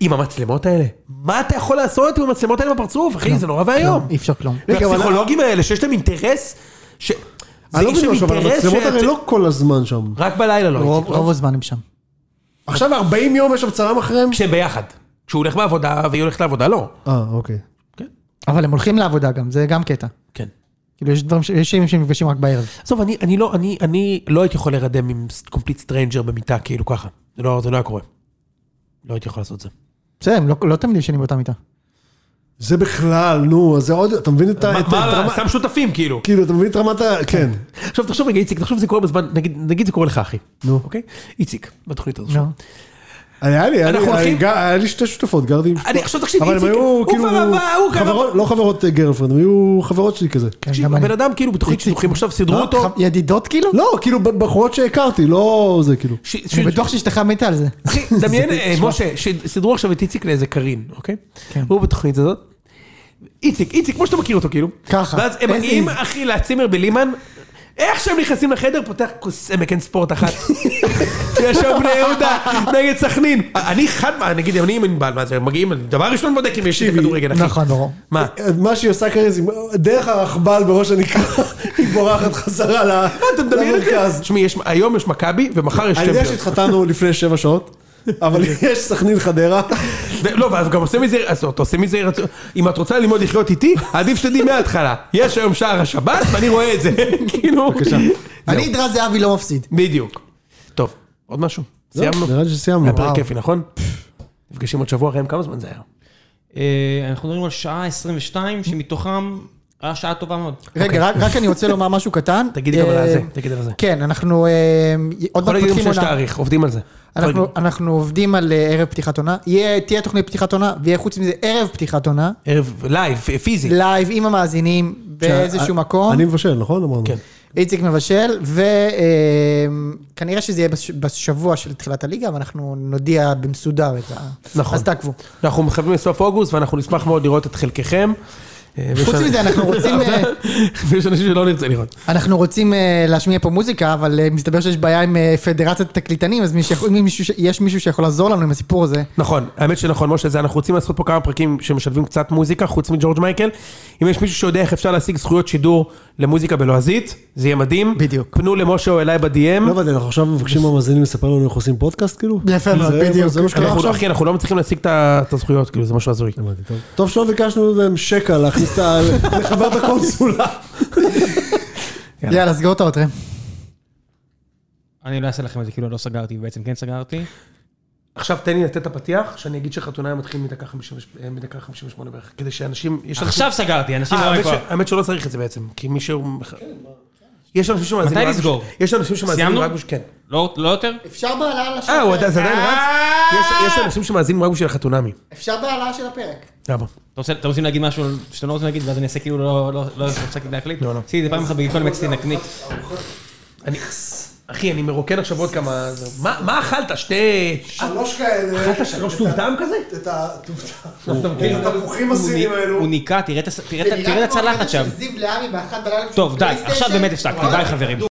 Speaker 2: עם המצלמות האלה, מה אתה יכול לעשות עם המצלמות האלה בפרצוף, אחי? זה לא נורא ואיום.
Speaker 1: כלום, אי אפשר כלום.
Speaker 5: כן.
Speaker 2: לא,
Speaker 5: רגע, אבל-
Speaker 2: והפסיכולוגים האלה, שיש להם אינטרס, ש... זה
Speaker 5: אני לא
Speaker 2: יש להם
Speaker 5: מבין משהו, אבל
Speaker 2: אינטרס
Speaker 5: המצלמות
Speaker 2: ש-
Speaker 5: הרי לא כל הזמן שם.
Speaker 2: רק בלילה לא.
Speaker 1: רוב
Speaker 2: איציק, לא?
Speaker 1: רוב הזמן הם שם.
Speaker 5: עכשיו 40 יום יש שם צלם אחריהם?
Speaker 2: כשהם ביחד. כשהוא הולך בעבודה, והיא הולכת לעבודה, לא.
Speaker 5: אה, אוקיי.
Speaker 1: אבל הם הולכים לעבודה גם, זה גם קטע.
Speaker 2: כן.
Speaker 1: כאילו, יש דברים, ש- יש ימים שנפגשים רק בערב.
Speaker 2: עזוב, אני, אני לא, אני, אני לא הייתי יכול להירדם עם קומפליט סטרנג'ר במיטה, כאילו ככה. זה לא, זה לא היה קורה. לא הייתי יכול לעשות זה.
Speaker 1: בסדר, הם לא- לא תמיד ישנים באותה מיטה.
Speaker 5: זה בכלל, נו, אז זה עוד, אתה מבין את ה... את- את
Speaker 2: מה,
Speaker 5: רמת-
Speaker 2: סתם שותפים, כאילו.
Speaker 5: כאילו, אתה מבין את רמת ה... כן.
Speaker 2: עכשיו, תחשוב רגע, איציק, תחשוב שזה קורה בזמן, נגיד, נגיד זה קורה לך, אחי.
Speaker 5: נו.
Speaker 2: אוקיי? איציק, בתוכנית הזאת.
Speaker 1: לא.
Speaker 5: היה לי, היה לי-
Speaker 2: אנחנו הולכים-
Speaker 5: היה היה לי שתי שותפות, גרתי עם שותפות.
Speaker 2: אני- עכשיו תקשיב,
Speaker 5: אבל הם
Speaker 2: איציק,
Speaker 5: היו
Speaker 2: הוא
Speaker 5: כאילו...
Speaker 2: כבר עבר, הוא כבר
Speaker 5: חברות- לא חברות גרפרנד, הם היו חברות שלי כזה.
Speaker 2: תקשיב,
Speaker 1: גם אני. לא,
Speaker 2: הבן אדם כאילו בתוכנית שידוכים, עכשיו סידרו אותו.
Speaker 1: ח- אה, ידידות כאילו?
Speaker 5: לא, כאילו ב- בחורות שהכרתי, לא זה כאילו.
Speaker 2: ש- ש-
Speaker 1: אני בטוח שאשתך מתה על זה.
Speaker 2: אחי, דמיין, אה, משה, שסידרו עכשיו את איציק לאיזה קרין, אוקיי?
Speaker 1: כן.
Speaker 2: הוא בתוכנית הזאת. איציק, איציק, כמו שאתה מכיר אותו, כאילו.
Speaker 1: ככה,
Speaker 2: ואז הם
Speaker 1: as
Speaker 2: מגיעים,
Speaker 1: is.
Speaker 2: אחי, לצימר בלימן. איך שהם נכנסים לחדר, פותח כוס עמק אין ספורט אחת. ישר בני יהודה נגד סכנין. אני חד, מה, נגיד, אני עם ענבל, מה זה, מגיעים, דבר ראשון בודק אם יש לי כדורגל, אחי.
Speaker 1: נכון, ברור.
Speaker 2: מה?
Speaker 5: מה שהיא עושה כרגע זה דרך הרכבל בראש הנקרה, היא בורחת חזרה ל-
Speaker 2: אה, אתה מדמיין את זה?
Speaker 5: למרכז.
Speaker 2: תשמעי, יש- היום יש מכבי ומחר יש
Speaker 5: אני יודע
Speaker 2: צ'מפיונס.
Speaker 5: שהתחתנו לפני שבע שעות, אבל
Speaker 2: אוקיי.
Speaker 5: יש סכנין חדרה.
Speaker 2: ו- לא, ואז גם עושה מזה, אז אתה עושה מזה, רצון- אם את רוצה ללמוד לחיות איתי, עדיף שתדעי מההתחלה. יש היום שער השבת, ואני רואה את זה. כאילו... בבקשה.
Speaker 1: אני אדרע זהבי לא מפסיד. לא,
Speaker 2: בדיוק. טוב, עוד משהו? סיימנו?
Speaker 5: נראה לי שסיימנו.
Speaker 2: היה פרק
Speaker 5: וואו.
Speaker 2: כיפי, נכון? נפגשים עוד שבוע אחריהם, כמה זמן זה היה?
Speaker 3: אה, אנחנו מדברים על שעה 22, שמתוכם היה שעה טובה מאוד.
Speaker 1: רגע, רק- רק אני רוצה לומר משהו קטן.
Speaker 2: תגידי אוקיי. גם על
Speaker 1: אה,
Speaker 2: הזה, תגידי על זה.
Speaker 1: כן, אנחנו אה, עוד
Speaker 2: יכול
Speaker 1: מעט
Speaker 2: להגיד לנו
Speaker 1: פותחים
Speaker 2: שיש
Speaker 1: עונה.
Speaker 2: תאריך, עובדים על זה.
Speaker 1: אנחנו-
Speaker 2: יכול להגיד.
Speaker 1: אנחנו עובדים על אה, ערב פתיחת עונה. יהיה- תהיה תוכנית פתיחת עונה, ויהיה חוץ מזה ערב פתיחת עונה.
Speaker 2: ערב לייב, פיזי.
Speaker 1: לייב עם המאזינים באיזשהו מקום.
Speaker 5: אני מבשל, נכון? אמרנו.
Speaker 2: כן.
Speaker 1: איציק מבשל, וכנראה שזה יהיה בש- בשבוע של תחילת הליגה, ואנחנו נודיע במסודר את ה...
Speaker 2: נכון.
Speaker 1: אז תעקבו.
Speaker 2: אנחנו מכוונים לסוף אוגוסט, ואנחנו נשמח מאוד לראות את חלקכם. אה, ויש
Speaker 1: חוץ
Speaker 2: אנ-
Speaker 1: מזה, אנחנו רוצים, אה,
Speaker 2: ויש אנשים שלא נרצה לראות.
Speaker 1: אנחנו רוצים אה, להשמיע פה מוזיקה, אבל אה, מסתבר שיש בעיה עם אה, פדרציית התקליטנים, אז מי שיכול- אם מישהו ש- יש מישהו שיכול לעזור לנו עם הסיפור הזה.
Speaker 2: נכון, האמת שנכון, משה, זה אנחנו רוצים לעשות פה כמה פרקים שמשלבים קצת מוזיקה, חוץ מג'ורג' מייקל. אם יש מישהו שיודע איך אפשר להשיג זכויות שידור למוזיקה בלועזית, זה יהיה מדהים.
Speaker 1: בדיוק.
Speaker 2: פנו למשה או אליי ב-DM.
Speaker 5: לא הבנתי, אנחנו עכשיו מבקשים מהמאזינים לספר לנו איך עושים פודקאסט כאילו?
Speaker 1: יפה מאוד,
Speaker 5: זה-
Speaker 1: בדיוק.
Speaker 5: זה מה שקרה
Speaker 2: אנחנו-
Speaker 5: עכשיו?
Speaker 2: אחי, אנחנו לא מצליחים להשיג את ה- את הזכויות, כאילו, זה משהו הזוי.
Speaker 1: לא
Speaker 5: הבנתי, טוב. טוב שלא ביקשנו מהם שקע להכניס את ה... לחבר את הקונסולה.
Speaker 2: יאללה.
Speaker 1: יאללה, סגור את האוטו.
Speaker 2: אה,
Speaker 3: אני לא אעשה לכם את זה, כאילו לא סגרתי, ובעצם כן סגרתי.
Speaker 2: עכשיו תן לי לתת את הפתיח, שאני אגיד שחתונה מתחילים מדקה 50 אה, מדקה 58 בערך, כדי שאנשים... יש אנשים-
Speaker 3: עכשיו סגרתי, אנשים
Speaker 2: אה,
Speaker 3: לא
Speaker 2: האמת
Speaker 3: רואים
Speaker 2: ש- האמת שלא צריך את זה בעצם, כי מישהו... יש אנשים שמאזינים
Speaker 3: מתי
Speaker 2: רק
Speaker 3: לסגור?
Speaker 2: בשביל- יש אנשים שמאזינים
Speaker 3: סיימנו?
Speaker 2: רק בשביל... כן.
Speaker 3: לא לא יותר?
Speaker 1: אפשר בהעלאה של
Speaker 2: אה, הוא
Speaker 1: הפרק.
Speaker 2: עדיין- זה עדיין רץ? יש- יש אנשים שמאזינים רק בשביל החתונמי.
Speaker 1: אפשר בהעלאה של הפרק.
Speaker 2: למה?
Speaker 3: אתה רוצה- אתם רוצים להגיד משהו שאתם לא רוצים להגיד, ואז אני אעשה כאילו לא- לא לא הפסקתי להקליט?
Speaker 2: לא, לא.
Speaker 3: עשיתי את זה פעם אחת בגיטון עם אקסטי נקניק.
Speaker 2: אני... אחי, אני מרוקן עכשיו עוד כמה... זה- מה מה אכלת? שתי...
Speaker 6: שלוש כאלה.
Speaker 2: אכלת שלוש טוב טעם כזה?
Speaker 6: את הטובטה.
Speaker 3: אתה מכיר?
Speaker 6: את כאילו, התפוחים
Speaker 3: הוא
Speaker 6: הסינים
Speaker 3: נ-
Speaker 6: האלו.
Speaker 3: הוא ניקה, תראה את הס- תראה את ה- תראה את הצלחת שם.
Speaker 1: זיו להבי באחת בלילה.
Speaker 3: טוב, די, עכשיו באמת הפסקתי, די חברים.